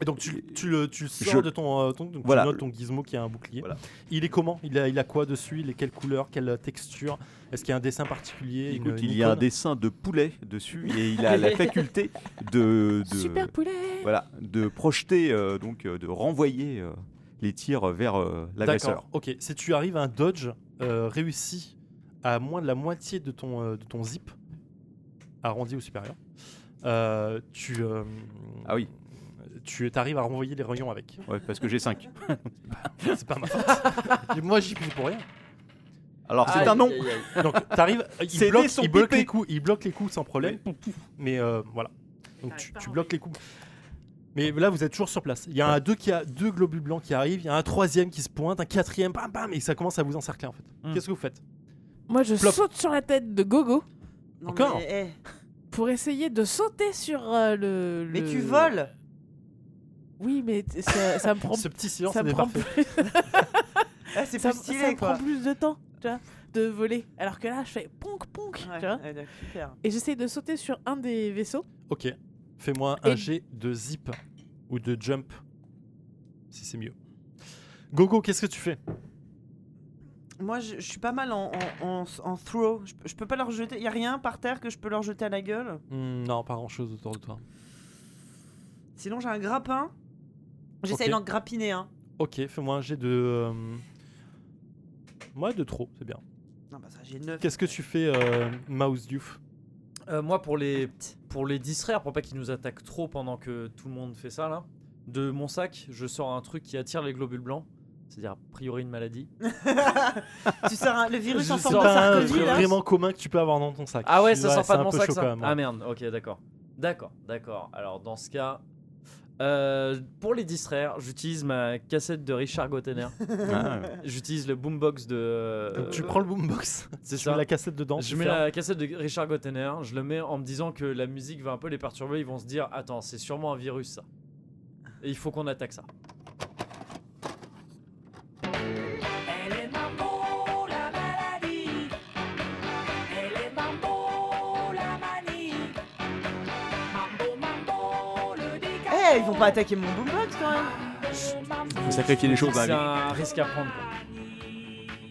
Et donc tu, tu le, tu le sors Je- de ton, euh, ton- donc Voilà. tu notes ton gizmo qui a un bouclier. Voilà. Il est comment il a, il a quoi dessus Il est quelle couleur Quelle texture Est-ce qu'il y a un dessin particulier une- Écoute, une il y a un icône dessin de poulet dessus et il a la faculté de, de- Super poulet voilà, de projeter, euh, donc euh, de renvoyer euh, les tirs vers euh, l'agresseur. D'accord. Ok. Si tu arrives à un dodge euh, réussi à moins de la moitié de ton, euh, de ton zip, arrondi ou supérieur, euh, tu euh, Ah oui. tu arrives à renvoyer les rayons avec. Ouais, parce que j'ai 5. C'est pas ma faute. Moi j'y suis pour rien. Alors c'est Aïe, un nom. aïe, aïe. Donc t'arrives, euh, il Ces bloque, dés sont il bloque pipés. les coups, il bloque les coups sans problème. Pouf, pouf. Mais euh, voilà. Donc tu, tu bloques les coups. Mais là vous êtes toujours sur place. Il y a un deux qui a deux globules blancs qui arrivent, il y a un troisième qui se pointe, un quatrième, bam bam, et ça commence à vous encercler en fait. Hum. Hmm. Qu'est-ce que vous faites Moi, je Plop. saute sur la tête de Gogo Non, Encore mais, pour essayer de sauter sur euh, le, eh, mais le- tu voles Oui, mais t- ça, ça me prend, Ce petit silence, ça me c'est prend parfait. plus, Ah, C'est ça, plus me- stylé ça me quoi prend plus de temps, tu vois, de voler. Alors que là, je fais ponk ponk, tu Ouais, vois. ouais, d'accord, super. Et j'essaye de sauter sur un des vaisseaux. Ok. Fais-moi un Et- jet de zip ou de jump, si c'est mieux. Gogo, qu'est-ce que tu fais Moi je, je suis pas mal en, en, en- en throw. Je, peux- je peux pas leur jeter. Y a rien par terre que je peux leur jeter à la gueule. Hmm, Non, pas grand-chose autour de toi. Sinon j'ai un grappin. J'essaye Ok. d'en grappiner hein. un. Ok, fais-moi un jet de... euh, Ouais, de trop, c'est bien. Non bah ça j'ai 9. Qu'est-ce que tu fais, euh, Mouse Diouf Euh, moi, pour les, pour les distraire, pour pas qu'ils nous attaquent trop pendant que tout le monde fait ça, là, de mon sac, je sors un truc qui attire les globules blancs. C'est-à-dire, a priori, une maladie. tu sors un- le virus Je en sors forme de hein. un sarcophile virus. là vraiment commun que tu peux avoir dans ton sac. Ah ouais, ça sort c'est pas de un mon peu sac, chaud ça quand même, Ah hein. merde, ok, d'accord. D'accord, d'accord. Alors, dans ce cas, euh, pour les distraire, j'utilise ma cassette de Richard Gottener. Ah, j'utilise le boombox de... euh, Donc tu prends le boombox, C'est tu mets ça. la cassette dedans, Je tu mets fermes. la cassette de Richard Gottener, je le mets en me disant que la musique va un peu les perturber, ils vont se dire attends, c'est sûrement un virus ça. Et il faut qu'on attaque ça. Eh ils vont pas attaquer mon boombox quand même Faut sacrifier les choses. C'est hein, un risque à prendre. quoi.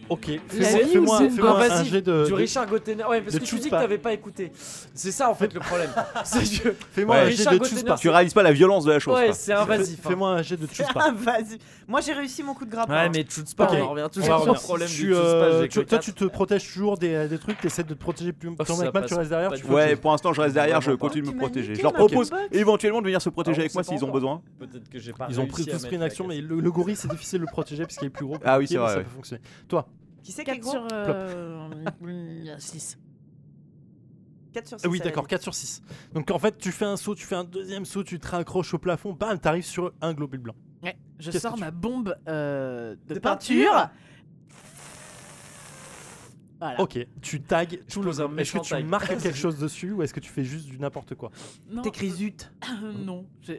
Ok, vie bah fais-moi ou fais-moi- c'est le fais-moi box un Vas-y, jet de... Du de- Richard Gottener, ouais, parce de que tu choose dis que pas. t'avais pas écouté. C'est ça en fait le problème. c'est que. Fais-moi un Ouais. jet Richard de choose Gottener, pas. Tu réalises pas la violence de la chose. Ouais, quoi. c'est invasif. hein. Fais-moi un jet de choose pas. Ah vas-y Moi j'ai réussi mon coup de grappin. Ouais, mais shoots pas, Ok. on en revient On va toujours sur le revenir. problème Tu, du shoots euh, pas, tu- j'ai que toi, quatre. tu te protèges toujours des, des trucs, t'essaies de te protéger plus. Oh, ton ça mec, mal, passe tu restes derrière, pas tu du fais- Ouais, pour l'instant je reste derrière, je Vraiment pas. continue de Tu me m'as protéger. niqué Je leur ma propose boombox. éventuellement de venir se protéger Ah, on avec moi sait pas s'ils ont encore. besoin. Peut-être que j'ai pas Ils ont pris réussi à tous pris mettre une la action, mais cassette. le, le gorille c'est difficile de le protéger parce qu'il est plus gros. Ah oui, c'est Ok, mais vrai, Ça ouais. peut fonctionner. Qui c'est qui est 4 gros sur euh, 6. 4 sur 6. Ah oui, d'accord, 4 sur 6. Donc en fait, tu fais un saut, tu fais un deuxième saut, tu te raccroches au plafond, bam, t'arrives sur un globule blanc. Ouais, je Qu'est-ce sors que tu- ma bombe euh, de, De peinture. peinture. Voilà. Ok, tu tags Je tout le pose un Est-ce que méchant tu tag. marques quelque chose dessus ou est-ce que tu fais juste du n'importe quoi Non, T'écris zut. Oh. euh, non, je,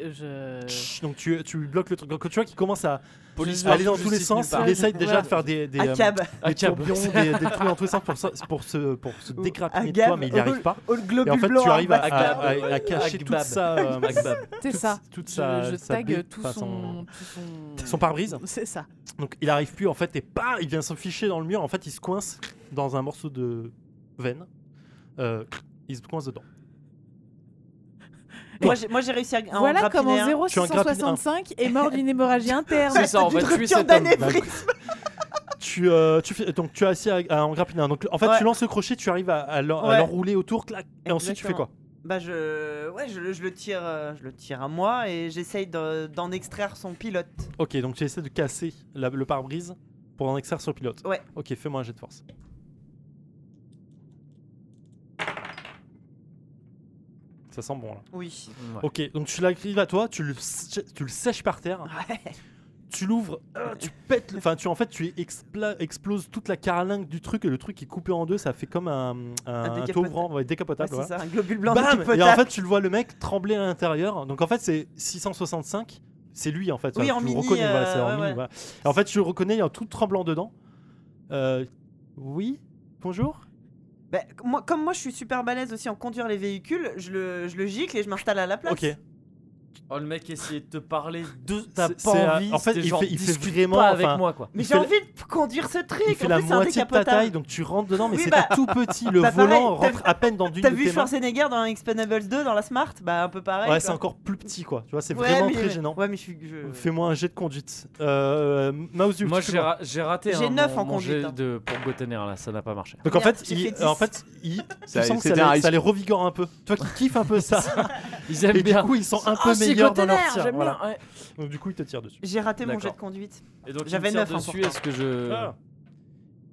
je- Chut, Donc tu, tu bloques le truc. Donc, tu vois qu'il commence à Police aller dans partout, tous les justice nulle sens. part. Il essaye déjà Voilà. de faire des, des, À euh, cab. des Accable. tourbillons, des, des trucs dans tous les sens pour, ça- pour se, pour se Ou décrapiner de agave. toi, mais il n'y arrive pas. Au globule Et en fait, blanc. tu arrives à, hein, à- Bacab. à- à cacher toute Agbab. sa, euh, Agbab. c'est toute- ça. toute Je- sa- je, sa tag bulle, tout, enfin, son, tout son. son pare-brise. C'est ça. Donc il arrive plus en fait et pas, il vient se ficher dans le mur. En fait, il se coince dans un morceau de veine. Euh, il se coince dedans. Moi, j'ai- Moi j'ai réussi à à Ah, en voilà grappiner comment un. Tu en grappines un. 0665 est mort d'une hémorragie interne. C'est ça, on Du va tuer rupture cet homme. d'anévrisme. Tu, euh, tu fais, donc tu as assez à, à en grappiner un. Donc en fait, Ouais. tu lances le crochet, tu arrives à, à l'en- à Ouais. l'enrouler autour, clac, et ensuite tu fais quoi Bah je, ouais, je, je le tire, euh, je le tire à moi et j'essaye de- d'en extraire son pilote. Ok, donc tu essaies de casser la- le pare-brise pour en extraire sur le pilote. Ouais. Ok, fais-moi un jet de force. Ça sent bon là. Oui. Ouais. Ok, donc tu l'agrives à toi, tu le, sè- tu le sèches par terre, Ouais. tu l'ouvres, euh, tu pètes, le- enfin tu en fait tu expla- exploses toute la carlingue du truc et le truc est coupé en deux, ça fait comme un, un, un décapotable. toboggan, ouais, Ouais, décapotable. c'est voilà. ça, un globule blanc. hein. Bam de type Et en potable. fait tu le vois le mec trembler à l'intérieur, donc en fait c'est 665, c'est lui en fait. Oui, Enfin, en tu mini, le reconnais, voilà, euh, c'est en ouais, mini, ouais. voilà. Et en fait tu le reconnais, il y a un tout tremblant dedans. Euh, oui, bonjour. Bah, moi, comme moi, je suis super balèze aussi en conduire les véhicules, je le, je le gicle et je m'installe à la place. Ok. Oh, le mec essayait de te parler. De... t'as c'est- pas c'est, euh, envie, En fait, c'était il genre, fait, il fait discute vraiment. pas avec moi, quoi. Mais Il j'ai fait la- envie de conduire ce truc. Il fait en la plus, c'est un moitié de ta décapotable. taille, donc tu rentres dedans, mais Oui, c'est bah- tout petit. Le bah, pareil, volant t'as rentre à peine dans d'une T'as de vu tes mains. Schwarzenegger dans Expendables 2 dans la Smart Bah un peu pareil. Ouais, quoi. c'est encore plus petit, quoi. Tu vois, c'est Ouais, vraiment mais- très gênant. Ouais, mais je suis. je- Fais-moi un jet de conduite. Euh, Mausu, Moi, tu fais j'ai quoi ra- j'ai raté. J'ai hein, neuf mon- en mon jet conduite, hein. de... pour Gotener, là, ça n'a pas marché. Donc en Merde, fait, j'ai il, fait en 10. fait, il, tu Ça- sens que c'était un ça les, risque. ça les revigore un peu. Toi qui kiffes un peu ça. Ils aiment Et du bien. coup, ils sont un Ah, peu c'est meilleurs dans Gotener, leur tir. j'aime voilà. bien, ouais. Donc du coup, ils te tirent dessus. J'ai raté mon D'accord. jet de conduite. Et donc, J'avais j'avais 9 neuf, hein, dessus. pourtant. Est-ce que je. Ah.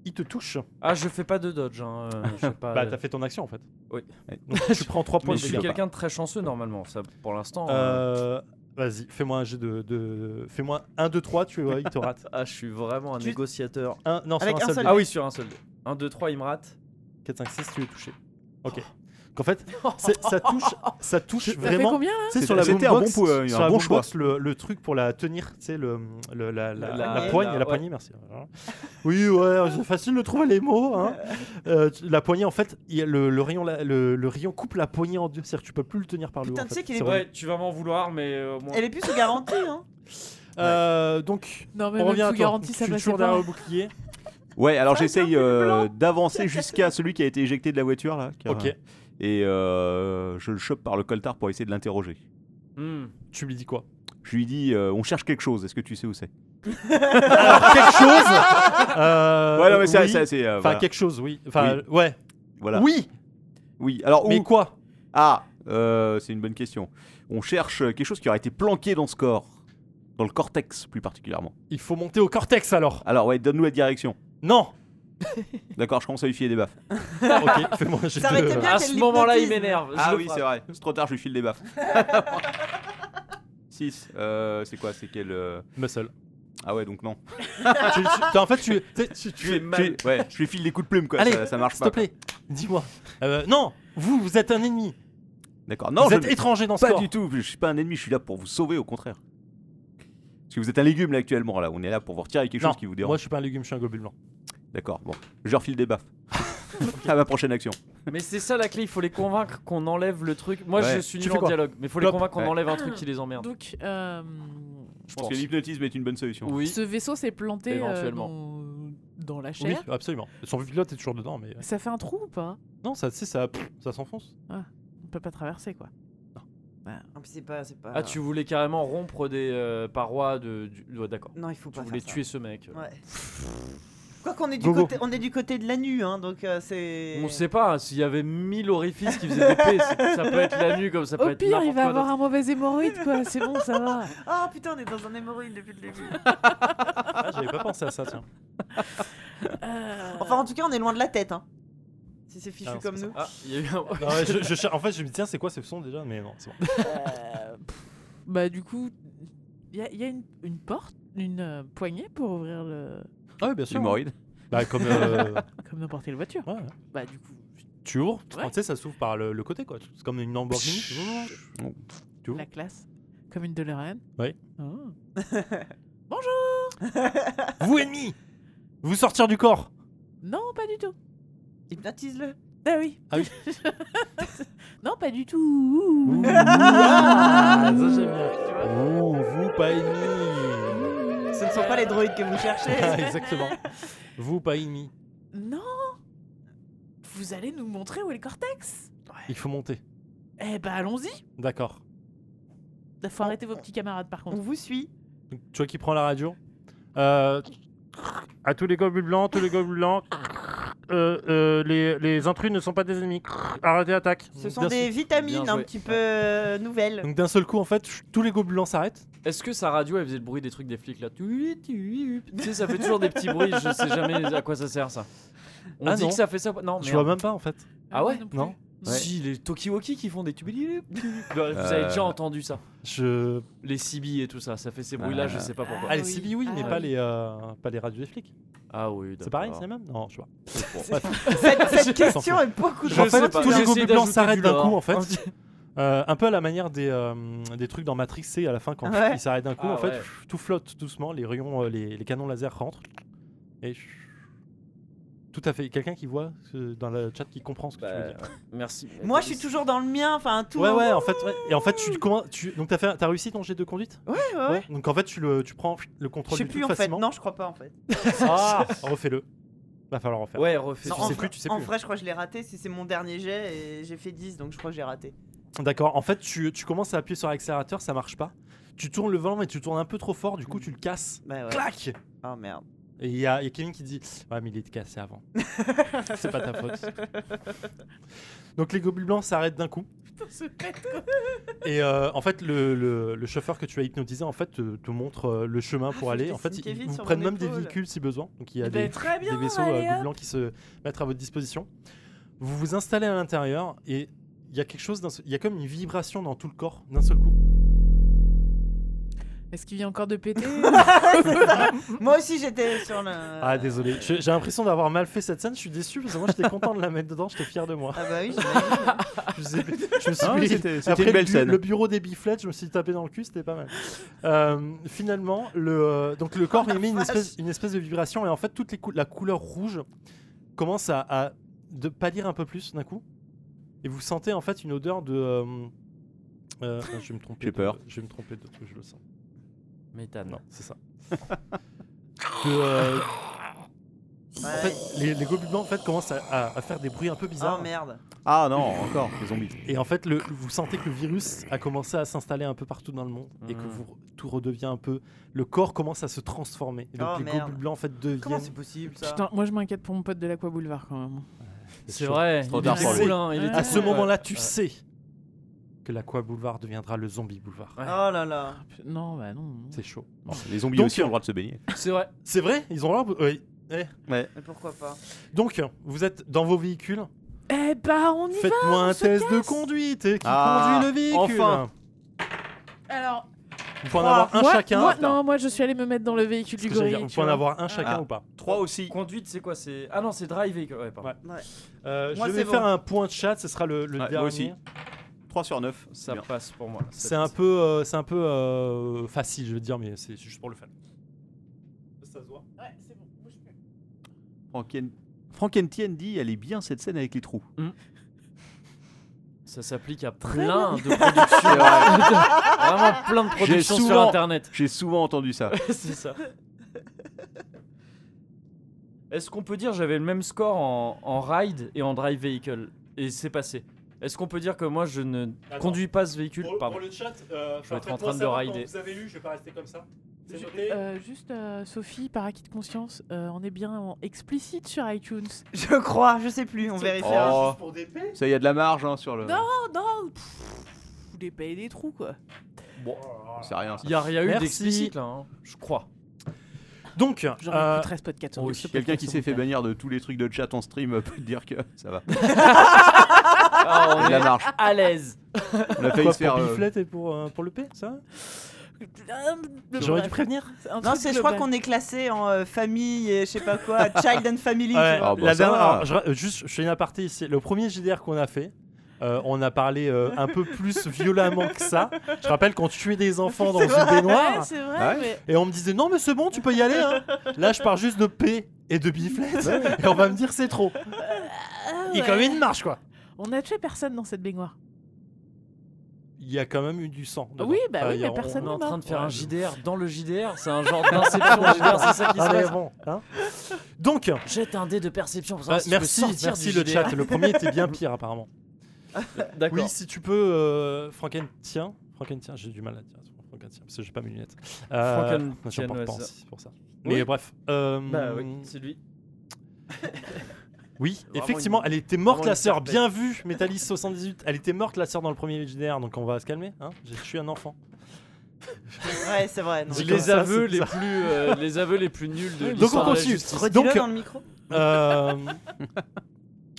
Ils te touchent. Ah, je fais pas de dodge. Hein. euh, je sais pas, Bah, t'as fait ton action en fait. Oui. Donc tu prends 3 points de Mais je suis dégâts. quelqu'un de très chanceux normalement. Ça, pour l'instant. euh, Euh, Vas-y, fais-moi un jet de. de- Fais-moi 1, 2, 3, tu vois, il te rate. Ah, je suis vraiment un tu- négociateur. Un, non, Avec sur un un seul. seul Ah oui, sur un seul. 1, 2, 3, il me rate. 4, 5, 6, tu es touché. Ok. Donc en fait, c'est- ça touche, ça touche T'as fait vraiment. combien là C'est C'est- sur la c'était un boombox, bon po- euh, sur un la bon boombox, le, le truc pour la tenir, tu sais, le, le- la, la- La- la la- poigne, la- la, ouais. poignée, merci. Voilà. Oui, ouais, c'est facile de trouver les mots. hein. Euh, tu- la poignée, en fait, il y a le, le rayon, la- le, le rayon coupe la poignée en deux. C'est-à-dire que tu peux plus le tenir par le haut. Putain, en tu fait. sais qu'il C'est est- vrai. Ouais, tu vas m'en vouloir, mais euh, au moins. Elle est plus sous garantie, hein. Euh, donc, Non, mais on revient à même sous toi. garantie, Tu ça es passe toujours derrière pas. le bouclier. Ouais, alors Ça, c'est un j'essaye peu euh, blanc. d'avancer jusqu'à celui qui a été éjecté de la voiture là. qui a- Ok. Et euh, je le chope par le coltard pour essayer de l'interroger. Hmm. Tu lui dis quoi Je lui dis, euh, on cherche quelque chose. Est-ce que tu sais où c'est Quelque chose euh, Ouais, non, mais c'est, oui. c'est- c'est, euh, Enfin, voilà. quelque chose, oui. Enfin, ouais. Voilà. Oh. Oui Oui, Alors, Mais où- quoi ah, euh, c'est une bonne question. On cherche euh, quelque chose qui aurait été planqué dans ce corps, dans le cortex plus particulièrement. Il faut monter au cortex alors Alors, ouais, donne-nous la direction. Non D'accord, je commence à lui filer des baffes. Ok, fais-moi un jet Ça aurait de- été bien Euh, À qu'elle ce moment-là, il l'hypnotise. m'énerve. je Ah le oui, frappe. c'est vrai. C'est trop tard, je lui file des baffes. 6. c'est quoi C'est quel. euh, Muscle. Ah ouais, donc non. Ah, Tu- tu- t'as- en fait, tu. tu- tu- tu- Je lui- je lui- ouais, je lui file des coups de plume, quoi. Allez, ça, ça marche S'il te pas. plaît, dis-moi. Euh, non Vous, vous êtes un ennemi. D'accord. Non, vous je êtes ne- étranger dans ce Pas corps. du tout, je suis pas un ennemi, je suis là pour vous sauver, au contraire. Parce que vous êtes un légume là actuellement, là. On est là pour vous retirer quelque Non, chose qui vous moi dérange. je suis pas un légume, je suis un gobelin blanc. D'accord, bon. Je leur file des baffes. à ma prochaine action. Mais c'est ça la clé, il faut les convaincre qu'on enlève le truc. Moi Ouais. je suis Tu nul fais en quoi dialogue, mais il faut les Clope. convaincre qu'on Ouais. enlève un truc qui les emmerde. Donc, euh, Je pense que l'hypnotisme est une bonne solution. Oui. ce vaisseau s'est planté euh, Éventuellement. dans... dans la Oui, chair. absolument. Son pilote est toujours dedans, mais. euh, Ça fait un trou ou pas Non, ça, tu sais, ça, pff, ça s'enfonce. On peut pas traverser quoi. Ah, mais C'est pas, c'est pas. Ah, tu voulais carrément rompre des euh, parois de. Du... ouais, D'accord. Non, il faut Tu pas. voulais faire ça. tuer ce mec. Ouais. Quoi qu'on est du Gogo. côté, on est du côté de la nu, hein, donc euh, c'est. On sait pas, hein, s'il y avait mille orifices qui faisaient des pets, c'est- ça peut être la nuit comme ça peut Au être pire, il n'importe va quoi avoir un mauvais hémorroïde quoi. C'est bon, ça va. Ah putain, on est dans un hémorroïde depuis le début. Ah, j'avais pas pensé à ça, tiens. Euh, Enfin, en tout cas, on est loin de la tête, hein. Si c'est fichu Ah non, c'est comme pas nous. d'autre. Ah, il y a eu un- Non, ouais, je- je cher- en fait, je me dis, tiens, c'est quoi ce son déjà Mais non, c'est bon. euh, pff, bah du coup, il y a, y a une, une porte, une euh, poignée pour ouvrir le. Ah oui, bien sûr. L'hémorroïde. Bah, comme. euh, Comme n'importe quelle voiture. ouais. Bah du coup, Tu ouvres, tu Ouais. sais, ça s'ouvre par le, le côté, quoi. C'est comme une Lamborghini. tu ouvres. Tu la classe. Comme une DeLorean. Oui. Oh. Vous, ennemi Vous sortir du corps Non, pas du tout. Hypnotise-le. Ah oui. Ah oui. non, pas du tout. Ah, ça, j'aime bien. Tu vois Oh, vous, pas ennemi Ce ne sont pas les droïdes que vous cherchez. Ah, Exactement. Vous, pas ennemi. Non. Vous allez nous montrer où est le cortex Il faut monter. Eh bah allons-y. D'accord. Faut arrêter vos petits camarades par on contre. vous suit. Donc, Tu vois qui prend la radio Euh, À tous les gobelins blancs, tous les gobelins blancs. Euh, euh, les, les intrus ne sont pas des ennemis. Arrêtez attaque. Ce sont Bien des sûr. vitamines Bien un joué. petit peu euh, nouvelles. Donc d'un seul coup, en fait, tous les gobelins s'arrêtent. Est-ce que sa radio elle faisait le bruit des trucs des flics là Tu tu- tu sais, ça fait toujours des petits bruits, je sais jamais à quoi ça sert ça. On Ah dit non. que ça fait ça. Non, Je Oh, merde. vois même pas, en fait. Ah ouais plus. Non. Ouais. Si, les Tokiwoki qui font des tubili. Vous avez déjà entendu ça. Je Les CB et tout ça, ça fait ces bruits là, je sais pas pourquoi. Ah, les oui. CB, oui, Ah mais oui. pas, les, euh, pas les radios des flics. Ah oui, C'est pareil, c'est d'accord. les mêmes Non, je sais pas. Cette, cette Je- question est beaucoup Je trop Je en fait, sais facile. pas. tous les J'essaie gobelins d'ajouter s'arrêtent du d'un lore. coup, en fait. Euh, un peu à la manière des, euh, des trucs dans Matrix C à la fin, quand Ouais. ils s'arrêtent d'un coup, Ah en fait, ouais. tout flotte doucement, les rayons, euh, les, les canons laser rentrent. Et Tout à fait. Quelqu'un qui voit euh, dans le chat qui comprend ce que tu veux Bah, dire. merci. mec. Moi, je suis toujours dans le mien, enfin tout. Ouais, ouais, en fait, ouais. et en fait, tu, comment, tu donc t'as fait, t'as réussi ton jet de conduite ouais, ouais. Donc en fait, tu le, tu prends le Je contrôle sais du plus truc en fait. facilement. Non, je crois pas en fait. Ah, refais-le. Va falloir refaire. Ouais, refais. Non, tu en sais vrai- plus, tu sais en plus. vrai, je crois que je l'ai raté. Si c'est mon dernier jet et j'ai fait 10, donc je crois que j'ai raté. D'accord. En fait, tu, tu commences à appuyer sur l'accélérateur, ça marche pas. Tu tournes le volant, mais tu tournes un peu trop fort. Du coup, tu le casses. Bah ouais. Clac. Oh merde. Et il y, a il y a Kevin qui dit Ouais, mais il était cassé avant. c'est pas ta faute. Donc les gobelins blancs s'arrêtent d'un coup. Et euh, en fait, le, le- le chauffeur que tu as hypnotisé en fait te, te montre euh, le chemin pour Ah, aller. putain, En fait, c'est ils Kevin vous sur prennent mon même des épaule. véhicules si besoin. Donc il y a Eh des, ben, très bien, des vaisseaux euh, allez, hein. hop. gobelins qui se mettent à votre disposition. Vous vous installez à l'intérieur et il y a quelque chose, d'un seul- il y a comme une vibration dans tout le corps d'un seul coup. Est-ce qu'il vient encore de péter Moi aussi, j'étais sur le. Ah, Euh, Ah désolé, Je- j'ai l'impression d'avoir mal fait cette scène. Je suis déçu parce que moi j'étais content de la mettre dedans, j'étais fier de moi. bah oui, j'imagine. Je, sais- je me suis Ah ouais, mis- c'était- c'était Après une belle le, bu- scène. le bureau des biflettes, je me suis tapé dans le cul, c'était pas mal. Euh, finalement, le, euh, donc le Oh, corps émet une vache. espèce, une espèce de vibration et en fait, toute les cou- la couleur rouge commence à, à de pâlir un peu plus d'un coup. Et vous sentez en fait une odeur de. euh, euh, je vais me tromper. J'ai de- peur. Je vais me tromper de truc, je le sens. Méthane. Non, c'est ça. de, euh, en Ouais. fait, les, les gobelins en fait, commencent à, à- à faire des bruits un peu bizarres. Oh merde. hein. Ah non, encore, les zombies. Et en fait, le, vous sentez que le virus a commencé à s'installer un peu partout dans le monde et que Mhm. vous, tout redevient un peu. Le corps commence à se transformer. Et donc, Oh, les merde. gobelins blancs en fait deviennent. Comment c'est possible ça Putain, moi je m'inquiète pour mon pote de l'Aqua Boulevard quand même. C'est vrai. trop Il tard pour est lui. cool, hein. Il est à ce cool, ouais. moment-là, tu Ouais. sais que l'Aqua Boulevard deviendra le Zombie Boulevard. Ouais. Oh là là. Non, bah non. non. C'est chaud. Les zombies Donc, aussi ont le droit de se baigner. C'est vrai. C'est vrai Ils ont l'air. ouais. Eh. Mais pourquoi pas Donc, vous êtes dans vos véhicules. Eh bah on y va Faites-moi un se test de conduite. Et qui Ah, conduit le véhicule enfin. Alors, Vous pouvez en Trois. avoir un moi, chacun. moi- Putain. non, moi je suis allé me mettre dans le véhicule C'est du ce que j'allais dire. gorille. Vous tu pouvez en vois. avoir un chacun Ah. ou pas Trois aussi. Conduite, c'est quoi C'est ah non, c'est drive et ouais, pardon. Ouais. Euh, Moi, Je c'est vais faire bon. un point de chat, ce sera le, le Ouais, moi dernier. aussi. 3 sur 9. ça passe pour moi. C'est un peu, euh, c'est un peu euh, facile, je veux dire, mais c'est juste pour le fun. Ça se voit. Ouais, c'est bon, bouge plus. Franken... Franken dit elle est bien cette scène avec les trous. Ça s'applique à plein de productions. Vraiment plein de productions sur souvent- internet. J'ai souvent entendu ça. c'est ça. Est-ce qu'on peut dire j'avais le même score en, en ride et en drive vehicle et c'est passé. Est-ce qu'on peut dire que moi je ne Attends. conduis pas ce véhicule Pardon. le chat, euh, Je vais être en faites-moi train de savoir quand rider. Vous avez lu, je vais pas rester comme ça. Ju- euh, juste euh, Sophie, par acquis de conscience, euh, on est bien en explicite sur iTunes. Je crois, je sais plus, on vérifiera. Oh, ça, il y a de la marge hein, sur le. Non. Oh non, pff, vous les payez des trous quoi. Oh. C'est rien ça. Il y a rien eu Merci. d'explicite là, hein, je crois. Donc, J'aurais euh, écouterai ce podcast. moi sur- aussi. ce Quelqu'un podcast qui sur s'est mon fait père. bannir de tous les trucs de chat en stream peut te dire que ça va. Ah, Il y a de la marge. à l'aise. On a failli quoi, se faire. pour euh, Biflette et pour, euh, pour le P, ça Euh, J'aurais bref. dû prévenir. C'est un Non, truc c'est, je crois global. qu'on est classé en euh, famille et je sais pas quoi, child and family. tu Ouais, vois. Ah bah la ça dernière- va. alors, je, ra- euh, juste, je fais une aparté ici. Le premier JDR qu'on a fait, euh, on a parlé euh, un peu plus violemment que ça. Je rappelle qu'on tuait des enfants dans une Ouais, baignoire. c'est vrai, Ah ouais mais Et on me disait non mais c'est bon tu peux y aller hein. Là je pars juste de P et de biflette et on va me dire c'est trop. Ah Il y a ouais. quand même une marche quoi. on n'a tué personne dans cette baignoire. Il y a quand même eu du sang. dedans. Oui, bah oui, il y a- mais personne On est en train de faire Ouais, un je- JDR dans le JDR, c'est un genre d'inception JDR, c'est ça qui se Ah, mais passe. bon, hein. Donc euh, Jette un dé de perception pour savoir si tu peux merci, sortir merci du le JDR. chat. Le premier était bien pire apparemment. Oui, si tu peux, euh, Franken, tiens, Franken, tiens, j'ai du mal à dire Franken, tiens, parce que j'ai pas mes lunettes. Franken, j'en tiens, porte ouais, pas c'est ça. aussi, c'est pour ça. Oui. Mais bref. euh, Bah oui, c'est lui. Oui, Vraiment effectivement, une- elle était morte vraiment la une sœur, serpette. bien vu, Metalis 78. Elle était morte la sœur dans le premier LGDR, donc on va se calmer. Hein J'ai- je suis un enfant. Ouais, c'est vrai. non. C'est comme les ça, aveux c'est les ça. plus euh, les aveux les plus nuls de Donc, l'histoire on de la continue. justice. Redis-le donc- dans le micro. Euh,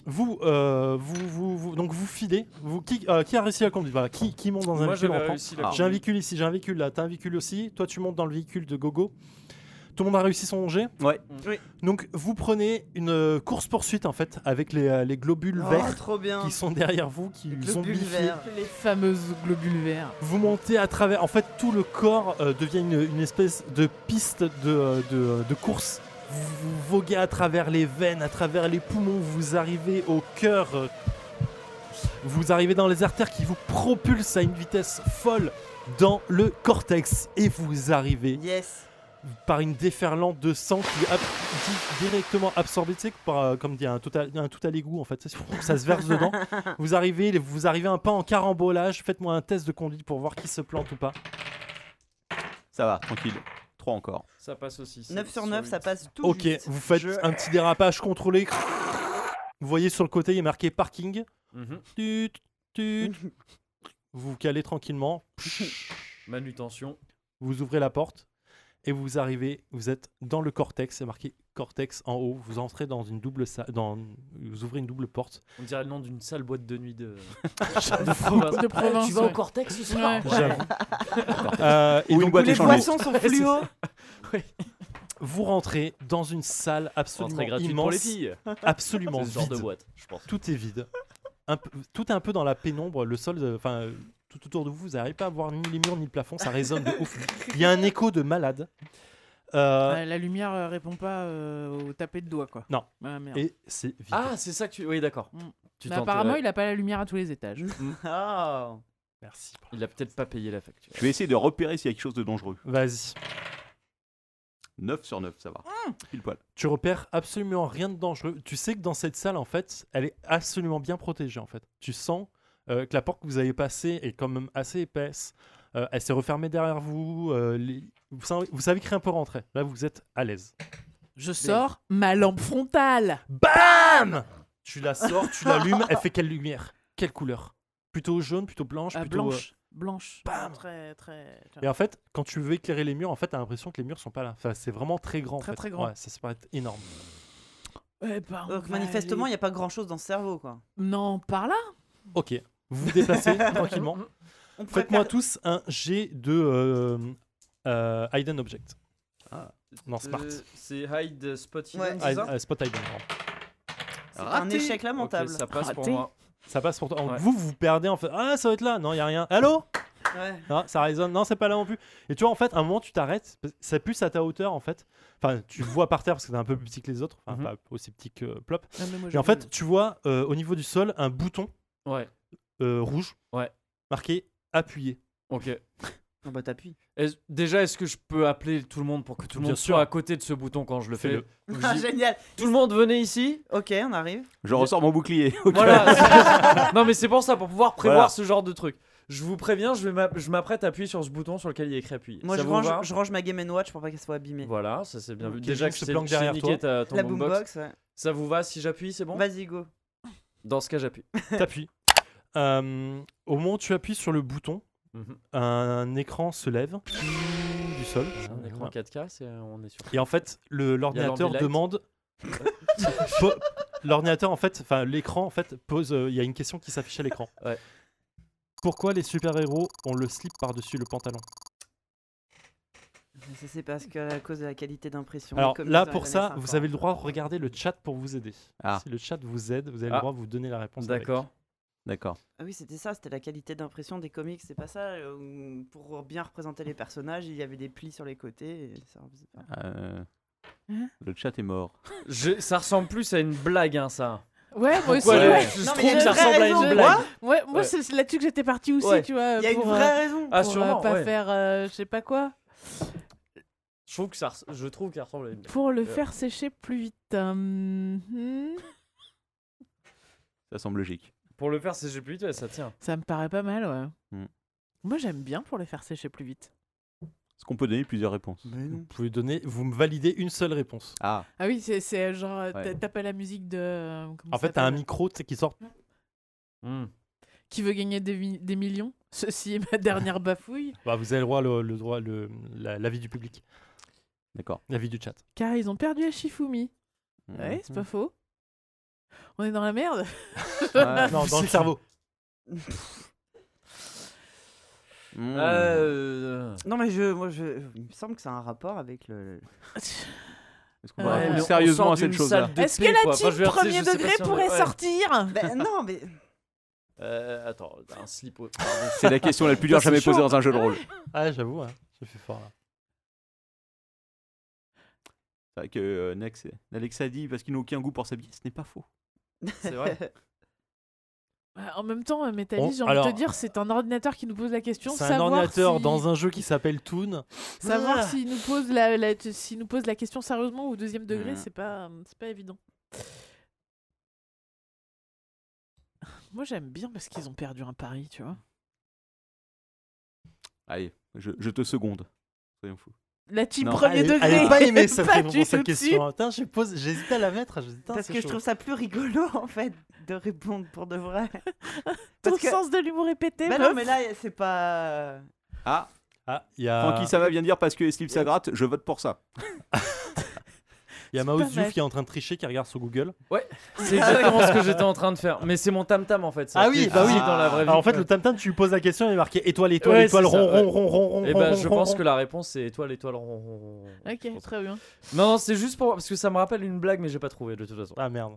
vous, euh, vous, vous, vous- donc vous filez. Vous, qui, euh, qui a réussi à conduire Voilà, qui, qui monte dans un Moi véhicule j'avais on prend. réussi la Ah. J'ai un conduite. véhicule ici, j'ai un véhicule là, t'as un véhicule aussi. Toi, tu montes dans le véhicule de Gogo. Tout le monde a réussi son jet Ouais. Oui. Donc, vous prenez une course poursuite en fait avec les, euh, les globules Oh, verts trop bien. qui sont derrière vous, qui Le sont bulbe vert. Les fameuses globules verts. Vous montez à travers. En fait, tout le corps euh, devient une, une espèce de piste de, euh, de, euh, de course. vous voguez à travers les veines, à travers les poumons, vous arrivez au cœur, euh, vous arrivez dans les artères qui vous propulsent à une vitesse folle dans le cortex et vous arrivez Yes. par une déferlante de sang qui est ab- di- directement absorbée, tu sais, par, euh, comme dit un tout à, un tout à l'égout en fait, tu sais, ça se verse dedans. Vous arrivez, vous arrivez un pas en carambolage, faites-moi un test de conduite pour voir qui se plante ou pas. Ça va, tranquille. 3 encore. Ça passe aussi. 9 sur 9, ça passe tout Ok, juste. vous faites Je- un petit dérapage contrôlé. Vous voyez sur le côté, il est marqué parking. Mhm. Tut, tut. Vous vous calez tranquillement. Manutention. Vous ouvrez la porte et vous arrivez. Vous êtes dans le cortex. C'est marqué cortex en haut. Vous entrez dans une double salle. Dans, vous ouvrez une double porte. On dirait le nom d'une sale boîte de nuit de. de province. Tu vas au ouais. cortex ce soir Ouais. J'avoue. Euh, et Ou une donc boîte vous- Les échange. boissons sont fluo. vous rentrez dans une salle absolument Entrée gratuite immense, pour les filles. absolument C'est ce genre de vide. boîte, je pense. Tout est vide. Un peu- tout est un peu dans la pénombre. Le sol, euh, enfin, euh, tout autour de vous, vous n'arrivez pas à voir ni les murs ni le plafond. Ça résonne de ouf. Il y a un écho de malade. Euh, Ouais, la lumière euh, répond pas euh, au taper de doigts, quoi. Non. Ah, merde. Et c'est vide. Ah, c'est ça que tu. Oui, d'accord. Mm. Tu euh, Mais t'en- apparemment, il a pas la lumière à tous les étages. Oh. Merci. il a peut-être pas payé la facture. Je vais essayer de repérer s'il y a quelque chose de dangereux. Vas-y. 9 sur 9, ça va. Mmh. Pile poil. Tu repères absolument rien de dangereux. Tu sais que dans cette salle, en fait, elle est absolument bien protégée. En fait, tu sens euh, que la porte que vous avez passée est quand même assez épaisse. Euh, elle s'est refermée derrière vous. euh, les- vous, savez, vous savez que rien peut rentrer. Là, vous êtes à l'aise. Je sors ma lampe frontale. Bam Tu la sors, tu l'allumes. elle fait quelle lumière Quelle couleur Plutôt jaune, plutôt blanche, Euh, plutôt euh, blanche. Blanche. Bam Très, très. tu vois. Et en fait, quand tu veux éclairer les murs, en fait, t'as l'impression que les murs sont pas là. Enfin, c'est vraiment très grand. en Très, fait. très grand. Ouais, ça se paraît énorme. Eh ben, on Donc va manifestement, il aller- n'y a pas grand chose dans ce cerveau quoi. Non, par là. Ok. Vous vous déplacez tranquillement. On pourrait Faites-moi faire- tous un G de euh, euh, Hidden Object. Non, Smart. Euh, C'est Hide Spot Hidden, Ouais. c'est Hide- ça euh, spot Hidden. pardon. c'est un échec lamentable. Ok, ça passe pour Raté. moi. Ça passe pour toi. Ouais. Vous, vous vous perdez en fait. Ah, ça va être là. Non, il a rien. Allô Ouais. Ah, Ça résonne. Non, c'est pas là non plus. Et tu vois, en fait, à un moment, tu t'arrêtes. parce que Ça pulse à ta hauteur en fait. Enfin, tu le vois par terre parce que t'es un peu plus petit que les autres. Enfin, Mhm. pas aussi petit que Plop. Non, mais moi, Et je en veux- fait, tu vois euh, au niveau du sol un bouton Ouais, euh, rouge. Ouais. Marqué appuyer. ok. Non bah t'appuies. Est-ce- Déjà, est-ce que je peux appeler tout le monde pour que tout le Bien monde sûr. soit à côté de ce bouton quand je le fais Fais-le. Donc, Ah, j'y- génial. Tout le monde, venez ici. Ok, on arrive. Je ressors mon bouclier. Ok. Voilà. non, mais c'est pour ça, pour pouvoir prévoir Voilà. ce genre de truc. Je vous préviens, je vais m'a- je m'apprête à appuyer sur ce bouton sur lequel il est écrit appuyer. Moi ça je vous range, va je range ma Game Watch pour pas qu'elle soit abîmée. Voilà, ça c'est bien vu. Ok, Déjà je que se je t'ai- planque je t'ai derrière niqué ta- ton La boombox. boombox. ouais. Ça vous va si j'appuie, c'est bon Vas-y go. Dans ce cas, j'appuie. T'appuies. Euh, au moment où tu appuies sur le bouton, Mhm. un écran se lève du sol. Un écran 4K, c'est- on est sur. Et en fait, le- l'ordinateur l'ambilight. demande. Po- l'ordinateur, en fait, enfin, l'écran, en fait, pose. euh, Il y a une question qui s'affiche à l'écran. Ouais. Pourquoi les super-héros ont le slip par-dessus le pantalon Mais ça, c'est parce que à cause de la qualité d'impression. Alors des comics là, dans pour les ça, années vous 50. avez le droit de regarder le chat pour vous aider. Ah. Si le chat vous aide, vous avez Ah. le droit de vous donner la réponse. avec. D'accord. D'accord. Ah oui, c'était ça, c'était la qualité d'impression des comics, c'est pas ça. euh, où Pour bien représenter les personnages, il y avait des plis sur les côtés. Et ça en faisait pas. Euh, Hein Le chat est mort. Je- Ça ressemble plus à une blague, hein, ça. Ouais, moi aussi. Pourquoi le- Ouais, Je Non, mais trouve il y a que ça une vraie ressemble à raison, une moi. blague. ouais moi, Ouais. c'est c'est là-dessus que j'étais parti aussi, Ouais. tu vois. Il y a une pour, euh, vraie raison. Ah, pour, euh, sûrement. pas ouais. faire, euh, je sais pas quoi, Je trouve que ça, res- je trouve qu'elle ressemble à une blague. pour le Euh. faire sécher plus vite. Hum, hum. Ça semble logique. Pour le faire, c'est j'ai plus vite, ouais, ça tient. Ça me paraît pas mal, ouais. Hmm. Moi, j'aime bien pour les faire sécher plus vite. Est-ce qu'on peut donner plusieurs réponses Mais Vous non. pouvez donner, vous me validez une seule réponse. Ah, Ah oui, c'est- c'est euh, genre, euh, Ouais. t'a- tape à la musique de. euh, comment En ça fait, t'as un s'appelle micro tu sais, qui sort. Hmm. Qui veut gagner des, vi- des millions Ceci est ma dernière bafouille. Bah, vous avez le droit, le, le droit, le, la- l'avis du public, d'accord. l'avis du chat. Car ils ont perdu à Shifumi. Mhm. Ouais, c'est pas faux. On est dans la merde. Ah. Ouais. Non, dans le cerveau. Mmh. Euh, Non, mais je, moi, je, il me semble que ça a un rapport avec le. Est-ce qu'on Ouais, va mais répondre on sérieusement sort à cette d'une chose-là salle de Est-ce que paix, la quoi. Enfin, team je veux dire, premier je sais pas degré si on est- pourrait ouais. sortir Ben non, mais. Euh, attends, un slip. au- C'est la question la plus dure Ça, c'est jamais posée chaud. dans un jeu de rôle. Ah, j'avoue, hein, j'ai fait fort là. C'est vrai que euh, Nex- Alexa dit parce qu'ils n'ont aucun goût pour s'habiller, ce n'est pas faux. C'est vrai. Bah, En même temps, euh, On- Metalis, j'ai envie alors- de te dire, c'est un ordinateur qui nous pose la question. C'est un savoir ordinateur si- dans un jeu qui s'appelle Toon. Savoir Ah. s'il nous, pose la, la- s'il nous pose la question sérieusement ou au deuxième degré, Mm. c'est pas, c'est pas évident. Moi, j'aime bien parce qu'ils ont perdu un pari, tu vois. Allez, je, je te seconde. Soyons fous. La team Non, premier elle- elle degré. a pas aimé cette Pas réponse, du cette tout question. Putain, je pose- j'hésitais à la mettre. je- putain, Parce c'est que je chaud. trouve ça plus rigolo en fait de répondre pour de vrai. Ton Parce que- sens de l'humour est pété. Bah meuf. non, mais là c'est pas. Ah, Ah, il y a, Francky, ça va bien dire parce que Slip ça gratte, je vote pour ça. il y a c'est Mao pas Ziouf mal. qui est en train de tricher, qui regarde sur Google. C'est exactement ce que j'étais en train de faire. Mais c'est mon tam tam en fait. ça. Ah oui, C'est- bah oui. c'est dans la vraie vie. Alors, en fait, le tam tam, tu lui poses la question, il est marqué étoile, étoile, Ouais, étoile, c'est ça, rond, ouais. rond, rond, rond, rond. Et bah, rond, je rond, pense rond. que la réponse c'est étoile, étoile, rond, rond, rond, rond. Je Ok, pense. très bien. Non, non, c'est juste pour parce que ça me rappelle une blague, mais j'ai pas trouvé de toute façon. Ah merde.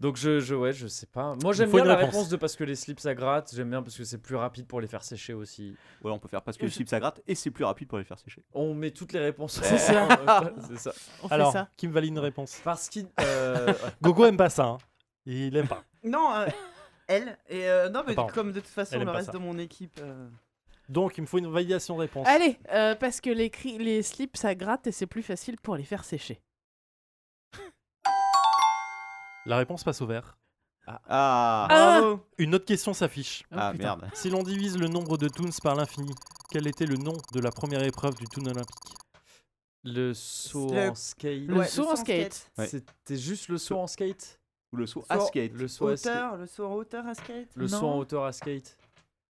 Donc je, je ouais, je sais pas. Moi j'aime faut bien une la réponse. réponse de parce que les slips ça gratte. J'aime bien parce que c'est plus rapide pour les faire sécher aussi. Voilà, on peut faire parce que Slip ça gratte et c'est plus rapide pour les faire sécher. On met toutes les réponses. C'est ça. c'est ça. On fait Alors, ça. qui me valide une réponse Parce qu'il. euh, ouais. Gogo aime pas ça. hein. Il aime pas. Non, euh, elle. Et euh, non, mais Ah, Pardon. comme de toute façon Elle aime le pas reste ça. de mon équipe. euh, Donc, il me faut une validation réponse. Allez, euh, parce que les, cri- les slips ça gratte et c'est plus facile pour les faire sécher. La réponse passe au vert. Ah, Ah. Bravo. Une autre question s'affiche. Oh, ah putain. merde. Si l'on divise le nombre de toons par l'infini, quel était le nom de la première épreuve du toon olympique Le saut Le- en skate. Le Ouais, saut en skate. Ouais. C'était juste le saut en skate. Ou le saut à Saut- skate. Le saut à skate. Hauteur, le saut en hauteur à skate. Le saut en Non. hauteur à skate.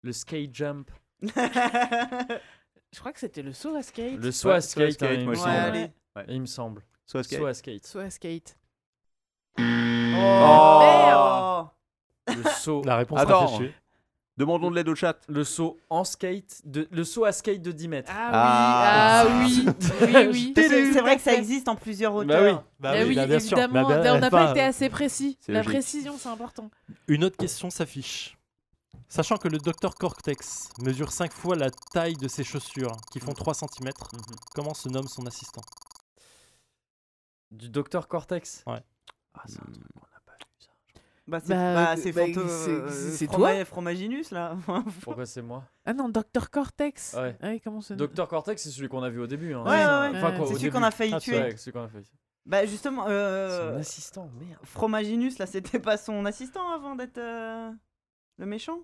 Le skate jump. Je crois que c'était le saut à skate. Le saut Ouais, à saut à skate, hein, skate, il, moi me aussi. ouais, semble. allez. il me semble. Saut à skate. Saut à skate. Saut à skate. Oh. Le Oh. saut. La réponse Attends. affichée. Demandons de l'aide au chat. Le saut en skate. De... Le saut à skate de 10 mètres. Ah, oui, ah, oui, oui, oui. Parce que C'est vrai que ça Parfait. existe en plusieurs Bah oui. hauteurs. Bah Eh oui, bah, bien sûr. évidemment, Bah, bah, on n'a bah, pas été assez précis. C'est La logique. précision, c'est important. Une autre question s'affiche. Sachant que le Dr Cortex mesure 5 fois la taille de ses chaussures, qui font 3 cm, Mhm. comment se nomme son assistant Du docteur Cortex. Ouais. Ah, c'est un truc qu'on n'a pas vu ça. Bah c'est Bah, bah, c'est bah, Fanto- c'est- euh, c'est Froma- Fromaginus là. Pourquoi c'est moi Ah non, Docteur Cortex. Ah Ouais. comment se Docteur Cortex, c'est celui qu'on a vu au début. Hein. Ouais, ouais, ouais. Enfin, quoi, au c'est celui début. qu'on a failli Ah, c'est tuer. Ouais, celui qu'on a fait. Bah justement, euh, Son assistant, merde. Fromaginus là, c'était pas son assistant avant d'être euh, le méchant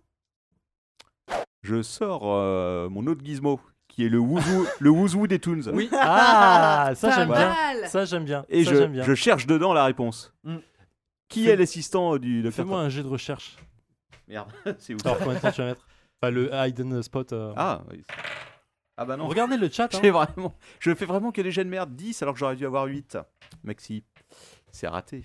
Je sors euh, mon autre gizmo qui est le wouzou, le wouzou des Toons. Oui. Ah, ça Pas j'aime bien. mal. Ça j'aime bien. Et ça j'aime je, bien. je cherche dedans la réponse. Mm. Qui Fais- est l'assistant euh, du docteur Fais-moi un jet de recherche. Merde, c'est où Alors combien de temps tu vas mettre Enfin, le hidden spot. euh. Ah, oui. ah bah non. Regardez le chat. hein. J'ai vraiment... Je fais vraiment que des jets de merde 10 alors que j'aurais dû avoir 8. Maxi, c'est raté.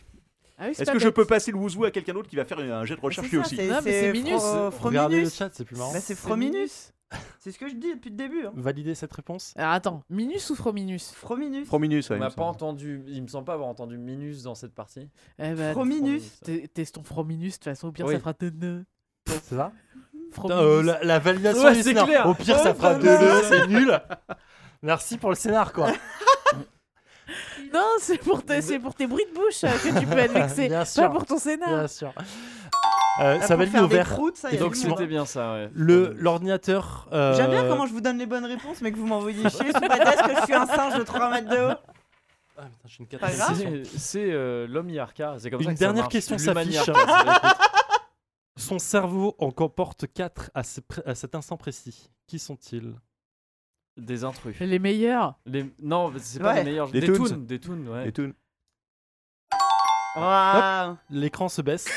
Ah oui, c'est Est-ce pas que je bête. peux passer le wouzou à quelqu'un d'autre qui va faire un jet de recherche lui ça, aussi Bah, c'est- Non, mais c'est c'est Minus. Fro- Regardez le Frominus. chat, c'est plus marrant. Bah, c'est C'est Frominus. C'est ce que je dis depuis le début. hein. Validez cette réponse Alors attends, Minus ou Frominus Frominus. Prominus, On ouais. n'a pas semble. entendu. Il me semble pas avoir entendu Minus dans cette partie. eh ben, Frominus. t- Testons Frominus, de toute façon, au pire, Oui. ça fera de ne. C'est ça Putain, Frominus. euh, la, la validation Ouais, du c'est scénar. clair. Au pire, Oh ça Ouais, fera pas 2-2, mal. c'est nul. Merci pour le scénar, quoi. Non, c'est pour, tes- c'est pour tes bruits de bouche euh, que tu peux être vexé. Bien Pas sûr. pour ton scénar. Bien sûr. Euh, Ah, ça pour valide faire au des vert. proutes, ça, Et y a donc, du c'est monde. C'était bien ça, ouais. Le- L'ordinateur. euh, J'aime bien comment je vous donne les bonnes réponses, mais que vous m'envoyez chier sous prétexte que je suis un singe de 3 mètres de haut. Ah, putain, j'ai une Pas grave. catastrophe. C'est- C'est euh, l'homme Yarka. C'est comme ça Une que ça dernière marche. question L'Humaniac, s'affiche. ça, écoute. Son cerveau en comporte 4 à, ce pré- à cet instant précis. Qui sont-ils Des intrus. Les meilleurs. Les... Non, c'est pas Ouais. les meilleurs. Des Des Toons. toons. Des toons, ouais. Les Toons. Waouh. L'écran se baisse.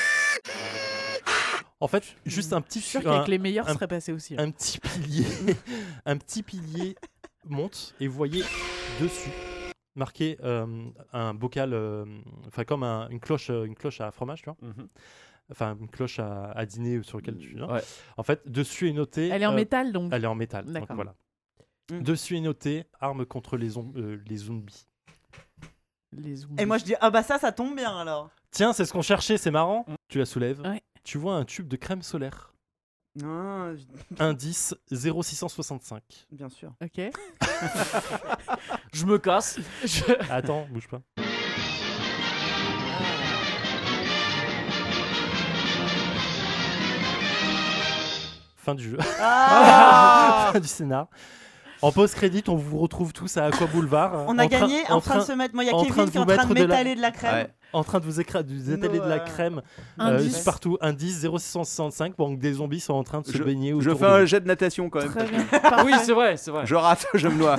En fait, juste un petit Je suis sûr un- qu'avec les meilleurs, un- ça serait passé aussi. hein. un petit pilier, un petit pilier monte et vous voyez dessus marqué euh, un bocal, euh, enfin comme un- une cloche, euh, une cloche à fromage, tu vois, Mhm. enfin une cloche à, à dîner sur laquelle tu. hein. Ouais. En fait, dessus est noté. Elle est en euh, métal, donc. Elle est en métal. donc D'accord. voilà. Mm. Dessus est noté arme contre les, zom- euh, les zombies. Les zombies. Et moi je dis ah bah ça ça tombe bien alors. Tiens, c'est ce qu'on cherchait, c'est marrant. Tu la soulèves. Ouais. Tu vois un tube de crème solaire. Non, j- Indice 0665. bien sûr. Ok. Je me casse. Attends, bouge pas. Ah. Fin du jeu. fin du scénar. En post-crédit, on vous retrouve tous à Aqua Boulevard. On a en train- gagné en train de se mettre. Moi, il y a en train Kevin de qui est vous en train mettre de de la- m'étaler de la crème. Ouais. en train de vous, écra- de vous étaler de la Noah. crème euh, Indice. partout. Indice 0665 pendant que des zombies sont en train de se Je- baigner Je autour fais un jet de natation quand même. Très bien. oui, c'est vrai, c'est vrai. Je rate, je me noie.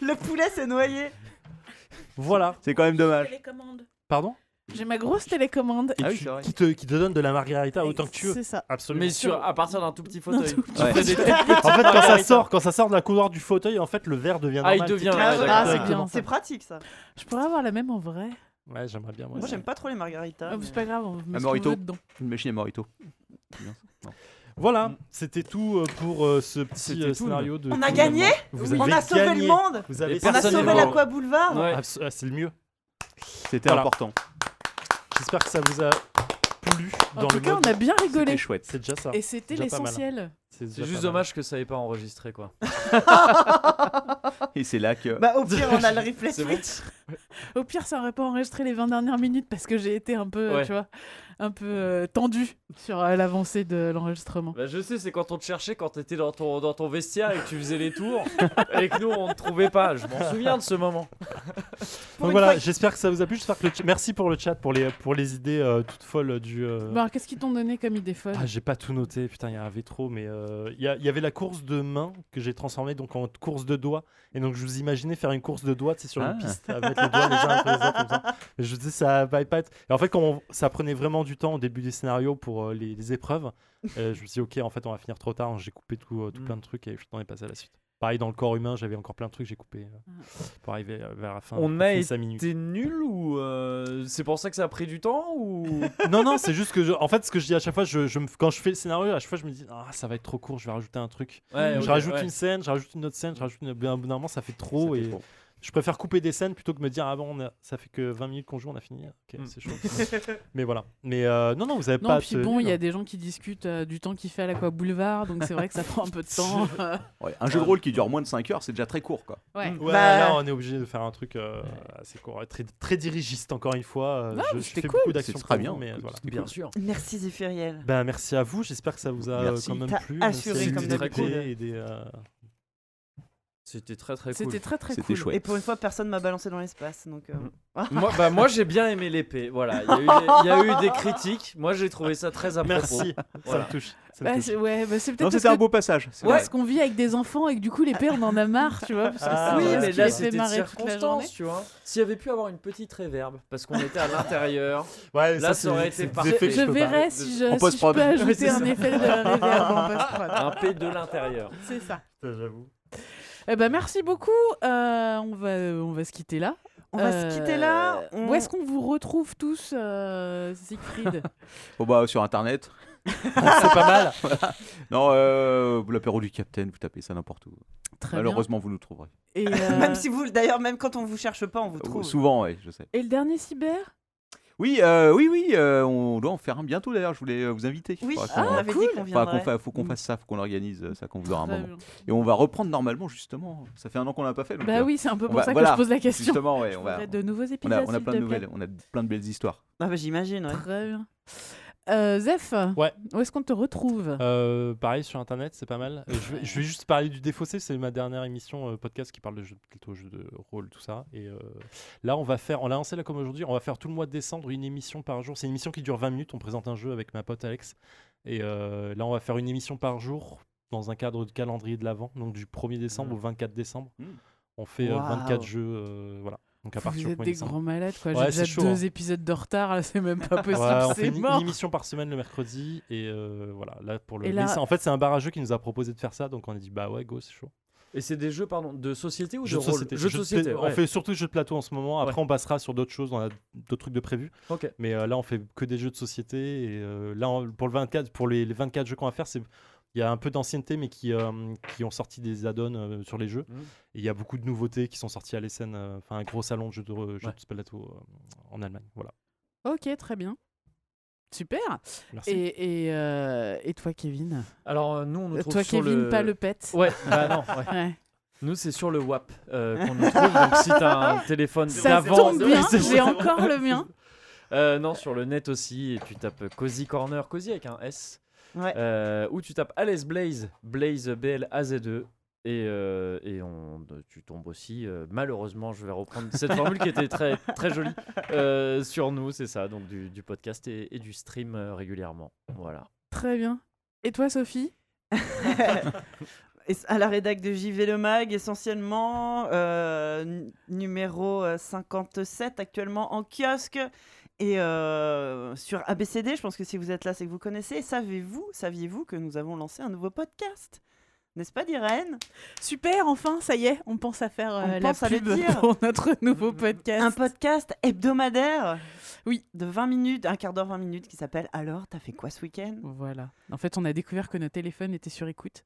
Le poulet s'est noyé. d'eux. Voilà. C'est quand même dommage. Télécommande. Pardon J'ai ma grosse télécommande. Et Ah oui, tu- c'est vrai. qui, te, qui te donne de la margarita autant que tu veux. C'est ça. Absolument. Mais sur, à partir d'un tout petit fauteuil. Ouais. Des- en fait, quand ça sort, quand ça sort de la couloir du fauteuil, en fait, le verre devient Ah, il normal. devient- Tu- Ah, ouais, Ah, c'est Exactement. bien. C'est pratique ça. Je pourrais avoir la même en vrai. Ouais, j'aimerais bien. Moi, Moi, ça. j'aime pas trop les margaritas. Ah, mais- C'est pas grave, on met Un ce qu'on Morito. veut dedans. Une machine à morito. Voilà, c'était tout euh, pour euh, ce petit C'était euh, tout, scénario de. On a gagné Vous On avez a sauvé gagné. le monde Vous avez Les On a Personne sauvé n'est mort. l'Aqua Boulevard Ouais. Abso- ah, c'est le mieux. C'était Voilà. important. J'espère que ça vous a plu. Dans En tout le cas, mode. on a bien rigolé. C'était chouette. C'est déjà ça. Et c'était Déjà pas mal. l'essentiel. C'est juste dommage que ça n'ait pas enregistré, quoi. Et c'est là que. Bah, au pire, on a le replay C'est bon. Twitch. Au pire, ça aurait pas enregistré les 20 dernières minutes parce que j'ai été un peu, Ouais. tu vois, un peu euh, tendue sur euh, l'avancée de l'enregistrement. Bah, je sais, c'est quand on te cherchait, quand t'étais dans ton, dans ton vestiaire et que tu faisais les tours, et que nous, on ne trouvait pas. Je m'en souviens de ce moment. Donc voilà, j'espère que ça vous a plu. J'espère que le ch- merci pour le chat, pour les pour les idées euh, toutes folles du. Bah, euh, Bon, alors, Bah, qu'est-ce qu'ils t'ont donné comme idée folle Ah, j'ai pas tout noté, putain, il y en avait trop, mais euh, il y, a- il y avait la course de main que j'ai transformée donc en course de doigts. Et donc, je vous imaginais faire une course de doigts, c'est sur Ah. une piste, à mettre les doigts les uns après les autres comme ça. Et je disais, ça va pas être. Et en fait, quand on- ça prenait vraiment du temps au début des scénarios pour euh, les, les épreuves, euh, je me suis dit, ok, en fait, on va finir trop tard. J'ai coupé tout, euh, tout Mm. plein de trucs et je t'en ai passé à la suite. Pareil, dans le corps humain, j'avais encore plein de trucs, j'ai coupé euh, pour arriver euh, vers la fin. On la a fin de été- cinq minutes. T'es nul ou euh, c'est pour ça que ça a pris du temps ou Non, non, c'est juste que, je- en fait, ce que je dis à chaque fois, je, je me- quand je fais le scénario, à chaque fois, je me dis, ah, ça va être trop court, je vais rajouter un truc. Ouais, je Eh, ok, rajoute ouais. une scène, je rajoute une autre scène, je rajoute une... au bout d'un- au bout d'un moment, ça fait trop Ça fait et trop. je préfère couper des scènes plutôt que me dire ah bon on a- ça fait que 20 minutes qu'on joue, on a fini. Ok, Mm. c'est chaud. mais voilà. Mais euh, non non, vous avez Non, pas. puis tenu, bon, il y hein. a des gens qui discutent euh, du temps qu'il fait à l'Aqua Boulevard, donc c'est vrai que ça prend un peu de temps. euh, Ouais, un jeu de rôle qui dure moins de 5 heures, c'est déjà très court quoi. ouais. Ouais, Bah- là on est obligé de faire un truc euh, assez court, très, très dirigiste encore une fois. euh, Ouais, je, mais je c'était fais cool. beaucoup d'actions C'est très pour bien, vous, mais euh, écoute, voilà. c'était Bien cool. sûr. Merci Zéphiriel. Ben merci à vous, j'espère que ça vous a euh, Merci. quand même T'as plu. assuré merci comme des d'habitude. idées et des, euh, C'était très très cool. C'était très très C'était cool. chouette. Et pour une fois, personne m'a balancé dans l'espace. Donc, euh, Mm. moi, bah, moi j'ai bien aimé l'épée. Voilà, il y, a eu des- il y a eu des critiques. Moi j'ai trouvé ça très à propos. Merci, ça Voilà. me touche. ça me Bah, touche. c'est, ouais, bah, c'est Non, peut-être parce c'était un que- beau passage. c'est vrai. parce qu'on vit avec des enfants et que du coup les pères on en a marre, tu vois. Parce que Ah, c'est oui, ouais. ce mais qui là les fait c'était de marrer toute la journée. circonstance, tu vois. S'il y avait pu avoir une petite réverbe, parce qu'on était à l'intérieur. Ouais, Là, ça c'est- aurait été c'est des parfait. effets que Je peux pas- verrai si je, En si je post-prod. peux Ouais, c'est ajouter un ça. effet de réverb en post-prod. Un P de l'intérieur. C'est ça. Putain, J'avoue. Eh ben merci beaucoup. Euh, on va on va se quitter là. on va se quitter là. Euh, On- Où est-ce qu'on vous retrouve tous, euh, Siegfried Bon bah sur internet. C'est pas mal. Non, euh, l'apéro du capitaine, vous tapez ça n'importe où. Très Malheureusement, vous nous trouverez. bien. Et, euh, Même si vous, d'ailleurs, même quand on vous cherche pas, on vous trouve. Souvent, oui, je sais. et le dernier cyber Oui, euh, oui, oui, euh, on doit en faire un bientôt d'ailleurs. Je voulais euh, vous inviter. Oui, Ah, Faudra qu'on- on avait dit qu'on faudra qu'on viendrait. fa- faut qu'on fasse ça, faut qu'on organise euh, ça quand vous aurez un Très moment. bien. Et on va reprendre normalement justement. Ça fait un an qu'on l'a pas fait. donc, Bah euh, oui, c'est un peu on pour va- ça que voilà, je pose la question. Justement, ouais, Je on va. voudrais de nouveaux On épisodes. a, on a s'il plein de te plaît. nouvelles, on a plein de belles histoires. Ah bah, j'imagine, ouais. Très bien. Euh, Zef, Ouais. où est-ce qu'on te retrouve Euh, pareil sur internet, c'est pas mal. Euh, je, vais, je vais juste parler du défaussé, c'est ma dernière émission euh, podcast qui parle de jeux, plutôt jeux de rôle, tout ça. Et euh, là, on va faire, on l'a lancé là comme aujourd'hui, on va faire tout le mois de décembre une émission par jour. C'est une émission qui dure 20 minutes, on présente un jeu avec ma pote Alex. Et euh, là, on va faire une émission par jour dans un cadre de calendrier de l'Avent, donc du 1er décembre au 24 décembre. Mm. On fait euh, Waouh. 24 jeux, euh, voilà. Donc à Vous partir du êtes 1er des décembre. grands malades, quoi. J'ai Ouais, déjà c'est chaud, deux hein. épisodes de retard, là, c'est même pas possible, Ouais, on fait c'est une, mort. une émission par semaine le mercredi et euh, voilà là pour le. Et là- mais c'est- en fait, c'est un bar à jeux qui nous a proposé de faire ça, donc on a dit bah ouais go c'est chaud. Et c'est des jeux, pardon, de société ou Jeux de de rôle société. Jeux de Jeux de société. pla- ouais. On fait surtout jeux de plateau en ce moment. Après, on passera sur d'autres choses. On a d'autres trucs de prévu. Ok. Mais euh, là, on fait que des jeux de société. Et euh, là, on- pour le 24, pour les, les 24 jeux qu'on va faire, c'est il y a un peu d'ancienneté, mais qui, euh, qui ont sorti des add-ons euh, sur les jeux. Mhm. Et il y a beaucoup de nouveautés qui sont sorties à l'Essen, euh, enfin un gros salon de jeux de, jeux Ouais. de plateau euh, en Allemagne. Voilà. Ok, très bien. Super. Merci. Et, et, euh, et toi, Kevin Alors, euh, nous, on nous trouve Toi, sur Kevin, le... pas le pet. Ouais, bah non, ouais. Ouais. Nous, c'est sur le WAP euh, qu'on nous trouve. Donc, si t'as un téléphone Ça d'avant. tombe bien, C'est j'ai ça. encore le mien. Euh, non, sur le net aussi. Et tu tapes Cozy Corner, Cozy avec un S. Ouais. Euh, ou tu tapes Alice Blaze, Blaze B-L-A-Z-E. E, Et, euh, et on, tu tombes aussi, euh, malheureusement, je vais reprendre cette formule qui était très, très jolie euh, sur nous, c'est ça, donc du, du podcast et, et du stream euh, régulièrement. Voilà. Très bien. Et toi, Sophie Et à la rédac de JV Le Mag, essentiellement, euh, n- numéro euh, 57 actuellement en kiosque. Et euh, sur ABCD, je pense que si vous êtes là, c'est que vous connaissez. Et Savez-vous, saviez-vous que nous avons lancé un nouveau podcast N'est-ce pas, d'Irène Super, enfin, ça y est, on pense à faire euh, On la pense à le pub dire. pour notre nouveau podcast. Un podcast hebdomadaire Oui. de 20 minutes, un quart d'heure, 20 minutes, qui s'appelle Alors, t'as fait quoi ce week-end Voilà. En fait, on a découvert que nos téléphones étaient sur écoute.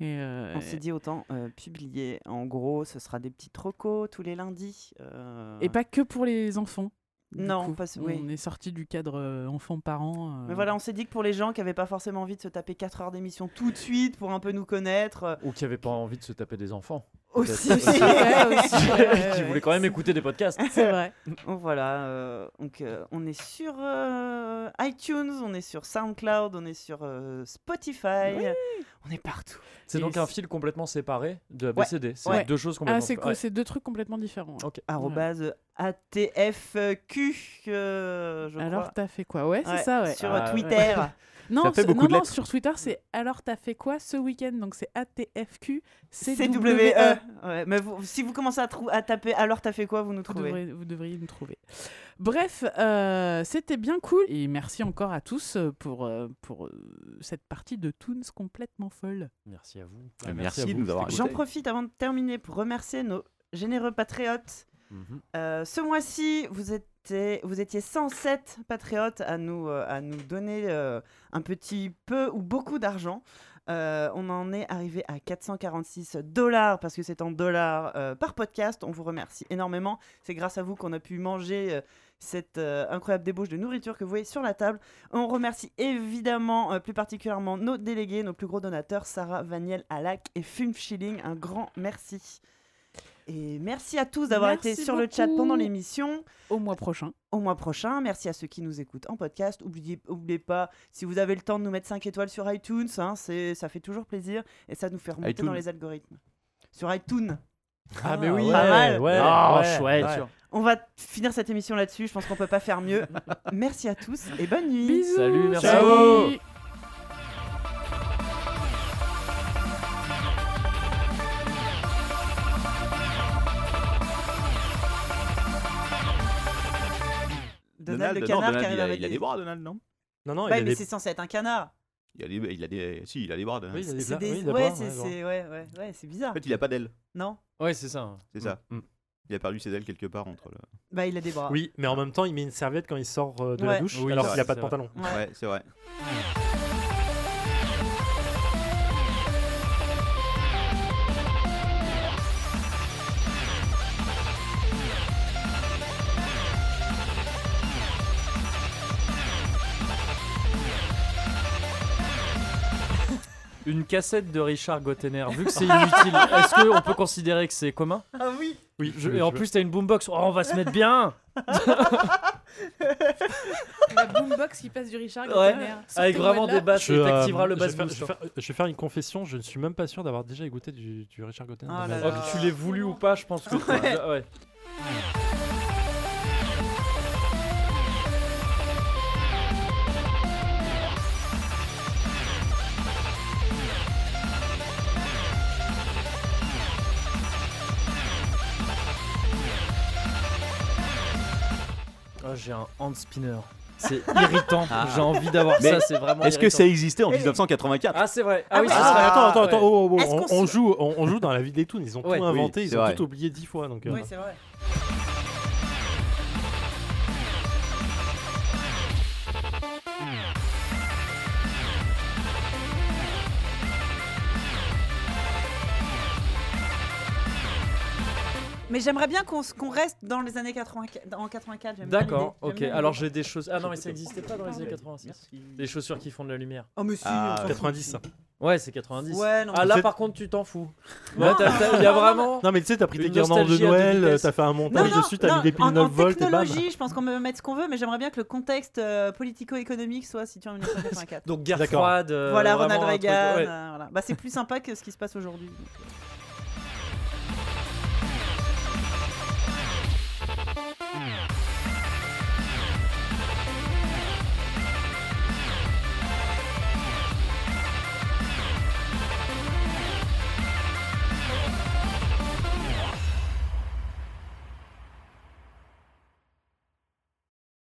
Et euh, On s'est dit autant euh, publier. En gros, ce sera des petits trocos tous les lundis. euh, Et pas que pour les enfants. du Non, coup. pas ce- on oui. est sorti du cadre euh, enfant-parent. euh, Mais voilà, on s'est dit que pour les gens qui n'avaient pas forcément envie de se taper 4 heures d'émission tout de suite pour un peu nous connaître, euh, Ou qui n'avait pas envie de se taper des enfants, aussi. aussi, Ah ouais, aussi, ouais, ouais, qui ouais. voulaient quand même écouter des podcasts. C'est vrai. Donc voilà, euh, donc euh, on est sur euh, iTunes, on est sur SoundCloud, on est sur euh, Spotify, on est partout. C'est Et donc un c'est- fil complètement séparé de ABCD. C'est Ouais. deux choses complètement Ah, c'est séparées. cool, c'est deux trucs complètement différents. hein. Ok. Arrobase euh, ATFQ, euh, je Alors, crois. t'as fait quoi Ouais, c'est Ouais, ça, ouais. Sur Ah, ouais. Twitter. Non, Ça fait c'est- beaucoup non, de non, lettres. sur Twitter, c'est alors t'as fait quoi ce week-end Donc c'est ATFQ E. CWE. E. Ouais, mais vous- si vous commencez à, trou- à taper alors t'as fait quoi, vous nous Vous trouvez. devrez- vous devriez nous trouver. Bref, euh, c'était bien cool. Et merci encore à tous euh, pour, euh, pour euh, cette partie de Toons complètement folle. Merci à vous. Bah, Merci de nous avoir J'en écoutés. profite avant de terminer pour remercier nos généreux patriotes. Mhm. Euh, ce mois-ci, vous étiez, vous étiez 107 patriotes à nous, euh, à nous donner euh, un petit peu ou beaucoup d'argent. Euh, on en est arrivé à 446 dollars parce que c'est en dollars euh, par podcast. On vous remercie énormément. C'est grâce à vous qu'on a pu manger euh, cette euh, incroyable débauche de nourriture que vous voyez sur la table. On remercie évidemment euh, plus particulièrement nos délégués, nos plus gros donateurs, Sarah Vaniel Alac et Film Schilling. Un grand merci. Et merci à tous d'avoir Merci été sur le beaucoup. chat pendant l'émission. Au mois prochain. Au mois prochain, merci à ceux qui nous écoutent en podcast. Oubliez, oubliez pas, si vous avez le temps de nous mettre 5 étoiles sur iTunes, hein, c'est, ça fait toujours plaisir et ça nous fait remonter iTunes. dans les algorithmes. Sur iTunes. Ah, mais oui, Pas mal. ouais, Ah, ouais, chouette. ouais. On va finir cette émission là-dessus, je pense qu'on peut pas faire mieux. merci à tous et bonne nuit. Bisous. Salut, merci. Ciao. Donald, le non, canard Donald, qui arrive il, a, avec il a des- des bras, Donald, non Non, non, Ouais, hein, il, mais a des... c'est censé être un canard. il a, des, il a des. Si, il a des bras, Donald. oui, il a des C'est bla- des- oui, il a ouais, bras, c'est, ouais, c'est- ouais, ouais, ouais, c'est bizarre. En fait, il a pas d'ailes, Non Ouais, c'est ça. c'est ça. Mm. Il a perdu ses ailes quelque part entre le. Bah, il a des bras. Oui, mais en même temps, il met une serviette quand il sort euh, de Ouais. la douche, Oui, alors c'est qu'il a vrai, pas de c'est vrai. pantalon. Ouais. Ouais, c'est vrai. Une cassette de Richard Gottener, vu que c'est inutile, est-ce qu'on peut considérer que c'est commun Ah oui Oui. et en plus, t'as une boombox. Oh, on va se mettre bien La boombox qui passe du Richard Gottener. Avec vraiment des basses, Je, et euh, t'activeras le je bass vais faire- boost. je hein. vais faire- je vais faire une confession, je ne suis même pas sûr d'avoir déjà écouté du, du Richard Gotten. Ah là Oh, que tu l'aies voulu ou pas, je pense que. Ouais. ouais. Oh, j'ai un hand spinner. C'est irritant. Ah. J'ai envie d'avoir Mais ça. C'est vraiment. Est-ce que irritant. ça existait en Et- 1984 Ah, c'est vrai. Ah, Ah oui, oui, c'est ah, vrai. attends, attends, attends, Ouais. oh, oh, oh, Est-ce on, qu'on on se- joue, on, on joue dans la vie des Toons, ils ont Ouais, tout oui, inventé, c'est ils ont vrai. tout oublié dix fois. Donc, euh, Oui, c'est vrai. Mais j'aimerais bien qu'on s- qu'on reste dans les années 84. En 84 j'aime bien D'accord, l'idée, j'aime ok. bien Alors l'idée. j'ai des choses. Ah non, mais ça n'existait pas dans les années 86. Des chaussures qui font de la lumière. Oh, mais si, Ah, on s'en fout. 90. Ouais, c'est 90. Ouais, non, Ah mais- là, c'est- par contre, tu t'en fous. Non, Là, t'as- t'as- il y a vraiment. Non, mais tu sais, t'as pris tes Une guirlandes de nostalgie à deux Noël, euh, vitesses. t'as fait un montage non, dessus, t'as non, mis des piles en, 9 en volts et bam. technologie, je pense qu'on peut mettre ce qu'on veut, mais j'aimerais bien que le contexte euh, politico-économique soit situé en 1984. Donc guerre D'accord. froide. euh, voilà, vraiment Ronald un truc- Reagan. ouais. euh, voilà. Bah, c'est plus sympa que ce qui se passe aujourd'hui. donc, euh.